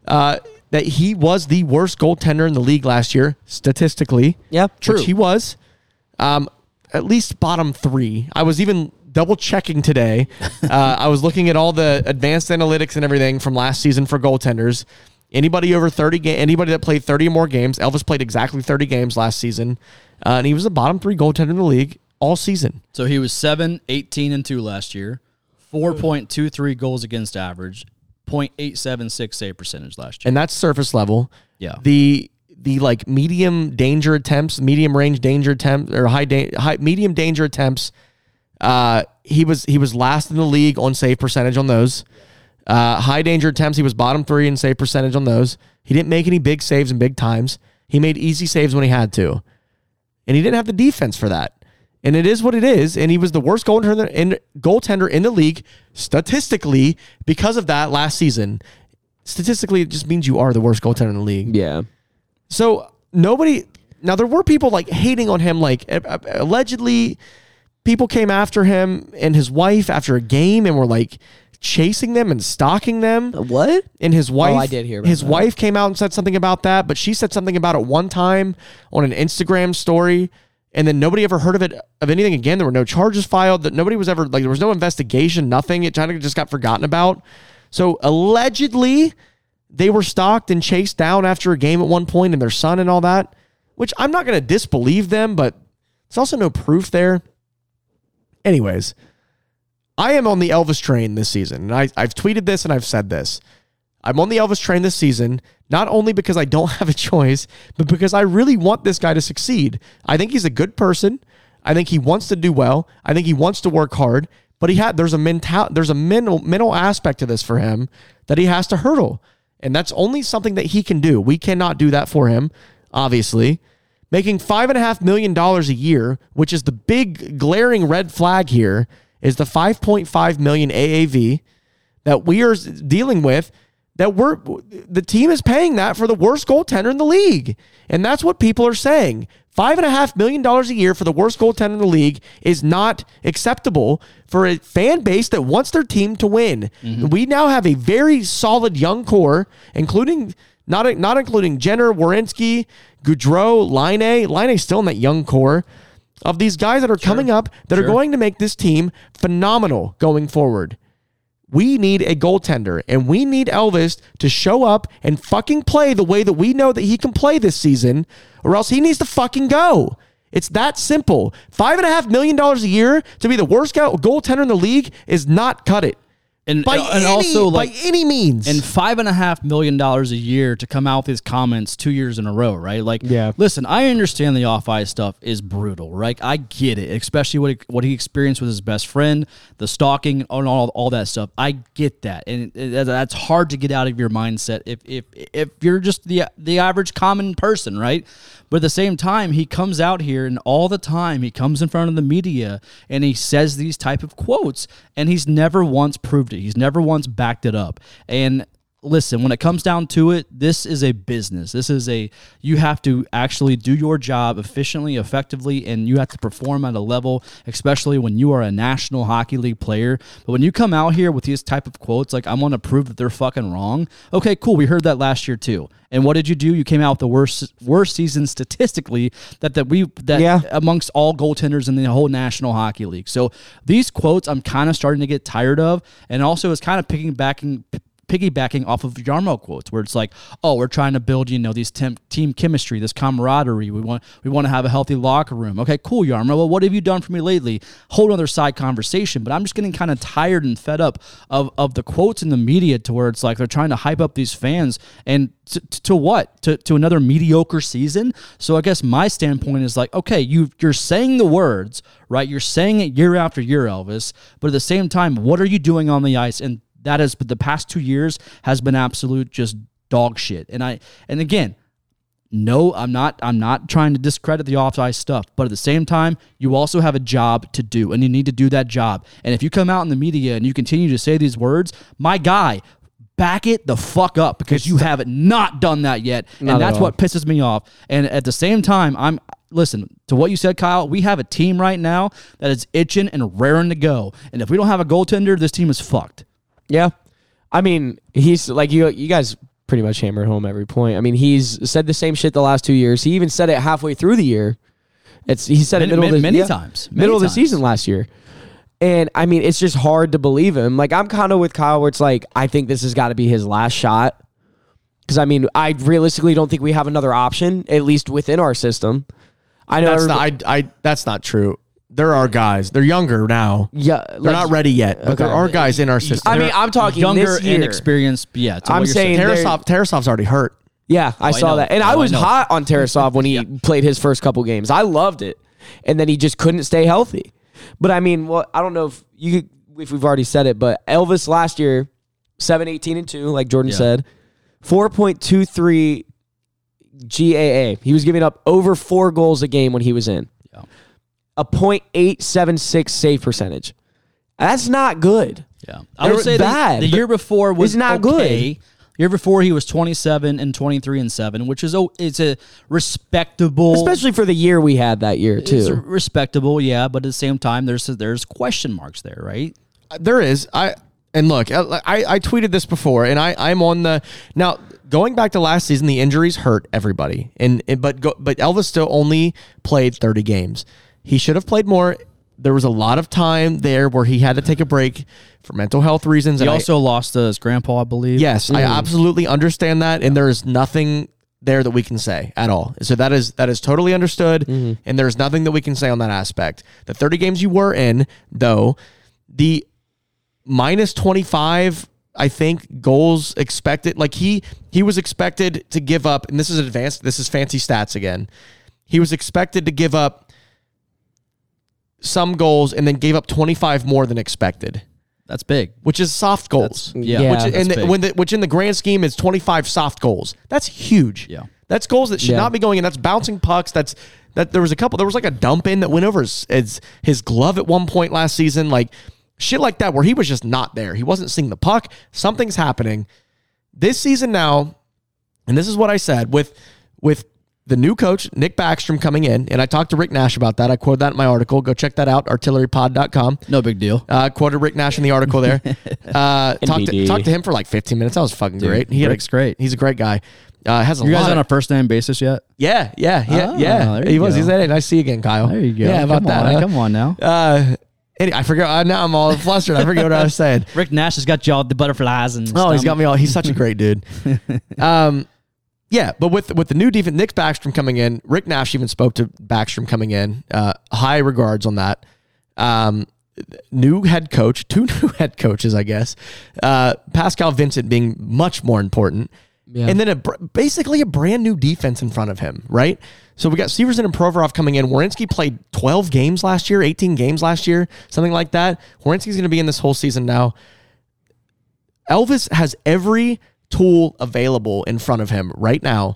S3: uh, that he was the worst goaltender in the league last year, statistically.
S4: Yeah, true.
S3: Which he was. Um, at least bottom three. I was even double checking today. uh, I was looking at all the advanced analytics and everything from last season for goaltenders. Anybody over 30 ga- anybody that played 30 or more games, Elvis played exactly 30 games last season. Uh, and he was the bottom three goaltender in the league all season.
S2: So he was 7, 18, and 2 last year, 4.23 goals against average, 0.876 save percentage last year.
S3: and that's surface level.
S2: Yeah.
S3: The the like medium danger attempts, medium range danger attempts, or high da- high medium danger attempts. Uh, he was he was last in the league on save percentage on those. Uh, high danger attempts, he was bottom three in save percentage on those. He didn't make any big saves and big times. He made easy saves when he had to, and he didn't have the defense for that. And it is what it is. And he was the worst goaltender in, goaltender in the league statistically because of that last season statistically, it just means you are the worst goaltender in the league.
S4: Yeah.
S3: So nobody. Now there were people like hating on him, like a- a- allegedly, people came after him and his wife after a game and were like chasing them and stalking them.
S4: What?
S3: And his wife,
S4: Oh, I did hear about
S3: his
S4: that.
S3: wife came out and said something about that, but she said something about it one time on an Instagram story, and then nobody ever heard of it of anything again. There were no charges filed. That nobody was ever like there was no investigation, nothing. It kind of just got forgotten about. So allegedly, they were stalked and chased down after a game at one point, and their son and all that. which I'm not going to disbelieve them, but there's also no proof there. Anyways, I am on the Elvis train this season. And I, I've tweeted this and I've said this. I'm on the Elvis train this season, not only because I don't have a choice, but because I really want this guy to succeed. I think he's a good person. I think he wants to do well. I think he wants to work hard, but he had there's a mental there's a mental mental aspect to this for him that he has to hurdle. And that's only something that he can do. We cannot do that for him, obviously. Making five and a half million dollars a year, which is the big glaring red flag here, is the 5.5 million AAV that we are dealing with that we're the team is paying that for the worst goaltender in the league. And that's what people are saying. Five and a half million dollars a year for the worst goaltender in the league is not acceptable for a fan base that wants their team to win. We now have a very solid young core, including not not including Jenner, Warinsky, Goudreau, Line. Line's still in that young core of these guys that are coming up that are going to make this team phenomenal going forward. We need a goaltender, and we need Elvis to show up and fucking play the way that we know that he can play this season, or else he needs to fucking go. It's that simple. Five and a half million dollars a year to be the worst go- goaltender in the league is not cut it.
S2: And,
S3: By,
S2: and
S3: any,
S2: also like
S3: by any means.
S2: and five and a half million dollars a year to come out with his comments two years in a row, right? Like,
S3: Yeah.
S2: Listen, I understand the off ice stuff is brutal, right? I get it, especially what he, what he experienced with his best friend, the stalking, and all all that stuff. I get that, and it- it- that's hard to get out of your mindset if if if you're just the the average common person, right? But at the same time, he comes out here and all the time he comes in front of the media and he says these type of quotes, and he's never once proved it. He's never once backed it up, and listen when it comes down to it this is a business this is a you have to actually do your job efficiently effectively and you have to perform at a level especially when you are a national hockey league player but when you come out here with these type of quotes like i want to prove that they're fucking wrong okay cool we heard that last year too and what did you do you came out with the worst worst season statistically that that we that
S4: Yeah.
S2: amongst all goaltenders in the whole National Hockey League. So these quotes I'm kind of starting to get tired of, and also it's kind of piggybacking piggybacking off of Yarmo quotes where it's like, oh, we're trying to build you know these temp, team chemistry, this camaraderie. We want we want to have a healthy locker room. Okay, cool, Yarmo. Well, what have you done for me lately? Whole other side conversation, but I'm just getting kind of tired and fed up of of the quotes in the media to where it's like they're trying to hype up these fans and to, to what to, to another mediocre season so i guess my standpoint is like okay you you're saying the words right you're saying it year after year elvis but at the same time what are you doing on the ice and that is but the past two years has been absolute just dog shit and i and again no i'm not i'm not trying to discredit the off-ice stuff but at the same time you also have a job to do and you need to do that job and if you come out in the media and you continue to say these words my guy back it the fuck up because you have not done that yet and that's what pisses me off and at the same time i'm listen to what you said kyle we have a team right now that is itching and raring to go and if we don't have a goaltender this team is fucked
S4: Yeah. I mean, he's like you you guys pretty much hammer home every point. I mean, he's said the same shit the last two years. He even said it halfway through the year. It's he said
S2: Many-
S4: it middle of the,
S2: many times. Many
S4: middle of the
S2: times.
S4: season last year. And I mean, it's just hard to believe him. Like I'm kind of with Kyle where it's like I think this has got to be his last shot. Cuz I mean, I realistically don't think we have another option at least within our system. I know
S3: that's
S4: everybo-
S3: not, I, I, that's not true. There are guys. They're younger now.
S4: yeah,
S3: They're
S4: like-
S3: not ready yet, but there
S4: Okay.
S3: are guys in our system.
S4: I mean, I'm talking
S2: younger
S4: this year.
S2: and experienced yeah to
S4: I'm
S2: what you're
S4: saying- they're-
S3: Tarasov, Tarasov's already hurt.
S4: Yeah, I saw
S2: know.
S4: that. And
S2: Oh,
S4: I
S2: I
S4: was
S2: know.
S4: hot on Tarasov when he played his first couple games. I loved it. And then he just couldn't stay healthy. But I mean, well, I don't know if you if we've already said it, but Elvis last year, 7 18 and 2, like Jordan
S2: Yeah.
S4: said, 4.23 GAA. He was giving up over 4 goals a game when he was in.
S2: Yeah.
S4: A .876 save percentage. That's not good.
S2: Yeah, I would
S4: They're
S2: say
S4: bad,
S2: that the
S4: but
S2: year before was
S4: it's not
S2: okay. Year before he was twenty seven and twenty three and seven, which is oh, it's a respectable,
S4: Especially for the year we had that year, too.
S2: it's respectable, yeah. But at the same time, there's there's question marks there, right?
S3: there is i and look I, I I tweeted this before and i i'm on the now going back to last season the injuries hurt everybody and, and but go, but elvis still only played 30 games he should have played more there was a lot of time there where he had to take a break for mental health reasons
S2: He
S3: and I-
S2: also lost uh, his grandpa, I believe.
S3: Yes, I absolutely understand that, and there is nothing. there that we can say at all. So that is that is totally understood, and there's nothing that we can say on that aspect. The 30 games you were in, though, the minus 25 i think goals expected like he he was expected to give up and this is advanced this is fancy stats again he was expected to give up some goals and then gave up 25 more than expected
S2: That's big.
S3: which is soft goals
S2: Yeah.
S4: Yeah.
S2: Which
S3: which,
S2: is,
S3: and the, when the, which in the grand scheme is 25 soft goals that's huge
S2: Yeah.
S3: that's goals that should
S4: Yeah.
S3: not be going in that's bouncing pucks that's that there was a couple there was like a dump in that went over his, his his glove at one point last season like shit like that where he was just not there he wasn't seeing the puck something's happening this season now and this is what I said with with the new coach Nick Backstrom coming in and I talked to Rick Nash about that I quoted that in my article go check that out artillerypod.com
S2: no big deal.
S3: uh, quoted Rick Nash in the article there. Uh, talked, to,
S4: NBD.
S3: talked to him for like 15 minutes. That was fucking great. He had a-
S2: Rick's great.
S3: He's a great guy. Uh, has a
S2: You
S3: lot.
S2: guys on
S3: of-
S2: a first name basis yet?
S3: yeah, yeah, yeah,
S2: Ah,
S3: yeah.
S2: there
S3: He
S2: you
S3: was.
S2: go.
S3: He said, "Hey, nice to see you again, Kyle."
S2: There you go.
S3: Yeah, about
S2: Come
S3: that.
S2: on,
S3: huh?
S2: come on now.
S3: Uh, any- I forget. Uh, now I'm all flustered. I forget what I was saying.
S2: Rick Nash has got y'all the butterflies and.
S3: Oh, he's got me all. He's such a great dude. Um, yeah, but with with the new defense, Nick Backstrom coming in, Rick Nash even spoke to Backstrom coming in. Uh, high regards on that. Um, new head coach, two new head coaches, I guess. Uh, Pascal Vincent being much more important, and then a, br- basically a brand new defense in front of him, right? So we got Severson and Provorov coming in. Wierenski played 12 games last year, 18 games last year, something like that. Wierenski's going to be in this whole season now. Elvis has every tool available in front of him right now.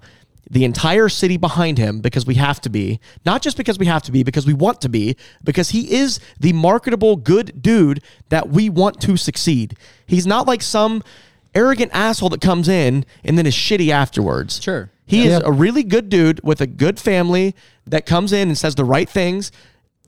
S3: The entire city behind him because we have to be, not just because we have to be, because we want to be, because he is the marketable good dude that we want to succeed. He's not like some arrogant asshole that comes in and then is shitty afterwards.
S2: Sure.
S3: He is a really good dude with a good family that comes in and says the right things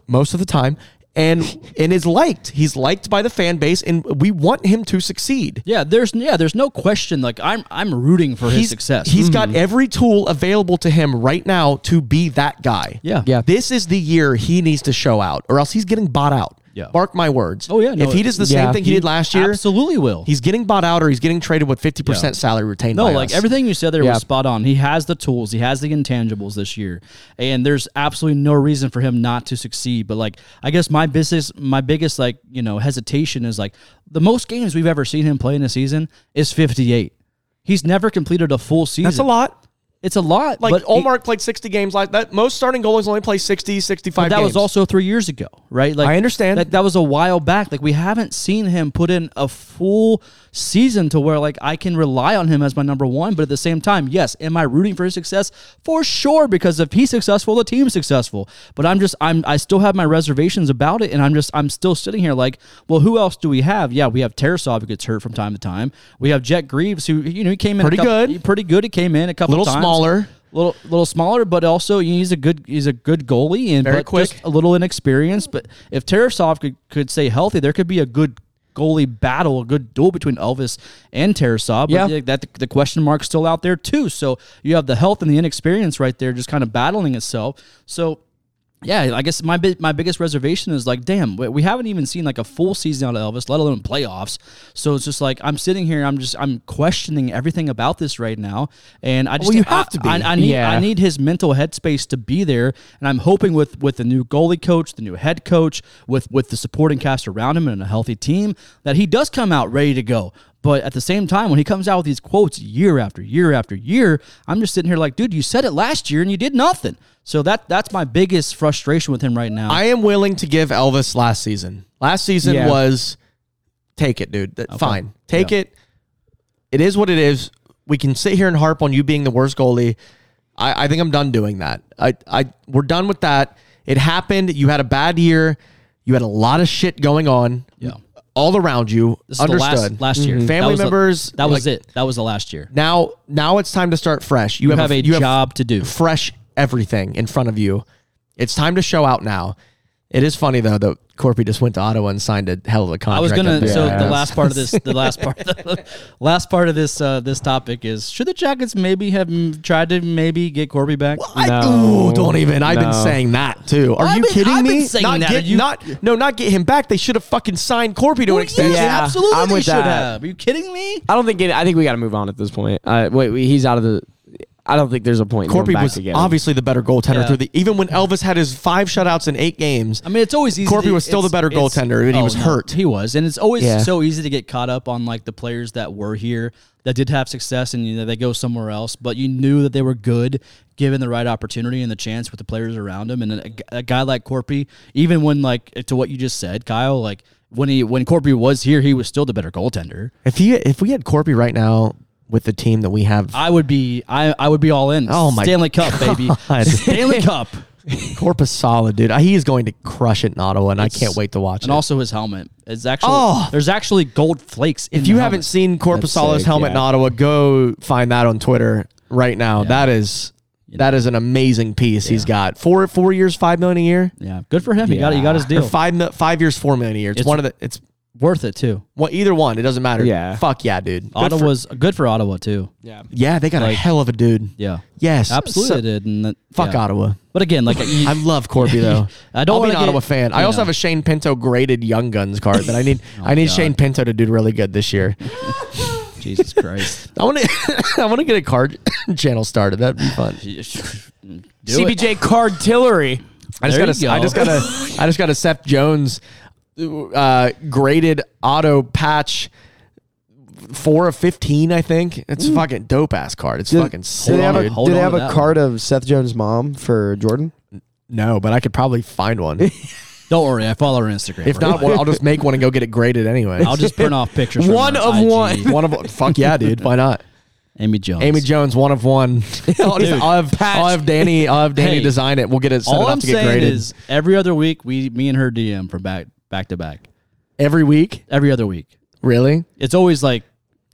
S3: most of the time and and is liked. He's liked by the fan base and we want him to succeed.
S2: Yeah, there's yeah, there's no question. Like I'm I'm rooting for his
S3: He's
S2: success. Mm-hmm.
S3: He's got every tool available to him right now to be that guy.
S2: Yeah.
S4: Yeah.
S3: This is the year he needs to show out, or else he's getting bought out.
S2: Yeah.
S3: Mark my words.
S2: Oh, yeah, no,
S3: if he does the
S4: yeah,
S3: same thing he,
S2: he
S3: did last year,
S2: absolutely will.
S3: he's getting bought out, or he's getting traded with fifty percent salary retained.
S2: No,
S3: by
S2: like
S3: us.
S2: everything you said there
S4: Yeah.
S2: was spot on. He has the tools, he has the intangibles this year, and there's absolutely no reason for him not to succeed. But like, I guess my business, my biggest like you know hesitation is like the most games we've ever seen him play in a season is 58. He's never completed a full season.
S3: That's a lot.
S2: It's a lot.
S3: Like
S2: but he-
S3: Olmark played sixty games last. That most starting goalies only play 60,
S2: but
S3: 65
S2: that
S3: games.
S2: was also three years ago, right? Like
S3: I understand.
S2: that, that was a while back. Like we haven't seen him put in a full season to where like I can rely on him as my number one. But at the same time, yes, am I rooting for his success for sure? Because if he's successful, the team's successful. But I'm just I'm I still have my reservations about it, and I'm just I'm still sitting here like, well, who else do we have? Yeah, we have Tarasov who gets hurt from time to time. We have Jet Greaves who you know he came in a
S3: Pretty
S2: couple-
S3: good.
S2: pretty good. He came in a couple
S3: Little
S2: times.
S3: smaller.
S2: Little, little smaller, but also he's a good he's a good goalie and
S3: Very
S2: but just
S3: quick.
S2: a little inexperienced. But if Tarasov could, could stay healthy, there could be a good goalie battle, a good duel between Elvis and Tarasov. But
S4: Yeah.
S2: the- that the question mark's still out there too. So you have the health and the inexperience right there, just kind of battling itself. So. Yeah, I guess my bi- my biggest reservation is like, damn, we, we haven't even seen like a full season out of Elvis, let alone playoffs. So it's just like I'm sitting here, I'm just I'm questioning everything about this right now, and I just
S3: you have to be.
S2: I, I need I
S4: Yeah.
S2: need his mental headspace to be there, and I'm hoping with with the new goalie coach, the new head coach, with with the supporting cast around him and a healthy team, that he does come out ready to go. But at the same time, when he comes out with these quotes year after year after year, I'm just sitting here like, dude, you said it last year and you did nothing. So that that's my biggest frustration with him right now.
S3: I am willing to give Elvis last season. Last season
S4: Yeah.
S3: was take it, dude. That- Fine. Take it. It is what it is. We can sit here and harp on you being the worst goalie. I, I think I'm done doing that. I, I we're done with that. It happened. You had a bad year. You had a lot of shit going on.
S2: Yeah.
S3: All around you.
S2: this is the
S3: Understood. Mm-hmm.
S2: last last year. That
S3: Family
S2: was the-
S3: members.
S2: that was
S3: like,
S2: it. That was the last year.
S3: Now now it's time to start fresh. You,
S2: You have a
S3: you have
S2: job to do.
S3: fresh everything in front of you. It's time to show out now. It is funny though that Corpy just went to Ottawa and signed a hell of a contract.
S2: I was gonna.
S3: up there.
S2: So the
S4: Yeah.
S2: last part of this, the last part, the last part of this, uh, this topic is: should the Jackets maybe have mm, tried to maybe get Corby back?
S3: I,
S4: No.
S3: ooh, don't even. I've been
S4: No.
S3: saying that too. Are
S2: I've
S3: you
S2: been-
S3: kidding
S2: I've
S3: me?
S2: been saying
S3: not
S2: that.
S3: get
S2: Are you-
S3: not no, not get him back. They should have fucking signed Corpy to
S2: Well,
S3: an extension.
S2: yes,
S4: Yeah,
S2: absolutely.
S4: I'm
S2: they
S4: with
S2: should
S4: that.
S2: have. Are you kidding me?
S4: I don't think. It, I think we got to move on at this point. Uh, wait, we, he's out of the. I don't think there's a point. in going
S3: Corpy
S4: back
S3: was
S4: to get him.
S3: obviously the better goaltender
S2: Yeah.
S3: through the even when Elvis had his five shutouts in eight games.
S2: I mean, it's always easy.
S3: Corby
S2: to-
S3: was still the
S2: it's- Oh,
S3: better
S2: it's-
S3: goaltender, and he was hurt.
S2: He was, and it's always
S4: Yeah.
S2: so easy to get caught up on like the players that were here that did have success, and you know they go somewhere else. But you knew that they were good, given the right opportunity and the chance with the players around him. And a, g- a guy like Corpy, even when like to what you just said, Kyle, like when he when Corpy was here, he was still the better goaltender.
S3: If he if we had Corpy right now with the team that we have,
S2: I would be I I would be all in.
S3: Oh my
S2: Stanley Cup, baby,
S3: God.
S2: Stanley Cup.
S3: Corpus solid, dude. He is going to crush it in Ottawa, and I can't wait to watch
S2: And
S3: it.
S2: also his helmet. It's actually
S3: Oh!
S2: there's actually gold flakes. In
S3: If you
S2: the
S3: haven't
S2: helmet.
S3: seen Corpusala's
S4: sick,
S3: helmet in
S4: yeah.
S3: Ottawa, go find that on Twitter right now. That is that is an amazing piece he's got. Four four years, five million a year.
S2: Yeah, good for him. He got he got his
S3: Or
S2: deal.
S3: five mil- five years, four million a year. It's,
S2: It's-
S3: one of the it's
S2: Worth it too.
S3: well, either one. It doesn't matter.
S4: Yeah.
S3: Fuck yeah, dude. Good for-
S2: Ottawa's good for Ottawa too.
S4: Yeah.
S3: yeah, they got a hell of a dude.
S2: Yeah,
S3: Yes.
S2: absolutely
S3: So-
S2: they did. And that,
S3: fuck
S2: yeah.
S3: Ottawa.
S2: But again, like you-
S3: I love Corby though.
S2: I don't
S3: I'll be
S2: wanna
S3: an
S2: get-
S3: Ottawa fan. I
S2: you
S3: also
S2: know. Oh,
S3: have a Shane Pinto graded Young Guns card that I need. I need Shane Pinto to do really good this year.
S2: Jesus Christ,
S3: I want to. I want to get a card channel started. That'd be fun.
S2: do it.
S4: CBJ Cardtillery.
S3: I just
S2: There
S3: got
S2: you
S3: to. I
S2: go.
S3: just got to. I just got to. Seth Jones uh, graded auto patch. Four of fifteen, I think. It's
S2: Mm.
S3: a fucking dope ass card. It's fucking sick.
S4: Do they have
S3: dude.
S4: a,
S2: Hold
S4: do they
S2: on
S4: have
S2: to
S4: a
S2: that
S4: card of Seth Jones' mom for Jordan?
S3: no, but I could probably find one.
S2: Don't worry, I follow her Instagram.
S3: If not, well, I'll just make one and go get it graded anyway.
S2: I'll just print off pictures. from
S4: One
S2: her
S4: of
S2: IG.
S4: one.
S3: one of fuck yeah, dude. Why not?
S2: Amy Jones.
S3: Amy Jones, one of one. I'll, just, I'll, have, I'll have Danny. I'll have Danny
S2: Hey,
S3: design it. We'll get it set
S2: All
S3: it up
S2: I'm
S3: to get
S2: saying
S3: graded
S2: is every other week we me and her DM from back back to back.
S3: every week.
S2: Every other week.
S3: Really?
S2: It's always like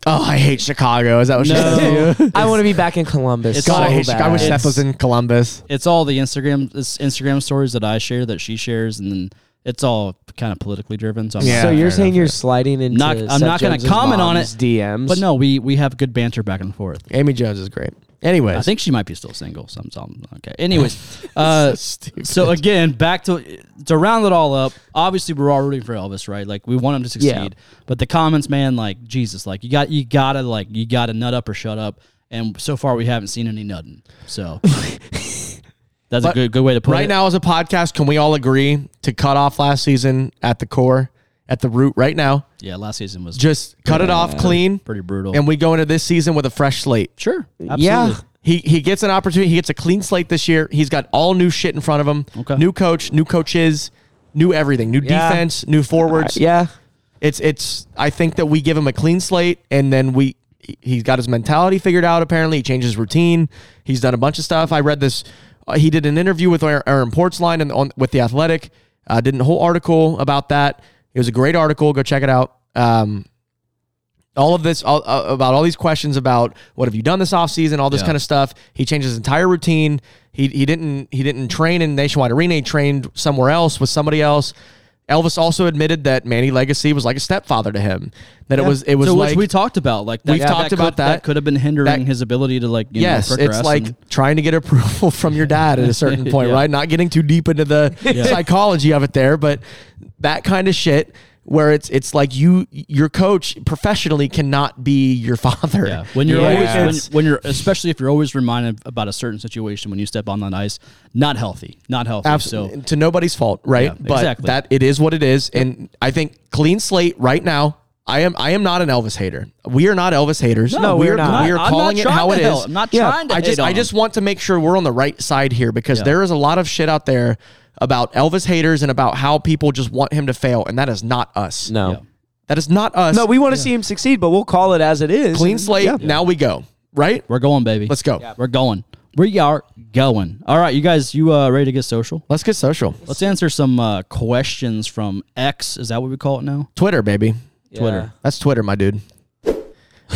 S3: Oh, I hate Chicago. Is that what she said?
S2: no.
S4: I want to be back in Columbus.
S2: It's
S3: God, I
S2: so
S3: hate Chicago. I wish Seth was in Columbus.
S2: it's all the Instagram it's Instagram stories that I share that she shares, and then it's all kind of politically driven. So I'm
S3: Yeah.
S2: not-
S4: so you're
S3: fair
S4: saying
S3: enough,
S4: you're sliding into
S2: Not- I'm
S4: Seth
S2: not gonna
S4: Jones'
S2: comment on
S4: mom's
S2: it,
S4: DMs,
S2: but no, we we have good banter back and forth.
S3: Amy Jones is great.
S2: I
S3: Anyways,
S2: think she might be still single. So I'm, so I'm- okay. Anyways, uh, so again, back to to round it all up. Obviously, we're all rooting for Elvis, right? Like we want him to succeed.
S4: Yeah.
S2: But the comments, man, like Jesus, like you got you gotta like you gotta nut up or shut up. And so far, we haven't seen any nutting. So that's a
S3: But
S2: good good way to put it.
S3: right now as a podcast, can we all agree to cut off last season at the core, at the root? Right now,
S2: yeah, last season was
S3: just cut it off clean,
S2: pretty brutal.
S3: and we go into this season with a fresh slate.
S2: sure, absolutely.
S4: yeah,
S3: He he gets an opportunity. He gets a clean slate this year. He's got all new shit in front of him.
S2: Okay.
S3: New coach, new coaches, new everything, new
S4: Yeah. Uh,
S3: defense, new forwards.
S4: yeah.
S3: It's it's. I think that we give him a clean slate, and then we he- he's got his mentality figured out. Apparently, he changed his routine. He's done a bunch of stuff. I read this. Uh, he did an interview with Aaron- Aaron Portsline and on with the Athletic. Uh, did a whole article about that. It was a great article. Go check it out. Um, all of this all, uh, about all these questions about what have you done this offseason, all this
S2: Yeah.
S3: kind of stuff. He changed his entire routine. He he didn't he didn't train in Nationwide Arena. He trained somewhere else with somebody else. Elvis also admitted that Manny Legacy was like a stepfather to him. That it was it was
S2: so
S3: like
S2: which we talked about like that,
S3: We've talked
S2: could-
S3: about that.
S2: could have been hindering
S3: That-
S2: his ability to like you
S3: yes,
S2: know,
S3: it's
S2: progress
S3: like
S2: and-
S3: trying to get approval from your dad at a certain point,
S2: Yeah.
S3: right? Not getting too deep into the psychology of it there, but that kind of shit where it's it's like you your coach professionally cannot be your father.
S2: yeah when you're
S3: Yeah.
S2: always when, when you're especially if you're always reminded about a certain situation when you step on that ice not healthy not healthy
S3: Absolutely.
S2: so
S3: to nobody's fault, right?
S2: Yeah,
S3: but
S2: exactly.
S3: that it is what it is, and I think clean slate right now. I am I am not an Elvis hater. We are not Elvis haters.
S4: No,
S3: we
S4: we're
S3: are
S4: not.
S3: We
S2: I'm
S3: are
S2: not
S3: calling it
S2: trying
S3: how
S2: to
S3: it
S2: help.
S3: is.
S2: I'm not trying to
S3: I just
S2: hate on
S3: I
S2: him.
S3: just want to make sure we're on the right side here because there is a lot of shit out there about Elvis haters and about how people just want him to fail, and that is not us.
S4: No,
S2: Yeah.
S3: that is not us.
S4: no, we want to see him succeed, but we'll call it as it is.
S3: clean slate.
S4: Yeah.
S3: Now we go right.
S2: we're going baby
S3: Let's go.
S2: we're going we are going all right you guys you uh ready to get social
S3: Let's get social.
S2: let's answer some uh questions from x is that what we call it now
S3: Twitter, baby.
S2: Twitter.
S3: That's Twitter, my dude.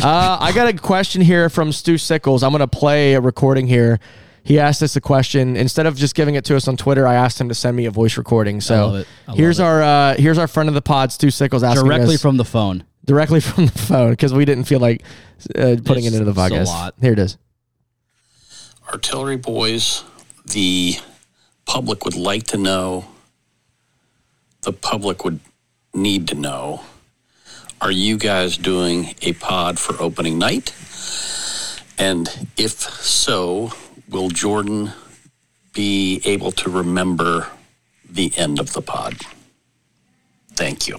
S3: Uh, I got a question here from Stu Sickles. I'm going to play a recording here. He asked us a question. Instead of just giving it to us on Twitter, I asked him to send me a voice recording. So
S2: love it. I love
S3: here's
S2: it.
S3: our uh, here's our friend of the pod, Stu Sickles, asking
S2: directly
S3: us-
S2: from the phone
S3: directly from the phone because we didn't feel like uh, putting
S2: It's-
S3: it into the
S2: it's a
S3: podcast.
S2: lot.
S3: Here it is.
S5: Artillery boys, the public would like to know, the public would need to know. Are you guys doing a pod for opening night? And if so, will Jordan be able to remember the end of the pod? Thank you.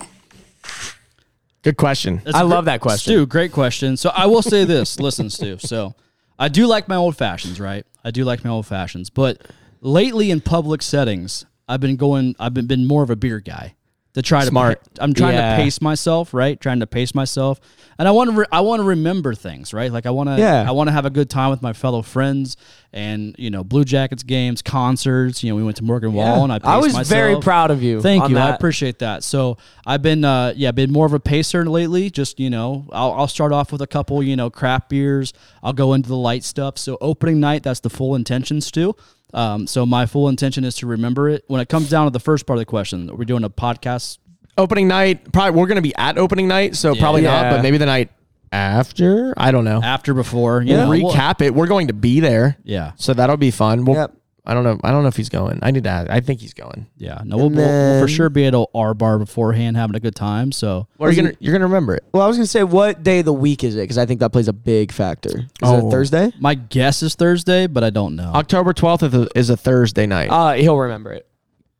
S3: Good question.
S4: I love that question.
S2: Stu, great question. So I will say this. Listen, Stu. So I do like my old fashions, right? I do like my old fashions, but lately in public settings, I've been going. I've been, been more of a beer guy to try
S3: Smart.
S2: to. I'm trying
S4: Yeah.
S2: to pace myself, right? Trying to pace myself, and I want to. Re- I want to remember things, right? Like I want to.
S4: Yeah.
S2: I want to have a good time with my fellow friends, and you know, Blue Jackets games, concerts. You know, we went to Morgan Wall, and I. Paced
S4: I was
S2: myself.
S4: very proud of you
S2: Thank
S4: on
S2: you. I
S4: that.
S2: appreciate appreciate that. So I've been, uh, yeah, been more of a pacer lately. Just you know, I'll, I'll start off with a couple, you know, crap beers. I'll go into the light stuff. So opening night, that's the full intentions too. Um, so my full intention is to remember it. When it comes down to the first part of the question, we're doing a podcast.
S3: Opening night, probably we're gonna be at opening night, so probably
S4: Yeah.
S3: not, but maybe the night after. I don't know.
S2: After, before, you know,
S3: We'll
S2: we'll-
S3: recap it. We're going to be there.
S2: yeah,
S3: So that'll be fun. We'll,
S4: Yep.
S3: I don't know. I don't know if he's going. I need to ask. I think he's going.
S2: yeah. No, we'll, we'll- we'll for sure be at a R bar beforehand, having a good time. So
S3: What are you gonna you're gonna remember it.
S4: Well, I was gonna say, what day of the week is it? Because I think that plays a big factor. Is it
S3: Oh.
S4: Thursday?
S2: my guess is Thursday, but I don't know.
S3: October twelfth is a, is a Thursday night.
S4: Uh, he'll remember it.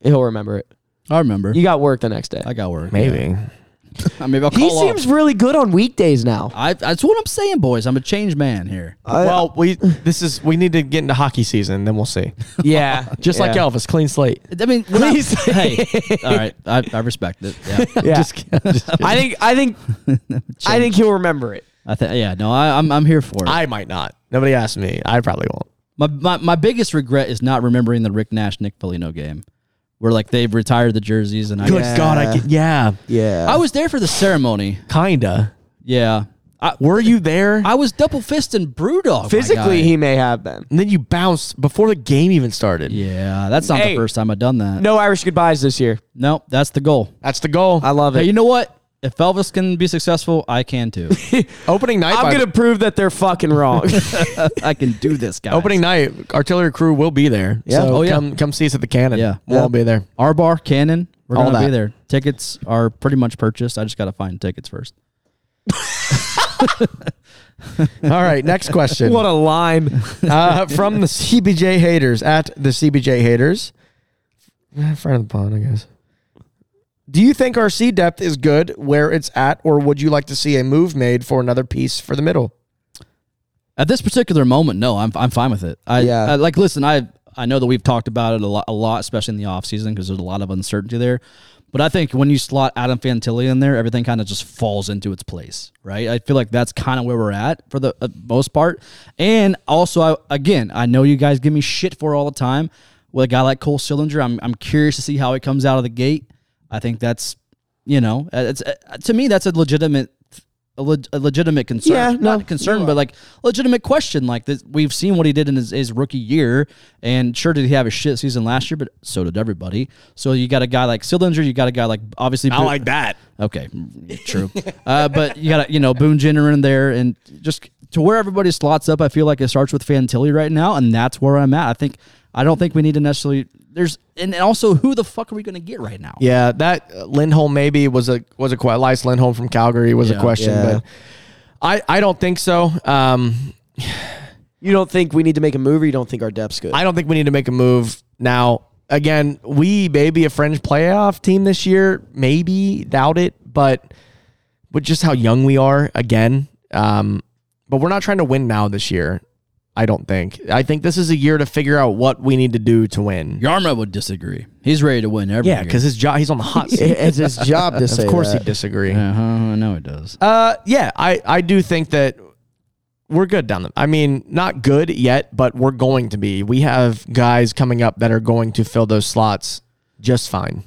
S4: He'll remember it.
S2: I remember.
S4: You got work the next day.
S2: I got work.
S3: Maybe.
S2: I maybe I'll call
S4: he
S2: off.
S4: seems really good on weekdays now.
S2: I, that's what I'm saying, boys. I'm a changed man here.
S3: well, we this is we need to get into hockey season, then we'll see.
S4: Yeah,
S3: Just like Elvis, clean slate.
S2: I mean, we're not- hey, all right, I, I respect it. Yeah,
S4: Yeah.
S3: Just kidding. Just kidding.
S4: I think. I think. I think he'll remember it.
S2: I th- yeah, no, I, I'm I'm here for it.
S3: I might not. Nobody asked me. I probably won't.
S2: my, my my biggest regret is not remembering the Rick Nash Nick Foligno game, where like they've retired the jerseys and I
S3: Good God, I get, yeah,
S4: Yeah.
S2: I was there for the ceremony.
S3: kinda.
S2: Yeah, I
S3: Uh, Were you there?
S2: I was double fisting Brewdog my
S4: Physically,
S2: guy.
S4: he may have been.
S3: and then you bounced before the game even started.
S2: Yeah, that's not
S4: Hey.
S2: the first time I've done that. No,
S4: No Irish goodbyes this year.
S2: that's the goal.
S3: That's the goal.
S4: I love
S2: Hey,
S4: it.
S2: you know what? If Elvis can be successful, I can too.
S3: opening night. by
S4: I'm
S3: the-
S4: gonna prove that they're fucking wrong.
S2: I can do this, guys.
S3: opening night. Artillery crew will be there. Yeah. So
S2: Oh, yeah.
S3: come come see us at the cannon.
S2: Yeah.
S3: We'll all
S2: Yeah.
S3: be there.
S2: our bar, Cannon. We're
S3: All
S2: gonna be
S3: that.
S2: there. Tickets are pretty much purchased. I just gotta find tickets first.
S3: All right. Next question.
S4: what a line.
S3: uh, from the CBJ haters at the CBJ haters. Eh, Front of the pond, I guess. Do you think our sea depth is good where it's at, or would you like to see a move made for another piece for the middle?
S2: At this particular moment, no, I'm I'm fine with it. I,
S4: Yeah.
S2: I- like listen, I I know that we've talked about it a lot, a lot especially in the offseason because there's a lot of uncertainty there. But I think when you slot Adam Fantilli in there, everything kind of just falls into its place, right? I feel like that's kind of where we're at for the uh, most part. And also, I, again, I know you guys give me shit for all the time. With a guy like Cole Sillinger, I'm I'm curious to see how he comes out of the gate. I think that's, you know, uh, it's uh, to me that's a legitimate, a, leg, a legitimate concern.
S4: Yeah, no,
S2: Not a concern, but like legitimate question. Like this, we've seen what he did in his, his rookie year, and sure did he have a shit season last year, but so did everybody. So you got a guy like Sillinger, you got a guy like obviously. Bo-
S3: that.
S2: Okay, mm, true. uh, but you got a, you know Boone Jenner in there, and just to where everybody slots up. I feel like it starts with Fantilli right now, and that's where I'm at. I think I don't think we need to necessarily. There's and and also who the fuck are we going to get right now?
S3: Yeah, that uh, Lindholm maybe was a was a question. Elias Lindholm from Calgary was
S2: Yeah.
S3: a question,
S4: Yeah.
S3: but I I don't think so. Um,
S4: You don't think we need to make a move, or you don't think our depth's good?
S3: I don't think we need to make a move now. Again, we may be a fringe playoff team this year. Maybe doubt it, but with just how young we are, again, um, but we're not trying to win now this year. I don't think. I think this is a year to figure out what we need to do to win.
S2: Yarmo would disagree. He's ready to win every
S3: Yeah, because his job, he's on the hot seat.
S4: it's his job to say.
S3: of course,
S4: that.
S3: he disagree.
S2: uh-huh, I know it does.
S3: Uh, yeah, I, I do think that we're good down the. I mean, not good yet, but we're going to be. We have guys coming up that are going to fill those slots just fine.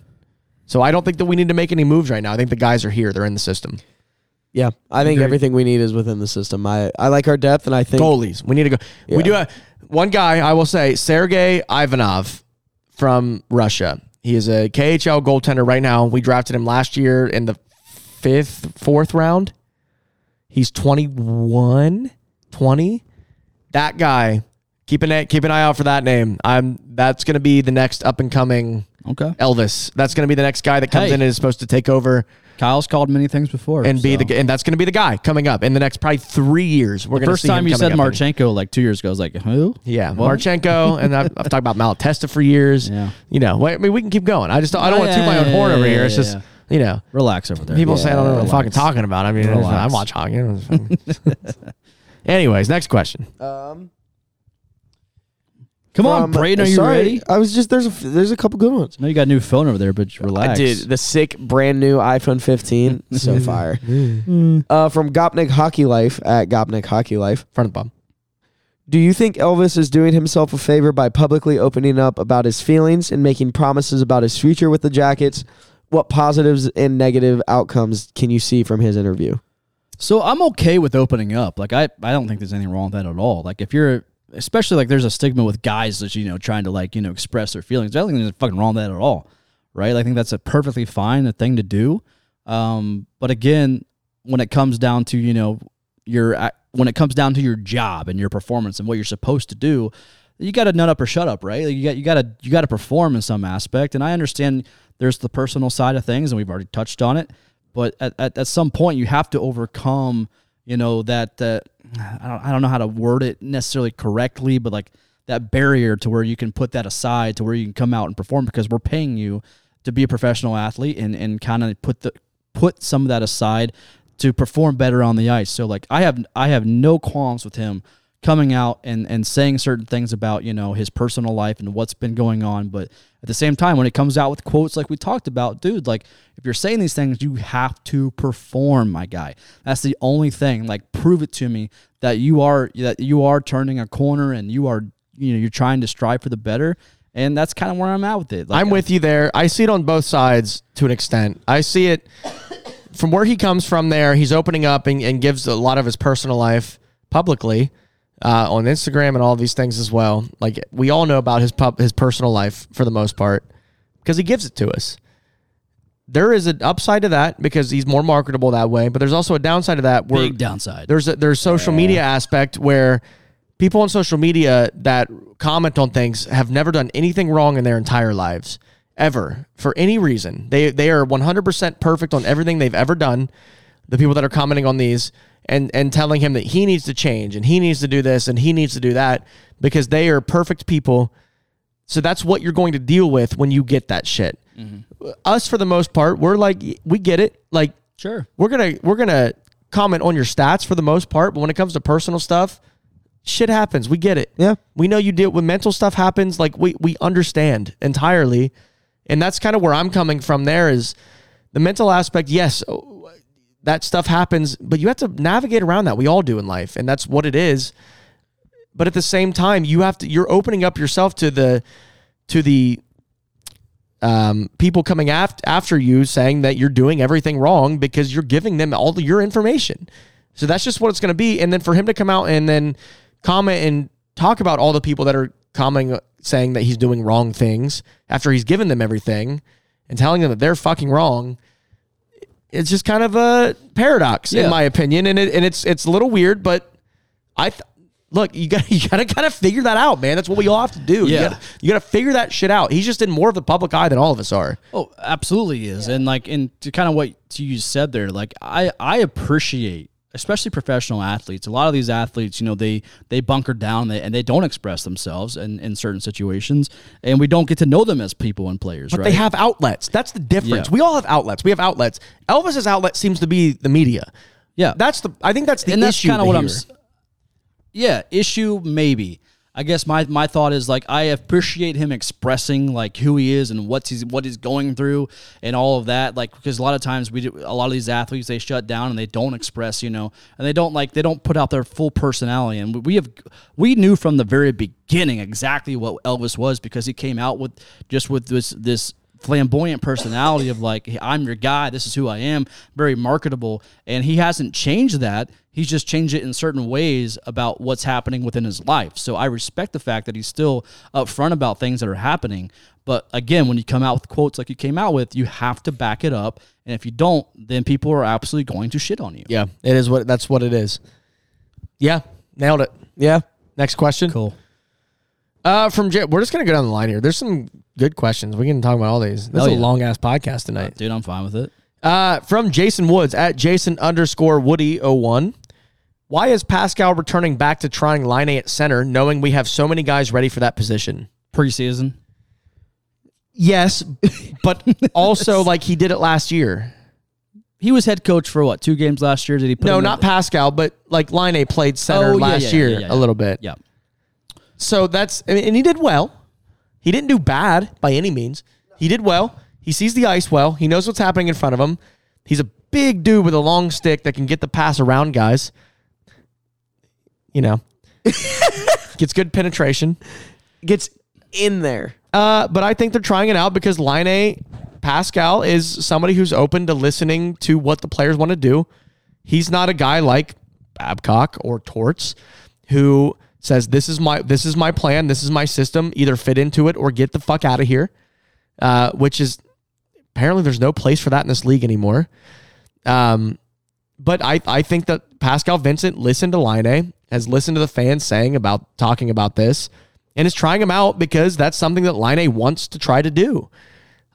S3: So I don't think that we need to make any moves right now. I think the guys are here. They're in the system.
S4: Yeah, I think everything we need is within the system. I, I like our depth, and I think
S3: Goalies, we need to go.
S4: Yeah.
S3: We do have one guy. I will say Sergei Ivanov from Russia. He is a KHL goaltender right now. We drafted him last year in the fifth, fourth round. He's 21, 20. That guy, keep an, keep an eye out for that name. I'm that's going to be the next up and coming
S2: Okay.
S3: Elvis. That's going to be the next guy that comes
S2: Hey.
S3: in and is supposed to take over
S2: Kyle's called many things before.
S3: and be
S2: so.
S3: the the and that's going to be the guy coming up in the next probably three years. We're going to
S2: first
S3: see him
S2: time you
S3: coming
S2: said
S3: up in-
S2: Marchenko like two years ago. I was like, who?
S3: Yeah,
S2: What?
S3: Marchenko, and I've, I've talked about Malatesta for years.
S2: Yeah.
S3: you know, I mean, we can keep going. I just don't, I don't
S2: Oh,
S3: want to toot my
S2: yeah,
S3: own horn
S2: yeah,
S3: over
S2: yeah,
S3: here. It's
S2: yeah,
S3: just
S2: yeah.
S3: you know,
S2: Relax over there.
S3: People say I don't know what I'm
S2: Relax.
S3: fucking talking about. I mean, I
S2: Relax.
S3: watch hockey. I don't fucking- Anyways, next question.
S2: Come on,
S4: Um,
S2: Braden, are you
S4: sorry,
S2: ready?
S4: I was just there's a f- there's a couple good ones.
S2: I know you got a new phone over there, but relax.
S4: I did the sick brand new iPhone 15, so fire. uh, from Gopnik Hockey Life at Gopnik Hockey Life.
S3: Front of the bum.
S4: Do you think Elvis is doing himself a favor by publicly opening up about his feelings and making promises about his future with the Jackets? What positives and negative outcomes can you see from his interview?
S2: So I'm okay with opening up. Like I, I don't think there's anything wrong with that at all. Like if you're, especially like there's a stigma with guys that you know trying to like you know express their feelings. I don't think there's fucking wrong with that at all, right? I think that's a perfectly fine a thing to do. Um, but again, when it comes down to you know your when it comes down to your job and your performance and what you're supposed to do, you got to nut up or shut up, right? Like you got you got to you got to perform in some aspect. And I understand there's the personal side of things, and we've already touched on it. But at, at, at some point, you have to overcome, you know, that uh, I don't I don't know how to word it necessarily correctly, but like that barrier to where you can put that aside to where you can come out and perform because we're paying you to be a professional athlete and and kind of put the put some of that aside to perform better on the ice. So like I have I have no qualms with him coming out and and saying certain things about, you know, his personal life and what's been going on, but at the same time when it comes out with quotes like we talked about, dude, like if you're saying these things, you have to perform, my guy. That's the only thing. Like prove it to me that you are that you are turning a corner and you are you know, you're trying to strive for the better. And that's kind of where I'm at with it. Like,
S3: I'm with you there. I see it on both sides to an extent. I see it from where he comes from there. He's opening up and, and gives a lot of his personal life publicly uh, on Instagram and all these things as well. Like we all know about his pub, his personal life for the most part because he gives it to us. There is an upside to that because he's more marketable that way, but there's also a downside to that where
S2: big downside.
S3: there's a, there's social media aspect where people on social media that comment on things have never done anything wrong in their entire lives ever for any reason. They they are 100% perfect on everything they've ever done. The people that are commenting on these and and telling him that he needs to change and he needs to do this and he needs to do that because they are perfect people. So that's what you're going to deal with when you get that shit. Us for the most part, we're like we get it. Like
S2: Sure.
S3: we're gonna we're gonna comment on your stats for the most part, but when it comes to personal stuff, shit happens. We get it.
S4: Yeah.
S3: We know you deal when mental stuff happens, like we we understand entirely. And that's kind of where I'm coming from there is the mental aspect, yes, uh, that stuff happens, but you have to navigate around that. We all do in life, and that's what it is. But at the same time, you have to you're opening up yourself to the to the um, people coming after after you saying that you're doing everything wrong because you're giving them all the, your information. So that's just what it's going to be. And then for him to come out and then comment and talk about all the people that are commenting saying that he's doing wrong things after he's given them everything and telling them that they're fucking wrong. It's just kind of a paradox
S2: Yeah.
S3: in my opinion, and it, and it's it's a little weird, but I. Th- Look, you got you got to kind of figure that out, man. That's what we all have to do. You
S2: Yeah.
S3: gotta- you got to figure that shit out. He's just in more of the public eye than all of us are.
S2: Oh, absolutely is. And like and to kind of what you said there, like I I appreciate especially professional athletes. A lot of these athletes, you know, they they bunker down and they, and they don't express themselves in, in certain situations and we don't get to know them as people and players, right?
S3: They have outlets. That's the difference.
S2: Yeah.
S3: We all have outlets. We have outlets. Elvis's outlet seems to be the media.
S2: yeah.
S3: That's the. I think that's the
S2: and that's
S3: issue.
S2: kind of
S3: to
S2: what
S3: here.
S2: I'm. s- Yeah, issue maybe. I guess my my thought is like I appreciate him expressing like who he is and what's he's what he's going through and all of that like because a lot of times we do, a lot of these athletes they shut down and they don't express you know and they don't like they don't put out their full personality and we have we knew from the very beginning exactly what Elvis was because he came out with just with this this flamboyant personality of like "Hey, I'm your guy, this is who I am, very marketable, and he hasn't changed that. He's just changed it in certain ways about what's happening within his life. So I respect the fact that he's still upfront about things that are happening. But again, when you come out with quotes like you came out with, you have to back it up. And if you don't, then people are absolutely going to shit on you.
S3: Yeah, it is what. That's what it is. Yeah, nailed it.
S4: Yeah.
S3: Next question.
S2: Cool.
S3: Uh, from J- we're just gonna go down the line here. There's some good questions. We can talk about all these. This
S2: Hell
S3: is
S2: yeah.
S3: a long ass podcast tonight.
S2: Dude, I'm fine with it.
S3: Uh, from Jason Woods at Jason underscore Woody 01. Why is Pascal returning back to trying line A at center, knowing we have so many guys ready for that position?
S2: Preseason.
S3: Yes, but also like he did it last year.
S2: He was head coach for what, two games last year? Did he put
S3: No,
S2: him
S3: not
S2: in?
S3: Pascal, but like line A played center
S2: Oh, yeah,
S3: last
S2: yeah,
S3: year
S2: yeah, yeah,
S3: a little bit.
S2: Yeah.
S3: So that's I mean, and he did well. He didn't do bad by any means. He did well. He sees the ice well. He knows what's happening in front of him. He's a big dude with a long stick that can get the pass around guys. You know, gets good penetration.
S4: Gets in there.
S3: Uh, but I think they're trying it out because Line A Pascal is somebody who's open to listening to what the players want to do. He's not a guy like Babcock or Torts who says this is my this is my plan, this is my system. Either fit into it or get the fuck out of here. Uh, which is apparently there's no place for that in this league anymore. Um, but I I think that Pascal Vincent listened to Line A, has listened to the fans saying about talking about this, and is trying him out because that's something that Line A wants to try to do.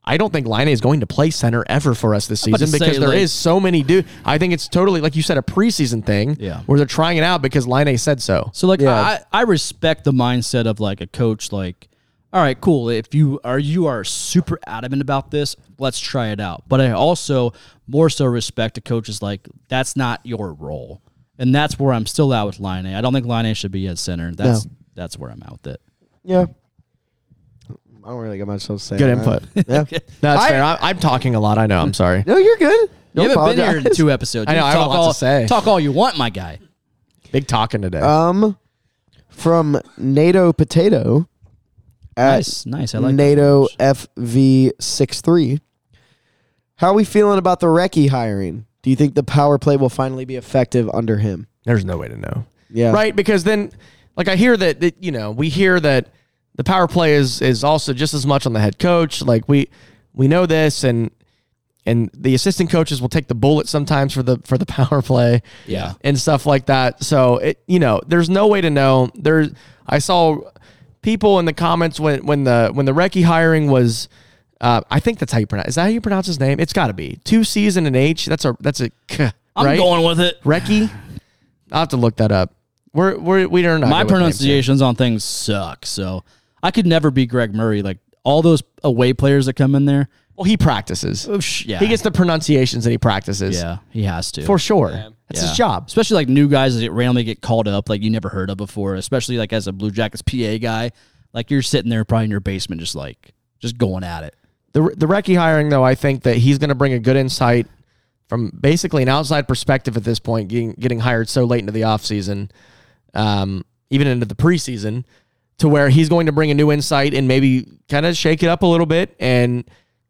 S3: I don't think Line A is going to play center ever for us this
S2: about to
S3: season
S2: say,
S3: because there is
S2: like-
S3: so many dude. I think it's totally like you said a preseason thing
S2: Yeah.
S3: where they're trying it out because Line A said so.
S2: So like I, I respect the mindset of like a coach like all right cool if you are you are super adamant about this let's try it out but I also more so respect a coach is like that's not your role and that's where I'm still out with Line A. I don't think Line A should be at center that's that's where I'm out with it
S4: Yeah. I don't really got much else to say.
S3: Good
S4: on that.
S3: input.
S4: Yeah.
S3: No, that's
S4: I-
S3: fair. I, I'm talking a lot. I know. I'm sorry.
S4: No, you're good.
S2: you
S4: Don't
S2: haven't been here in
S4: apologize.
S2: two episodes
S3: I know,
S2: You
S3: I
S2: can
S3: have a lot to
S2: all,
S3: say.
S2: talk all you want my guy
S3: Big talking today.
S4: Um, from NATO Potato at
S2: nice nice I like that.
S4: NATO FV63. How are we feeling about the Reki hiring? Do you think the power play will finally be effective under him?
S3: There's no way to know.
S4: Yeah.
S3: Right? Because then like I hear that, that you know, we hear that the power play is is also just as much on the head coach. Like we we know this and and the assistant coaches will take the bullet sometimes for the for the power play.
S2: Yeah.
S3: And stuff like that. So it you know, there's no way to know. There's I saw people in the comments when when the when the Reki hiring was uh, I think that's how you pronounce. Is that how you pronounce his name? It's got to be two C's and an H. That's a that's a. K,
S2: I'm
S3: right?
S2: going with it
S3: Reki? I'll have to look that up. We're, we're we don't know.
S2: my pronunciations on things suck. So I could never be Greg Murray. Like all those away players that come in there.
S3: Well, he practices.
S2: Yeah,
S3: He gets the pronunciations and he practices.
S2: Oh, yeah, he has to
S3: For sure.
S2: Yeah.
S3: That's his job.
S2: Especially like new guys that randomly get called up, like you never heard of before. Especially like as a Blue Jackets PA guy, like you're sitting there probably in your basement, just like just going at it.
S3: The the Reki hiring though, I think that he's going to bring a good insight from basically an outside perspective at this point getting getting hired so late into the offseason, um even into the preseason to where he's going to bring a new insight and maybe kind of shake it up a little bit and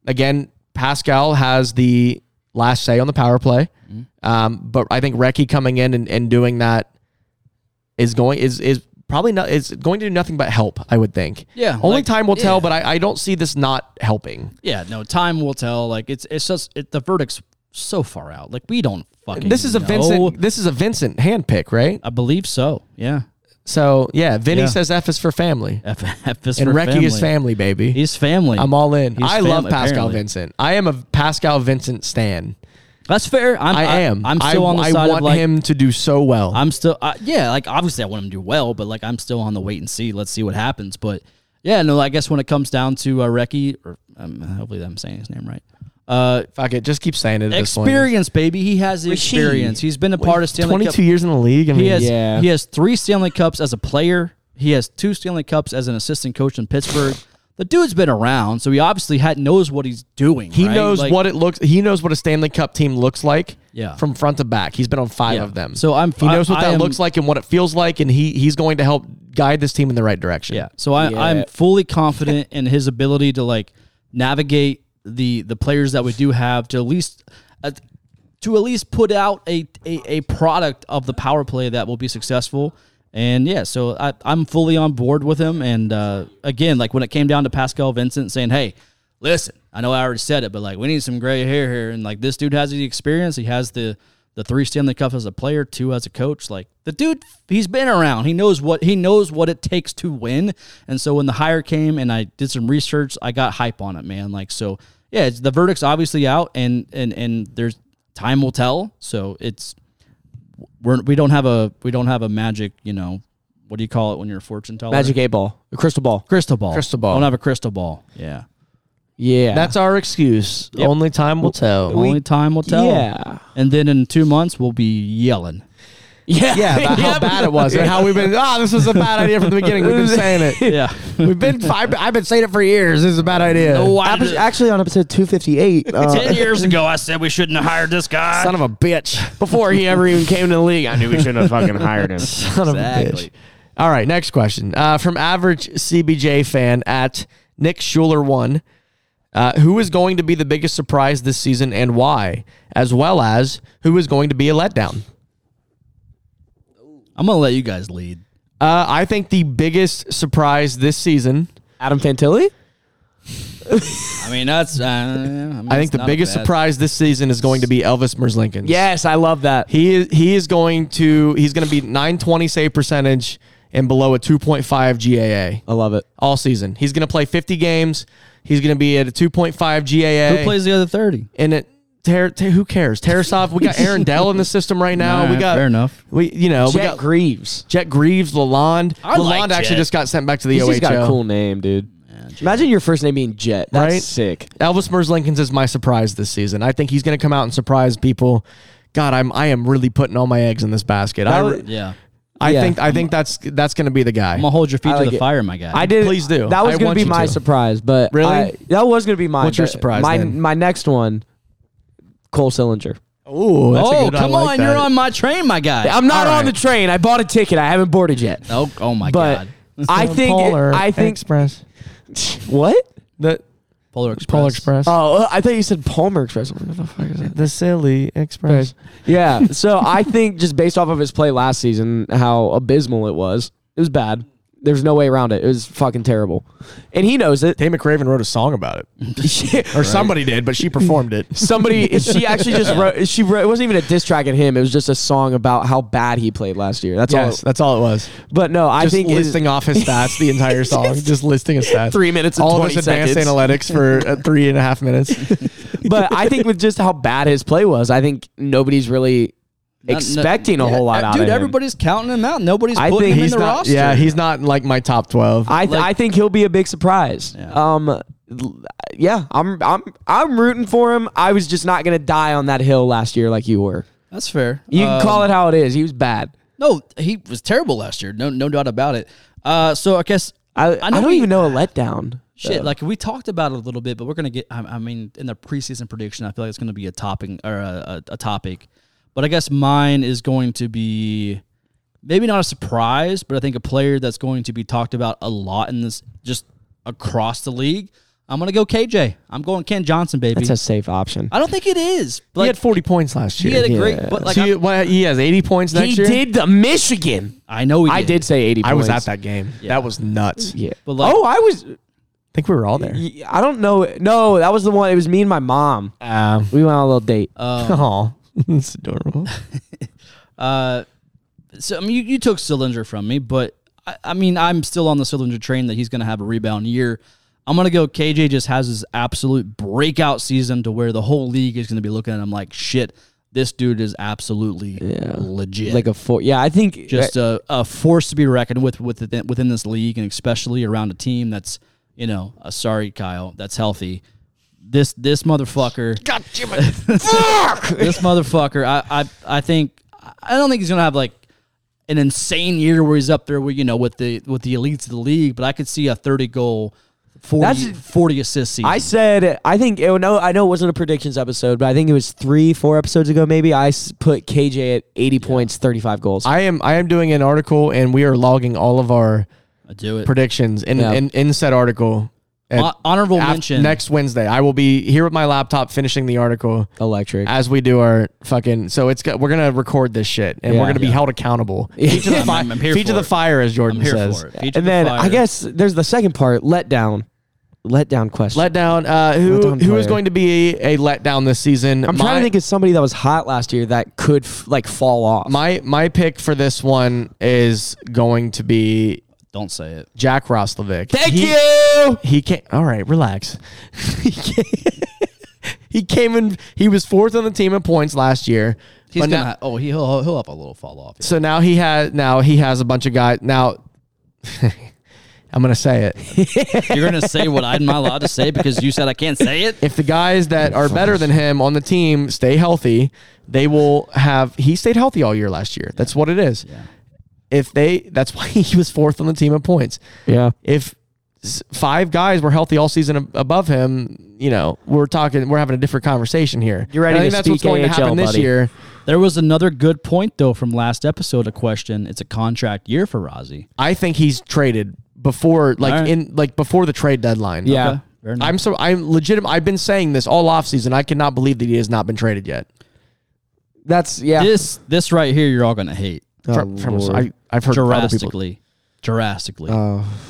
S3: again, Pascal has the last say on the power play.
S2: Mm-hmm.
S3: Um, but I think Reki coming in and, and doing that is going is is probably not is going to do nothing but help, I would think.
S2: Yeah,
S3: Only
S2: like-
S3: time will tell,
S2: yeah.
S3: but I, I don't see this not helping.
S2: Yeah, no, time will tell. Like it's it's just it, the verdict's so far out. Like we don't fucking.
S3: This is a
S2: know.
S3: Vincent. This is a Vincent handpick, right?
S2: I believe so. Yeah,
S3: So yeah, Vinny
S2: Yeah.
S3: says F is for family,
S2: F, F is
S3: and
S2: for
S3: Reki is family, baby.
S2: He's family.
S3: I'm all in.
S2: He's
S3: I love
S2: family,
S3: Pascal
S2: apparently.
S3: Vincent. I am a Pascal Vincent stan.
S2: That's fair. I'm,
S3: I, am.
S2: I'm still
S3: I,
S2: on the
S3: I
S2: side
S3: want
S2: of like
S3: him to do so well.
S2: I'm still, uh, yeah, like obviously I want him to do well, but like I'm still on the wait and see. Let's see what happens. But yeah, no, I guess when it comes down to uh, Reki, or um, hopefully I'm saying his name right. Uh,
S3: Fuck it. Just keep saying it. At this point.
S2: experience, baby. He has the experience. He's been a part of Stanley Cup.
S3: 22 years in the league. I mean,
S2: He has
S4: Yeah.
S2: he has three Stanley Cups as a player. He has two Stanley Cups as an assistant coach in Pittsburgh. The dude's been around, so he obviously had, knows what he's doing.
S3: He
S2: right?
S3: knows
S2: Like-
S3: what it looks. He knows what a Stanley Cup team looks like.
S2: Yeah.
S3: from front to back. He's been on five
S2: Yeah.
S3: of them.
S2: So I'm-
S3: He knows what
S2: I-
S3: that
S2: I am-
S3: looks like and what it feels like, and he he's going to help guide this team in the right direction.
S2: Yeah. So I, I'm fully confident in his ability to like navigate the the players that we do have to at least uh, to at least put out a, a a product of the power play that will be successful. And yeah, so I, I'm fully on board with him. And uh, again, like when it came down to Pascal Vincent saying, "Hey, listen, I know I already said it, but like we need some gray hair here," and like this dude has the experience, he has the the three Stanley Cup as a player, two as a coach. Like the dude, he's been around. He knows what he knows what it takes to win. And so when the hire came and I did some research, I got hype on it, man. Like so, yeah, it's, the verdict's obviously out, and and and there's time will tell. So it's we're we don't have a we don't have a magic, you know, what do you call it when you're a fortune teller?
S4: Magic eight ball, a crystal ball.
S2: crystal ball.
S3: Crystal ball.
S2: I don't have a crystal ball. Yeah.
S4: Yeah,
S3: That's our excuse. Only time will tell.
S2: Only time will tell.
S4: yeah.
S2: And then in two months we'll be yelling.
S4: yeah,
S3: yeah, about how bad it was and how we've been. Ah, this was a bad idea from the beginning. We've been saying it.
S2: Yeah.
S3: We've been. I've I've been saying it for years. This is a bad idea.
S4: Epi- actually, on episode two fifty eight, uh,
S2: Ten years ago, I said we shouldn't have hired this guy.
S3: Son of a bitch.
S4: before he ever even came to the league, I knew we shouldn't have fucking hired him.
S3: Son of a bitch. All right, next question. Uh, from average CBJ fan at Nick Schuler1. Uh, who is going to be the biggest surprise this season and why? As well as who is going to be a letdown?
S2: I'm gonna let you guys lead.
S3: Uh, I think the biggest surprise this season,
S4: Adam Fantilli.
S2: I mean, that's. Uh, I, mean, it's
S3: I think the
S2: not a
S3: biggess
S2: bad-
S3: surprise this season is going to be Elvis Merzlinkins.
S4: Yes, I love that.
S3: He is he is going to he's going to be 920 save percentage and below a 2.5 GAA
S4: I love it.
S3: all season. He's going to play 50 games. He's going to be at a 2.5 GAA.
S2: Who plays the other thirty?
S3: And it ter- ter- who cares? Tarasov, we got Aaron Dell in the system right now. we
S2: Alright,
S3: got
S2: fair enough.
S3: We you know, we
S4: Jack
S3: got
S4: Greaves.
S3: Jet Greaves, Lalonde.
S2: I
S3: Lalonde
S2: like
S3: actually
S2: Jet.
S3: just got sent back to the
S4: He's
S3: OHL.
S4: just got a cool name, dude. Imagine your first name being Jet. That's
S3: Right?
S4: sick.
S3: Elvis Merzlinkins is my surprise this season. I think he's going to come out and surprise people. God, I'm I am really putting all my eggs in this basket. I,
S4: was-
S2: Yeah,
S3: I
S4: yeah.
S3: think I think that's that's going to be the guy.
S2: I'm gonna hold your feet
S4: I
S2: to
S4: like
S2: the
S4: it.
S2: fire, my guy.
S4: I did.
S3: Please do.
S4: That was
S3: I
S4: going
S3: want
S4: to
S3: you
S4: be my
S3: to.
S4: surprise, but
S3: Really?
S4: I- that was going to be mine.
S3: What's your
S4: but
S3: surprise,
S4: My
S3: then?
S4: my next one, Cole Sillinger.
S3: Ooh, that's a
S2: Oh,
S3: good- I
S2: come
S3: like
S2: on!
S3: that.
S2: You're on my train, my guy.
S4: I'm not
S3: All
S4: on the
S3: right.
S4: train. I bought a ticket. I haven't boarded yet.
S2: oh, oh my
S4: but
S2: god!
S4: I think
S3: Polar
S4: I think
S3: Express.
S4: what?
S3: The
S2: Polar Express.
S3: Polar Express.
S4: Oh, I thought you said Palmer Express. What the fuck is that?
S3: the silly Express.
S4: Yeah. So I think just based off of his play last season, how abysmal it was. It was bad. There's no way around it. It was fucking terrible, and he knows it.
S3: Tay McRaven wrote a song about it. Or somebody did, but she performed it.
S4: Somebody, she actually just wrote. She wrote. It wasn't even a diss track at him. It was just a song about how bad he played last year. That's
S3: Yes,
S4: all.
S3: that's all it was.
S4: But no, I
S3: Just
S4: think it-
S3: listing off his stats, the entire song, just listing his stats.
S4: Three minutes and
S3: all
S4: 20
S3: of us advanced
S4: seconds.
S3: analytics for uh, three and a half minutes.
S4: but I think with just how bad his play was, I think nobody's really
S2: Not-
S4: expecting a
S2: yeah,
S4: whole lot
S2: dude,
S4: out of him.
S2: everybody's counting him out. Nobody's
S4: I
S2: putting
S4: think
S2: him in
S4: he's
S2: the
S3: not,
S2: roster.
S3: Yeah, he's not in like my top twelve.
S4: I th- I think he'll be a big surprise. Um, l- yeah, I'm I'm I'm rooting for him. I was just not gonna die on that hill last year like you were.
S2: That's fair. Uh,
S4: You can call it how it is. He was bad.
S2: No, he was terrible last year. No, no doubt about it. Uh, so I guess
S4: I I, don't
S2: we-
S4: even know a letdown.
S2: Shit, like we talked about it a little bit, but we're gonna get. I, I mean, in the preseason prediction, I feel like it's gonna be a topping or a, a, a topic. But I guess mine is going to be maybe not a surprise, but I think a player that's going to be talked about a lot in this just across the league. I'm gonna go KJ. I'm going Ken Johnson, baby.
S4: That's a safe option.
S2: I don't think it is.
S3: he
S2: Like,
S3: had forty points last
S2: he
S3: year.
S2: had a great,
S4: Yeah.
S2: but like
S3: So
S2: I'm-
S3: you- what, he has eighty points next
S4: he
S3: year.
S4: did the Michigan.
S2: I know he
S4: I did say eighty.
S3: I was at
S4: points.
S3: that game. That was nuts.
S4: Yeah.
S2: But like-
S4: oh, I was.
S3: I think we were all there.
S4: y- I don't know. No, that was the one. It was me and my mom.
S3: Um,
S4: We went on a little date.
S3: oh, that's adorable.
S2: Uh, so I mean, you, you took Cylinder from me, but I, I mean, I'm still on the Cylinder train that he's going to have a rebound year. I'm going to go KJ just has his absolute breakout season to where the whole league is going to be looking at him like, shit, this dude is absolutely legit.
S4: like a four. Yeah, I think
S2: just a, a force to be reckoned with within, within this league and especially around a team that's, you know, uh, sorry, Kyle, that's healthy. This this motherfucker this motherfucker. I, I I think I don't think he's gonna have like an insane year where he's up there with you know with the with the elites of the league, but I could see a thirty goal, 40,
S4: That's-
S2: 40 assist season.
S4: I said I think it, no, I know it wasn't a predictions episode, but I think it was three, four episodes ago. Maybe I s- put KJ at eighty points, thirty-five goals.
S3: I am I am doing an article and we are logging all of our
S2: I do it.
S3: predictions in
S4: Yeah.
S3: in, in said article. at-
S2: Hon- honorable
S3: af-
S2: mention.
S3: next Wednesday. I will be here with my laptop finishing the article
S4: Electric.
S3: as we do our fucking. So it's got, we're gonna record this shit and we're
S4: Yeah.
S3: gonna be held accountable. Feet to the,
S2: I'm-
S3: fi-
S2: I'm- I'm here
S3: feet to
S2: for it.
S3: the fire, as Jordan
S2: I'm here
S3: says.
S2: for it. Feet to
S4: and
S2: the
S4: then
S2: fire.
S4: I guess there's the second part, letdown. letdown question.
S3: Letdown. Uh, who
S4: Letdown
S3: who is
S4: player.
S3: going to be a, a letdown this season?
S4: I'm trying to think of somebody that was hot last year that could f- like fall off.
S3: My my pick for this one is going to be
S2: Don't say it.
S3: Jack Roslovic.
S4: Thank
S3: He-
S4: you.
S3: He came. All right, relax. he came. he came in. He was fourth on the team in points last year.
S2: He's
S3: but
S2: gonna.
S3: now,
S2: oh, he, he'll he'll have a little fall off.
S3: so now he has. Now he has a bunch of guys. Now I'm gonna say it.
S2: You're gonna say what I'm not allowed to say because you said I can't say it.
S3: if the guys that are better than him on the team stay healthy, they will have. He stayed healthy all year last year. That's what it is. If they, that's why he was fourth on the team in points.
S4: Yeah.
S3: If s- five guys were healthy all season ab- above him, you know, we're talking, we're having a different conversation here.
S4: You're ready
S3: And I think that's
S4: to
S3: what's
S4: speak
S3: going to
S4: AHL,
S3: happen this
S4: buddy.
S3: year.
S2: There was another good point though from last episode. A question. It's a contract year for Rozzy.
S3: I think he's traded before, like
S2: All right.
S3: in, like before the trade deadline.
S4: Yeah.
S2: Okay, fair enough.
S3: I'm so I'm legitimate. I've been saying this all offseason. I cannot believe that he has not been traded yet.
S4: That's yeah.
S2: this this right here, you're all gonna hate
S3: From- from-
S4: Oh, Lord.
S3: I, have heard other people
S2: drastically. Drastically.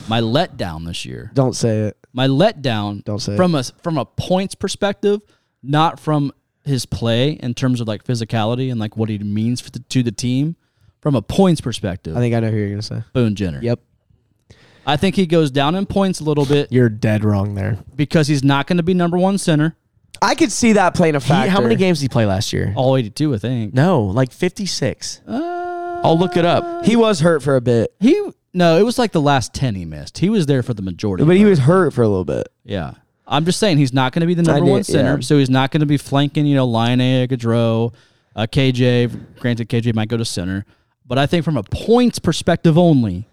S2: My letdown this year.
S4: Don't say it.
S2: my letdown
S4: Don't say it.
S2: from a from a points perspective, not from his play in terms of like physicality and like what he means for the, to the team. From a points perspective,
S4: I think I know who you're gonna say.
S2: Boone Jenner.
S4: Yep.
S2: I think he goes down in points a little bit
S3: You're dead wrong there.
S2: because he's not going to be number one center.
S4: I could see that playing a factor.
S3: how many games did he play last year?
S2: All eighty two, I think.
S3: No, like 56.
S2: Uh,
S3: I'll look it up.
S4: He was hurt for a bit,
S2: He no, it was like the last ten he missed. He was there for the majority.
S4: but he
S2: of it.
S4: was hurt for a little bit.
S2: yeah. I'm just saying he's not going to be the number
S4: did-
S2: one center,
S4: yeah.
S2: so he's not going to be flanking. You know, Lion A, Gaudreau, uh, KJ. Granted, KJ might go to center, but I think from a points perspective only,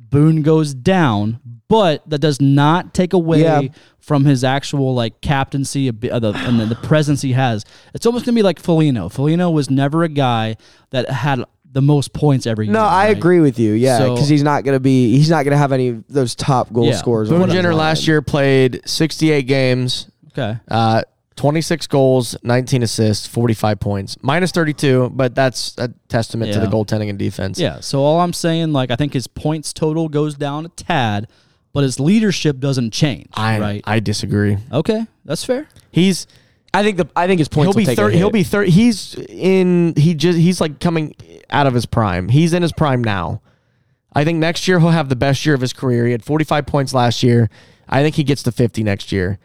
S2: Boone goes down. But that does not take away
S4: Yeah.
S2: from his actual like captaincy of, of the, and the presence he has. It's almost gonna be like Foligno. Foligno was never a guy that had the most points every year.
S4: No, I
S2: right?
S4: agree with you. Yeah,
S2: So-
S4: because he's not gonna be. He's not gonna have any of those top goal
S2: Yeah.
S4: scorers.
S3: Boone Jenner last year played 68 games,
S2: Okay.
S3: uh, 26 goals, 19 assists, 45 points, minus 32, but that's a testament to
S2: Yeah.
S3: the goaltending and defense.
S2: Yeah. So all I'm saying, like, I think his points total goes down a tad, but his leadership doesn't change.
S3: I
S2: right.
S3: I disagree.
S2: okay, that's fair.
S3: He's
S4: I think the I think his points
S3: he'll be
S4: will take a
S3: 30 he'll
S4: hit.
S3: be 30 he's in he just he's like coming out of his prime. He's in his prime now. I think next year he'll have the best year of his career. He had 45 points last year. I think he gets to 50 next year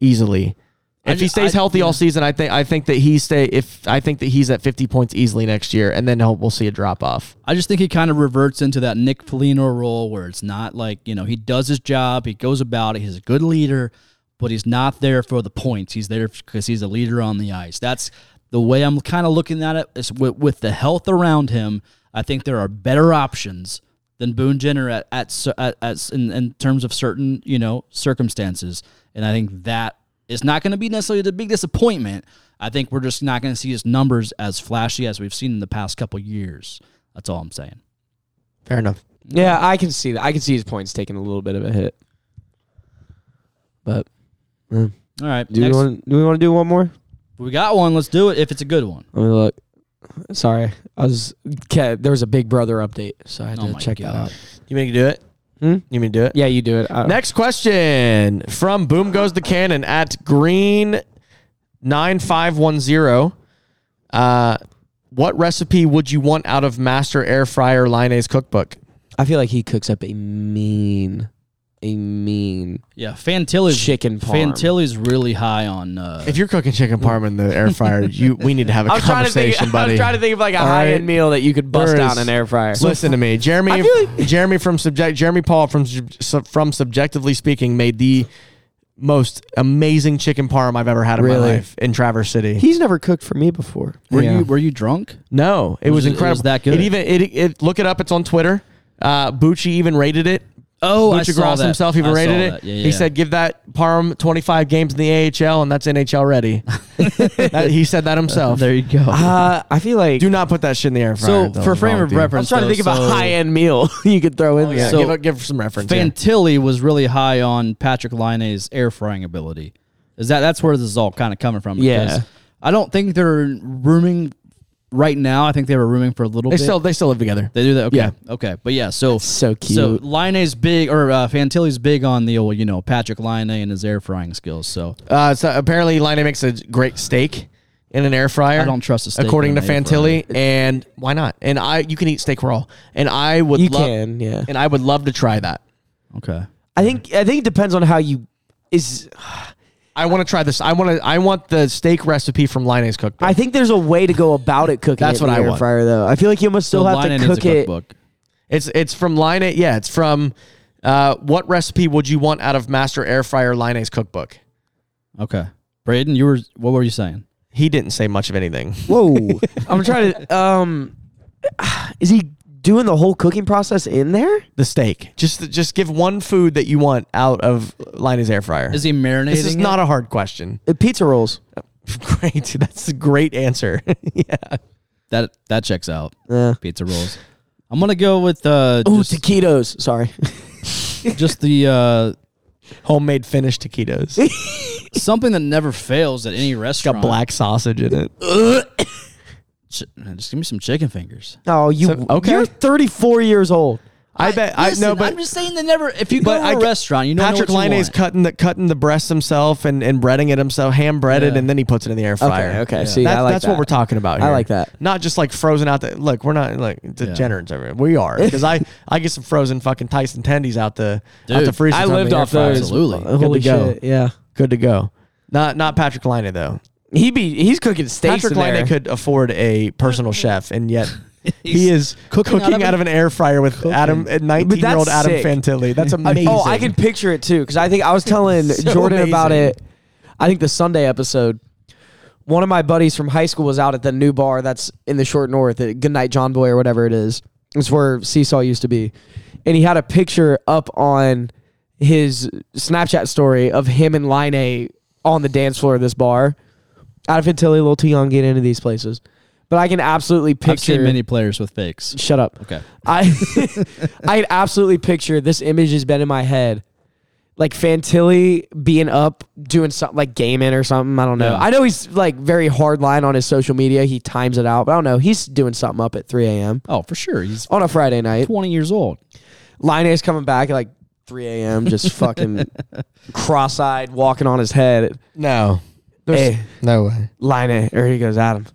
S3: easily. If he
S2: just-
S3: stays
S2: I-
S3: healthy all season, I think I think that he stay if I think that he's at 50 points easily next year and then he'll, we'll see a drop off.
S2: I just think he kind of reverts into that Nick Foligno role where it's not like, you know, he does his job, he goes about it, he's a good leader, but he's not there for the points. He's there because he's a leader on the ice. That's the way I'm kind of looking at it is with, with the health around him. I think there are better options than Boone Jenner at, at, cer- at, at in, in terms of certain, you know, circumstances. And I think that is not going to be necessarily the big disappointment. I think we're just not going to see his numbers as flashy as we've seen in the past couple years. That's all I'm saying.
S3: Fair enough.
S4: Yeah, I can see that. I can see his points taking a little bit of a hit. But
S2: All right,
S4: do
S2: next-
S4: we want do we want to do one more?
S2: we got one. Let's do it if it's a good one.
S4: Let me look. Sorry, I was okay, there was a Big Brother update, so I had
S2: Oh
S4: to
S2: my
S4: check that
S2: God.
S4: out.
S3: You mean to do it?
S4: Hmm?
S3: You mean to do it?
S4: Yeah, you do it. I-
S3: Next question from Boom Goes the Cannon at Green nine five one zero. Uh, what recipe would you want out of Master Air Fryer Line's cookbook?
S4: I feel like he cooks up a mean, a mean
S2: Yeah, Fantilli's
S4: chicken parm.
S2: Fantilli's really high on. Uh,
S3: If you're cooking chicken parm in the air fryer, you we need to have a
S4: I'm trying to
S3: conversation,
S4: think.
S3: buddy.
S4: I'm trying to think of like a
S3: All
S4: high end
S3: right.
S4: meal that you could bust
S3: There
S4: down
S3: is-
S4: an air fryer.
S3: Listen to me, Jeremy.
S4: I feel
S3: Jeremy from subject. Jeremy Paul from Sub- Sub- from subjectively speaking made the most amazing chicken parm I've ever had in my
S4: Really?
S3: life in Traverse City.
S4: he's never cooked for me before.
S2: were
S4: Yeah.
S2: you were you drunk?
S3: No, it was,
S2: it- it was
S3: incredible.
S2: that good?
S3: It even it, it look it up. It's on Twitter. Uh, Bucci even rated it.
S2: Oh, I
S3: Bucci
S2: saw
S3: Gross
S2: that.
S3: himself
S2: I
S3: even
S2: saw
S3: rated it.
S2: that. Yeah,
S3: He
S2: yeah.
S3: said, "Give that Parm 25 games in the AHL, and that's NHL ready." That- he said that
S4: Oh,
S3: himself.
S2: There you go.
S4: Uh, I feel like
S3: Do not put that shit in the air fryer.
S2: so
S3: That
S2: for
S3: was
S2: frame
S3: wrong,
S2: of
S3: dude.
S2: reference,
S4: I'm trying to
S2: though,
S4: think of a
S2: so Oh,
S4: high end meal you could throw in
S3: Yeah,
S4: there.
S2: So-
S3: give, give some reference. yeah.
S2: Fantilli was really high on Patrick Line's air frying ability. Is that that's where this is all kind of coming from?
S4: Yeah.
S2: because I don't think they're rooming right now, I think they were rooming for a little
S3: They
S2: bit.
S3: still they still live together.
S2: They do that. Okay.
S3: Yeah.
S2: Okay. But yeah. So
S4: so
S2: So
S4: cute.
S2: Line's big, or uh, Fantilli's big on the old, you know, Patrick Line and his air frying skills. So
S3: Uh, so apparently, Liney makes a great steak in an air fryer.
S2: I don't trust a steak
S3: according
S2: in
S3: to
S2: an air
S3: Fantilli. And why not? And I, you can eat steak raw. And I would
S4: You
S3: love,
S4: can, yeah.
S3: And I would love to try that.
S2: okay,
S4: I think I think it depends on how you is
S3: I want to try this. I want to. I want the steak recipe from Liney's cookbook.
S4: I think there's a way to go about it cooking.
S3: That's
S4: it in
S3: what
S4: the
S3: I
S4: air
S3: want.
S4: fryer though. I feel like you must still
S2: so
S4: have
S2: Line
S4: to
S2: needs
S4: cook
S2: a
S4: it.
S2: cookbook.
S3: it's it's from Line. Yeah, it's from. Uh, what recipe would you want out of Master Air Fryer Liney's cookbook?
S2: Okay, Braden, you were what were you saying?
S3: He didn't say much of anything.
S4: Whoa, I'm trying to. Um, is he doing the whole cooking process in there?
S3: The steak. Just just give one food that you want out of Liney's air fryer.
S2: Is he marinating?
S3: this is not a hard question.
S4: Uh, pizza rolls.
S3: Great, that's a great answer. yeah.
S2: that that checks out.
S4: Yeah.
S2: Pizza rolls. I'm gonna go with uh,
S4: Oh,
S2: just,
S4: taquitos. Sorry.
S2: just the uh,
S3: Homemade finished taquitos.
S2: something that never fails at any restaurant.
S3: Got black sausage in it.
S2: Ch- just give me some chicken fingers.
S4: Oh, you.
S3: So- okay.
S4: You're 34 years old.
S3: I bet. I
S2: Listen,
S3: know, but
S2: I'm just saying that never. If you go
S3: but
S2: to
S3: I
S2: a
S3: g-
S2: restaurant, you know
S3: Patrick
S2: know what you
S3: Liney's
S2: want.
S3: cutting the cutting the breast himself and and breading it himself, ham breaded,
S2: Yeah.
S3: and then he puts it in the air fryer.
S4: okay. See,
S3: that's,
S4: I like
S3: that's
S4: that.
S3: what we're talking about.
S4: I
S3: Here.
S4: like that.
S3: Not just like frozen out the look. We're not like degenerates. everywhere. We are because I I get some frozen fucking Tyson tendies out the out the
S2: Dude,
S3: freezer.
S4: I
S3: time in
S4: lived
S3: the air
S4: off
S3: fryer.
S4: those.
S2: Absolutely.
S4: Uh, Holy
S3: Good to go.
S4: shit. Yeah.
S3: Good to go. Not not Patrick Liney though.
S4: He be he's cooking steaks
S3: Patrick
S4: in there.
S3: Liney could afford a personal chef, and yet he is cooking,
S2: cooking out of
S3: out, of an air fryer with Adam, nineteen year old
S4: that's
S3: Adam
S4: sick.
S3: Fantilli. That's amazing.
S4: Oh, I can picture it too because I think I was telling Jordan
S3: amazing.
S4: about it. I think the Sunday episode. One of my buddies from high school was out at the new bar that's in the short north, at Goodnight John Boy or whatever it is. It's where Seesaw used to be, and he had a picture up on his Snapchat story of him and Line A on the dance floor of this bar. Out of Fantilli, a little too young to get into these places, but I can absolutely picture.
S2: I've seen many players with fakes.
S4: Shut up.
S2: Okay.
S4: I I can absolutely picture this image has been in my head. Like Fantilli being up doing something like gaming or something. I don't know.
S2: Yeah.
S4: I know he's like very hard line on his social media. He times it out, but I don't know. He's doing something up at 3 a.m.
S2: Oh, for sure. He's
S4: on a Friday night.
S2: 20 years old.
S4: Line is coming back at like 3 a.m. just fucking cross eyed, walking on his head.
S3: No, There's
S4: Hey.
S3: no way.
S4: Line A, or he goes, Adam.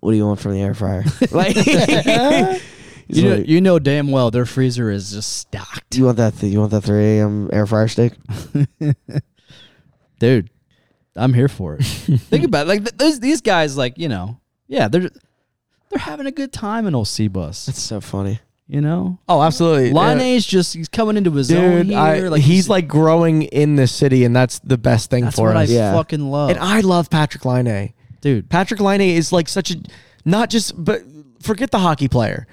S4: What do you want from the air fryer? Like, He's
S2: You know,
S4: like,
S2: you know damn well their freezer is just stocked.
S4: you want that? you want that 3 a.m. air fryer steak?
S2: Dude, I'm here for it. Think about it. Like th- those these guys like, you know, yeah, they're they're having a good time in old C bus,
S4: That's so funny.
S2: you know?
S3: Oh, absolutely.
S2: Line A's just he's coming into his own
S3: dude,
S2: here.
S3: I,
S2: like
S3: he's like growing in the city, and that's the best thing
S2: that's
S3: for
S2: what I
S3: us.
S4: Yeah.
S2: fucking love.
S3: And I love Patrick Line.
S2: Dude,
S3: Patrick Line is like such a not just but forget the hockey player.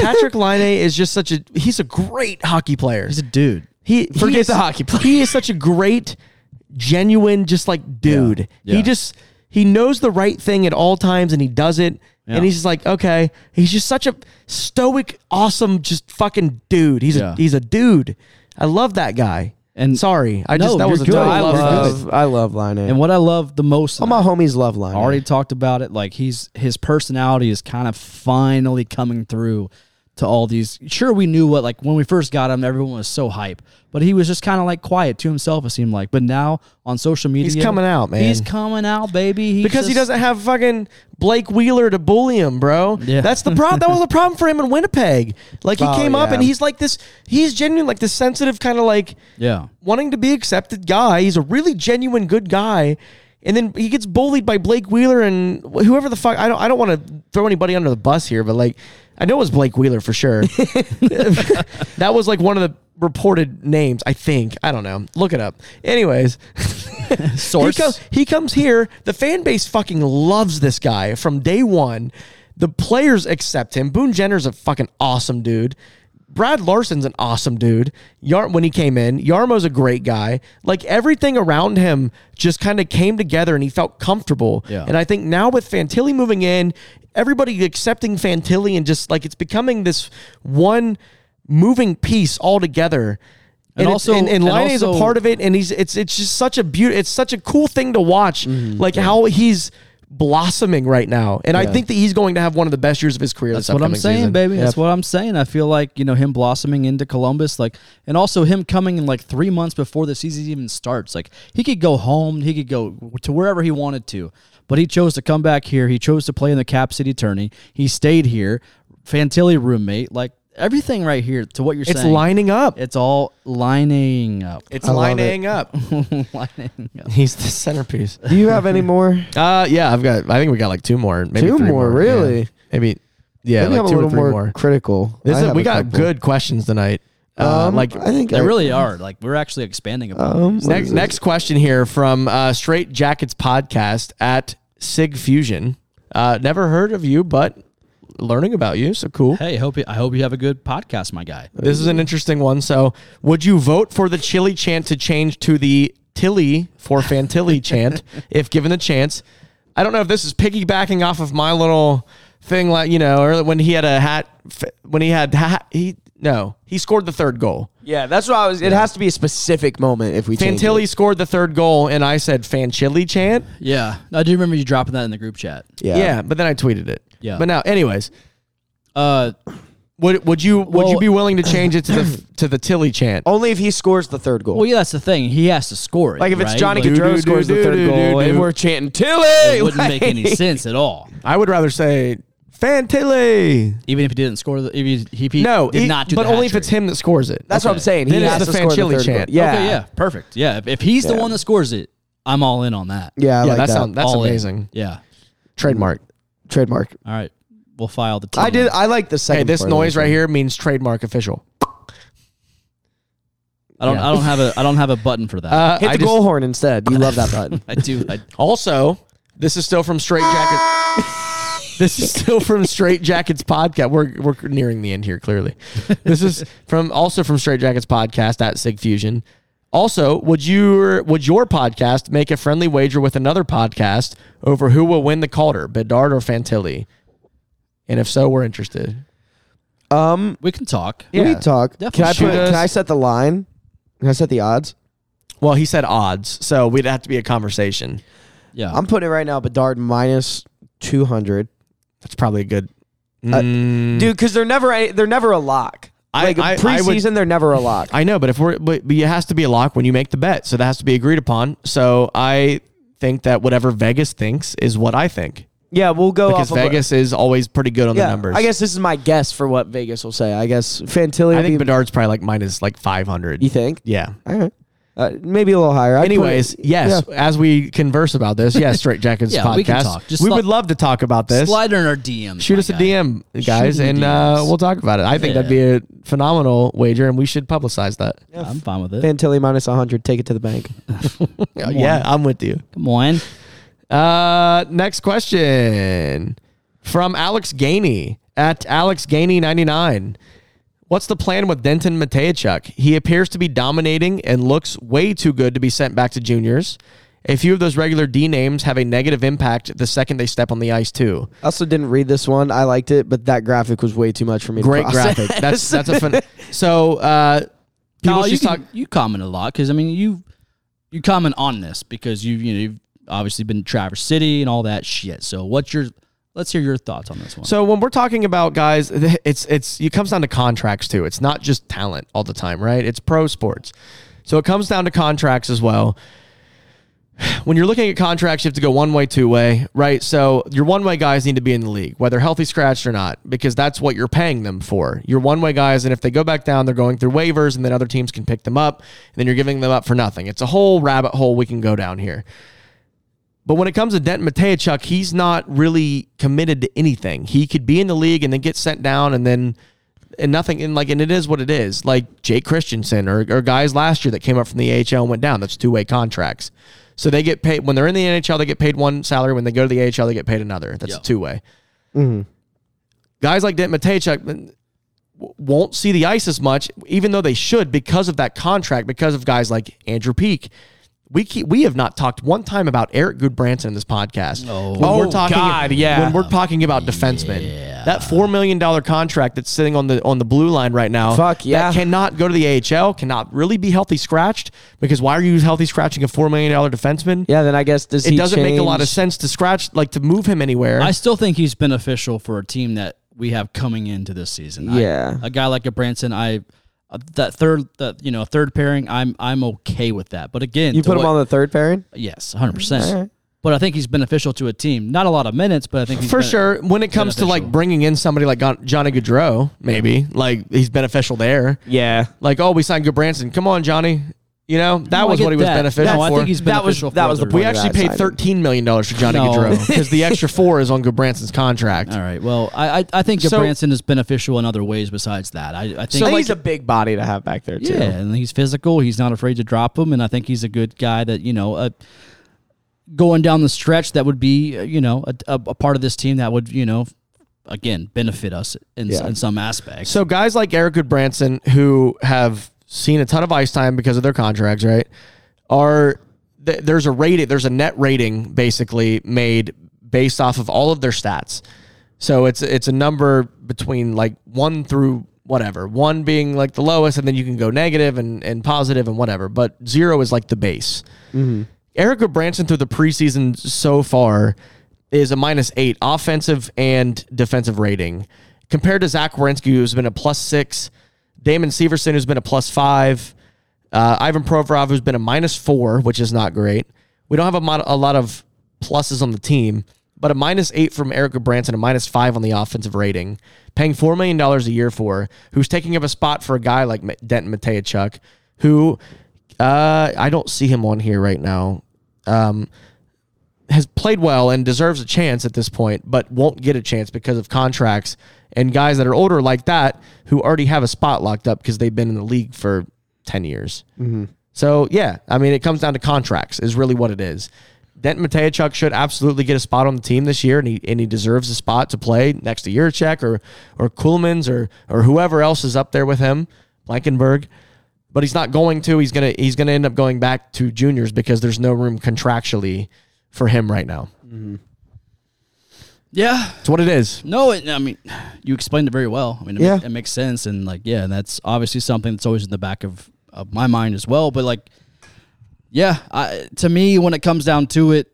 S3: Patrick Line is just such a he's a great hockey player.
S2: he's a dude.
S3: He
S4: Forget
S3: he is-
S4: the hockey player.
S3: He is such a great, genuine, just like dude.
S2: Yeah.
S3: He just he knows the right thing at all times, and he does it.
S2: Yeah.
S3: And he's just like, okay. He's just such a stoic, awesome, just fucking dude. He's
S2: Yeah.
S3: a he's a dude. I love that guy.
S2: And-
S3: And sorry, I
S2: No,
S3: just that
S2: you're
S3: was a
S2: good.
S3: good. Oh
S2: I
S4: I
S2: love-
S4: love, I love Line
S2: And what I love the most
S4: All my homies love Line
S2: I already talked about it. Like he's his personality is kind of finally coming through to all these. Sure, we knew what like when we first got him, everyone was so hype, but he was just kind of like quiet to himself. It seemed like, but now on social media,
S3: coming out, man.
S2: He's coming out, baby. He's
S3: because he
S2: just-
S3: doesn't have fucking Blake Wheeler to bully him, bro.
S2: Yeah.
S3: That's the problem. That was the problem for him in Winnipeg. Like he
S4: Oh,
S3: came up
S4: yeah.
S3: and he's like this he's genuine like this sensitive kind of like
S2: Yeah,
S3: wanting to be accepted guy. He's a really genuine good guy. And then he gets bullied by Blake Wheeler and wh- whoever the fuck I don't I don't want to throw anybody under the bus here, but like I know it was Blake Wheeler for sure. that was like one of the reported names, I think. I don't know. Look it up. Anyways,
S2: source.
S3: he, co- he comes here. The fan base fucking loves this guy from day one. The players accept him. Boone Jenner's a fucking awesome dude. Brad Larson's an awesome dude. Yar- when he came in, Yarmo's a great guy. Like everything around him just kind of came together and he felt comfortable.
S2: Yeah.
S3: And I think now with Fantilli moving in, everybody accepting Fantilli and just like it's becoming this one moving piece all together.
S2: And
S3: And, it's-
S2: also-
S3: and, and
S2: and
S3: Line is a
S2: also-
S3: Mm-hmm. part of it, and he's it's it's just such a beauty. It's such a cool thing to watch, like how he's blossoming right now, and I
S4: Yeah.
S3: think that he's going to have one of the best years of his career.
S2: That's
S3: this
S2: what I'm
S3: upcoming
S2: saying,
S3: season.
S2: baby. That's
S4: Yep.
S2: what I'm saying. I feel like you know him blossoming into Columbus, like, and also him coming in like three months before the season even starts. Like he could go home, he could go to wherever he wanted to, but he chose to come back here. He chose to play in the Cap City Tourney. He stayed here, Fantilli roommate. Like everything right here to what you're
S3: It's
S2: saying,
S3: lining up.
S2: It's all lining up.
S3: It's
S4: I love
S3: lining up.
S2: lining up.
S3: He's the centerpiece.
S4: Do you have any more?
S3: Uh, yeah, I've got. I think we got like two more. Maybe
S4: Two
S3: three
S4: more, really?
S3: Yeah. Maybe. Yeah,
S4: Maybe
S3: like
S4: I'm a
S3: two
S4: little
S3: or three
S4: more,
S3: more.
S4: critical.
S3: This
S4: I
S3: is,
S4: have
S3: we
S4: a
S3: got
S4: couple.
S3: good questions tonight. uh,
S4: Um,
S3: like
S4: I think
S2: They
S4: I-
S2: really are. Like we're actually expanding
S3: Uh,
S2: upon.
S4: Um, what
S3: next
S4: is it?
S3: next question here from uh, Straight Jackets podcast at Sig Fusion. Uh, never heard of you, but learning about you, so cool.
S2: Hey, hope you, I hope you have a good podcast, my guy.
S3: This is an interesting one. So, would you vote for the Chili chant to change to the Tilly for Fantilli chant if given the chance? I don't know if this is piggybacking off of my little thing, like you know, or when he had a hat, f- when he had ha- he no, he scored the third goal.
S4: Yeah, that's what I was. It has to be a specific moment if we change
S3: Fantilli
S4: it.
S3: scored the third goal, and I said Fanchilli chant.
S2: Yeah, I do remember you dropping that in the group chat.
S3: Yeah. but then I tweeted it.
S2: Yeah.
S3: But now, anyways,
S2: Uh,
S3: would would you would
S2: Well-
S3: you be willing to change it to the to the Tilly chant?
S4: Only if he scores the third goal.
S2: well, yeah, that's the thing. He has to score it.
S4: like if it's
S2: right?
S4: Johnny
S2: Like,
S3: Gaudreau
S4: Gaudreau scores the third goal and we're chanting Tilly,
S2: it wouldn't make any sense at all.
S3: I would rather say Fantilli.
S2: Even if he didn't score, the, if he, if he
S3: No,
S2: did
S3: it-
S2: not do,
S3: but
S2: the
S3: only
S2: hat
S3: if it's
S2: trick.
S3: him that scores it.
S4: That's what I'm saying.
S3: Then
S4: he
S3: it's
S4: has
S3: the
S4: to score
S3: Fantilli
S4: the third
S3: chant.
S4: goal. Yeah,
S2: Okay, yeah, perfect. Yeah, if, if he's the
S4: Yeah.
S2: one that scores it, I'm all in on that.
S4: yeah.
S3: yeah,
S4: I like
S3: that
S4: that.
S3: sound- that's
S2: All in.
S3: amazing.
S2: Yeah.
S3: Trademark.
S4: trademark.
S2: All right, we'll file the.
S4: I did. I like the second.
S3: Hey, this
S4: part of
S3: noise
S4: one.
S3: right here means trademark official.
S2: I don't.
S3: yeah.
S2: I don't have a. I don't have a button for that.
S3: Uh,
S4: Hit
S3: I
S4: the
S3: just-
S4: goal horn instead. You love that button.
S2: I do. I,
S3: Also, this is still from Straight Jacket. this is still from Straight Jackets podcast. We're we're nearing the end here. Clearly, this is from also from Straight Jackets podcast at Sig Fusion. Also, would your would your podcast make a friendly wager with another podcast over who will win the Calder, Bedard or Fantilli? And if so, we're interested.
S4: Um,
S2: we can talk.
S4: we
S3: Yeah.
S4: talk.
S2: Definitely.
S4: Can I
S2: Shoot
S4: put? Can
S3: us.
S4: I set the line? Can I set the odds?
S3: Well, he said odds, so we'd have to be a conversation.
S2: Yeah.
S4: I'm putting it right now. Bedard minus two hundred.
S3: That's probably a good. mm,
S4: dude, because they're never a- they're never a lock.
S3: Uh, I-
S4: like
S3: I- I
S4: preseason,
S3: would-
S4: they're never a lock.
S3: I know, but if we're but, but it has to be a lock when you make the bet, so that has to be agreed upon. So I think that whatever Vegas thinks is what I think
S4: yeah, we'll
S2: Oh,
S4: go
S3: because
S4: off of a-
S3: Vegas is always pretty good on the numbers.
S4: I guess this is my guess for what Vegas will say. I guess Fantilli.
S3: I
S4: will
S3: think
S4: be,
S3: Bedard's probably like minus like five hundred.
S4: you think?
S3: Yeah.
S4: All right. Uh, maybe a little higher. I'd put
S3: Anyways,
S4: it-
S3: yes.
S4: yeah.
S3: As we converse about this, yes, Straight Jackets
S2: Yeah,
S3: podcast.
S2: we can talk. Just
S3: we
S2: sli-
S3: would love to talk about this.
S2: Slide in our DMs.
S3: Shoot
S2: my
S3: us a
S2: guy.
S3: DM, guys,
S2: Shoot me
S3: and uh,
S2: DMs.
S3: we'll talk about it. I think that'd be a phenomenal wager, and we should publicize that.
S2: I'm fine with it.
S4: Fantilli minus 100. Take it to the bank.
S3: yeah I'm with you.
S2: Come on.
S3: Uh, next question from Alex Gainey at Alex Gainey ninety nine. What's the plan with Denton Mateichuk? He appears to be dominating and looks way too good to be sent back to juniors. A few of those regular D names have a negative impact the second they step on the ice too.
S4: I also didn't read this one. I liked it, but that graphic was way too much for me.
S3: Great
S4: to process.
S3: graphic. That's that's a fun. So uh, people
S2: Kyle, you,
S3: should talk.
S2: can- you comment a lot because I mean you you comment on this because you you know you've obviously been to Traverse City and all that shit. So what's your let's hear your thoughts on this one.
S3: So when we're talking about guys, th- it's it's it comes down to contracts too. It's not just talent all the time, right? It's pro sports, so it comes down to contracts as well. When you're looking at contracts, you have to go one way, two way, right? So your one way guys need to be in the league, whether healthy scratched or not, because that's what you're paying them for. Your one way guys, and if they go back down, they're going through waivers, and then other teams can pick them up, and then you're giving them up for nothing. It's a whole rabbit hole we can go down here. But when it comes to Denton Mateichuk, he's not really committed to anything. He could be in the league and then get sent down and then and nothing and like and it is what it is. Like Jake Christensen or, or guys last year that came up from the AHL and went down. That's two way contracts. So they get paid when they're in the NHL, they get paid one salary. When they go to the AHL, they get paid another. That's
S2: Yeah.
S3: a two way. Guys like Denton Mateichuk w- won't see the ice as much, even though they should because of that contract, because of guys like Andrew Peak. We keep, we have not talked one time about Eric Goodbranson in this podcast.
S2: No.
S3: When we're
S4: Oh,
S3: talking,
S4: God, yeah.
S3: When we're talking about defensemen, That four million dollar contract that's sitting on the on the blue line right now.
S4: Fuck, yeah.
S3: That cannot go to the AHL. Cannot really be healthy scratched because why are you healthy scratching a four million dollar defenseman?
S4: Yeah, then I guess does
S3: It
S4: he
S3: doesn't make a lot of
S4: change-
S3: sense to scratch like to move him anywhere.
S2: I still think he's beneficial for a team that we have coming into this season. I-
S4: Yeah.
S2: a guy like a Branson, I uh, that third that you know third pairing, I'm I'm okay with that. But again,
S4: You
S2: to
S4: put
S2: what-
S4: him on the third pairing.
S2: yes, 100. percent But I think he's beneficial to a team. Not a lot of minutes, but I think he's
S3: for
S2: bene-
S3: sure, when it comes to like
S2: beneficial.
S3: bringing in somebody like Gon- Johnny Gaudreau, maybe like he's beneficial there.
S4: Yeah,
S3: Like, oh, we signed Gabranson. Come on, Johnny. You know that
S2: No, I
S3: was
S2: get
S3: what he was
S2: that.
S3: beneficial
S2: No,
S3: for.
S2: I think he's
S4: That was-
S2: beneficial. for
S4: that was the
S2: other-
S3: We
S4: Why did
S3: actually
S4: I
S3: paid
S4: sign him?
S3: thirteen million dollars for Johnny
S2: No.
S3: Gaudreau because the extra four is on Gobranson's contract.
S2: All right. Well, I I, I think
S3: So-
S2: Branson is beneficial in other ways besides that. I, I think
S4: I think
S3: like-
S4: he's a big body to have back there too.
S2: Yeah, and he's physical. He's not afraid to drop him, and I think he's a good guy that you know, uh, going down the stretch that would be uh, you know a, a, a part of this team that would you know, again benefit us in, s
S4: Yeah.
S2: in some aspects.
S3: So guys like Eric Goodbranson, who have seen a ton of ice time because of their contracts, right? Are th- there's a rating, there's a net rating basically made based off of all of their stats. So it's it's a number between like one through whatever. One being like the lowest, and then you can go negative and and positive and whatever. But zero is like the base. Eric Branson through the preseason so far is a minus eight offensive and defensive rating compared to Zach Wierenski, who's been a plus six, Damon Severson, who's been a plus five, uh, Ivan Provorov, who's been a minus four, which is not great. We don't have a, mod- a lot of pluses on the team, but a minus eight from Eric Branson, a minus five on the offensive rating, paying $4 million a year for, who's taking up a spot for a guy like Ma- Denton Matejchuk, who uh, I don't see him on here right now. Um, has played well and deserves a chance at this point, but won't get a chance because of contracts and guys that are older like that who already have a spot locked up because they've been in the league for ten years. So yeah, I mean, it comes down to contracts is really what it is. Denton Matejchuk should absolutely get a spot on the team this year, and he and he deserves a spot to play next to Yurchek or or Kuhlman's or or whoever else is up there with him, Blankenberg. But he's not going to. He's gonna he's gonna end up going back to juniors because there's no room contractually for him right now.
S2: yeah,
S3: It's what it is.
S2: no, it, I mean, you explained it very well. I mean, it,
S4: Yeah.
S2: ma- it makes sense, and like yeah, and that's obviously something that's always in the back of, of my mind as well. But like, yeah, I, to me, when it comes down to it,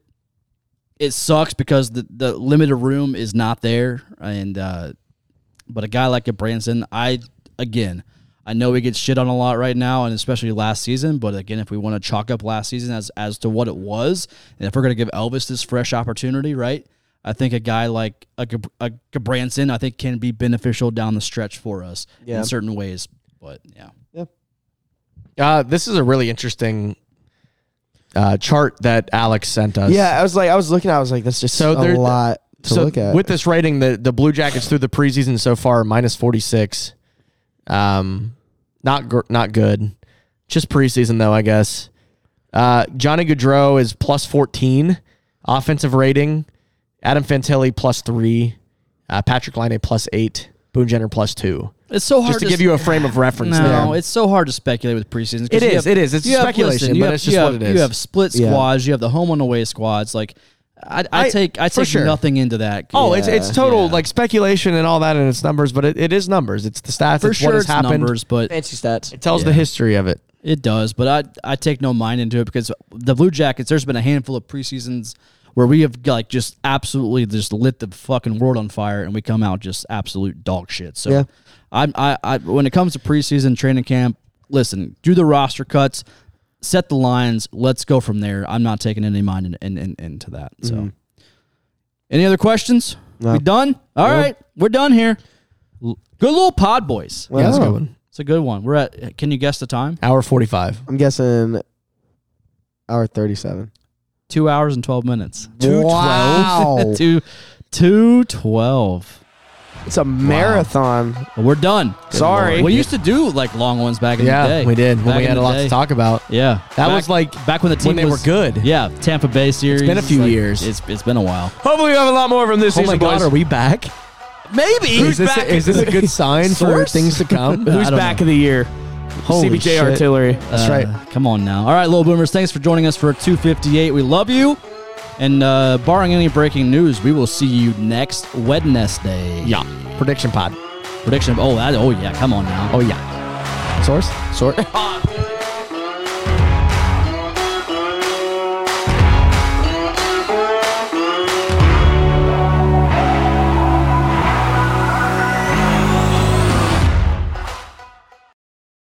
S2: it sucks because the, the limited room is not there. And uh, but a guy like a Branson, I again, I know he gets shit on a lot right now, and especially last season. But again, if we want to chalk up last season as as to what it was, and if we're gonna give Elvis this fresh opportunity, right? I think a guy like a, Gab- a Branson, I think, can be beneficial down the stretch for us
S4: Yeah.
S2: in certain ways. But yeah,
S3: Uh, this is a really interesting uh, chart that Alex sent us.
S4: Yeah, I was like, I was looking, I was like, that's just
S3: So
S4: so
S3: there-
S4: a lot to look at.
S3: With this rating, the the Blue Jackets through the preseason so far are minus forty six. Um, not gr- not good. Just preseason though, I guess. Uh, Johnny Gaudreau is plus fourteen offensive rating. Adam Fantilli plus three. Uh, Patrick Line plus eight. Boone Jenner plus two.
S2: it's so hard
S3: Just to
S2: to
S3: give
S2: s-
S3: you a frame of reference.
S2: No,
S3: there.
S2: it's so hard to speculate with preseason. 'cause
S3: It
S2: you
S3: is, it is. It's
S2: you have-
S3: speculation,
S2: you
S3: but
S2: have-
S3: it's just
S2: you
S3: what
S2: have-
S3: it is.
S2: You have split
S4: Yeah.
S2: squads. You have the home and away squads. Like, I, I,
S3: I-
S2: take I
S3: for
S2: take
S3: sure.
S2: nothing into that.
S3: Oh, it's it's total
S2: Yeah.
S3: like speculation and all that, and it's numbers, but it, it is numbers. It's the stats.
S2: for
S3: it's
S2: sure
S3: what has
S2: it's
S3: happened.
S2: numbers, but
S4: fancy stats.
S3: It tells the history of it.
S2: it does. But I I take no mind into it because the Blue Jackets. There's been a handful of preseasons where we have like just absolutely just lit the fucking world on fire, and we come out just absolute dog shit. So,
S4: Yeah.
S2: I'm I, I when it comes to preseason training camp, listen, do the roster cuts. Set the lines. Let's go from there. I'm not taking any mind in, in, in- into that. So,
S4: Mm-hmm.
S2: any other questions? We done? All right. we're done here. L- Good little pod, boys.
S4: Well,
S3: that's a good one.
S2: It's a good one. We're at. Can you guess the time?
S3: Hour forty five.
S4: I'm guessing hour 37.
S2: Two hours and twelve minutes.
S4: Wow.
S2: two, two twelve.
S4: it's a marathon.
S2: We're done.
S4: Sorry.
S2: We used to do like long ones back in the
S3: Yeah,
S2: day.
S3: we did when
S2: Back
S3: we
S2: in
S3: had
S2: the
S3: a lot
S2: day.
S3: to talk about.
S2: Yeah,
S3: That
S2: Back-
S3: was like
S2: back when the team
S3: when they
S2: was-
S3: were good.
S2: Yeah, Tampa Bay series.
S3: been a few
S2: Like,
S3: years.
S2: It's it's been a while.
S4: Hopefully, we have a lot more from this
S3: Oh my God, are we back?
S4: Maybe.
S3: Is this, a, is this a good sign for
S4: Source?
S3: things to come?
S4: Who's
S3: I don't
S4: back
S3: know.
S4: of the year?
S3: Holy
S4: CBJ
S3: shit.
S4: Artillery.
S3: That's
S2: Uh,
S3: right.
S2: Come on now. All right, little boomers. Thanks for joining us for 258. We love you. And uh, barring any breaking news, we will see you next Wednesday.
S3: Yeah. Prediction pod.
S2: Prediction. Oh, that. Oh yeah. Come on now.
S3: Oh yeah. Source?
S2: Sort.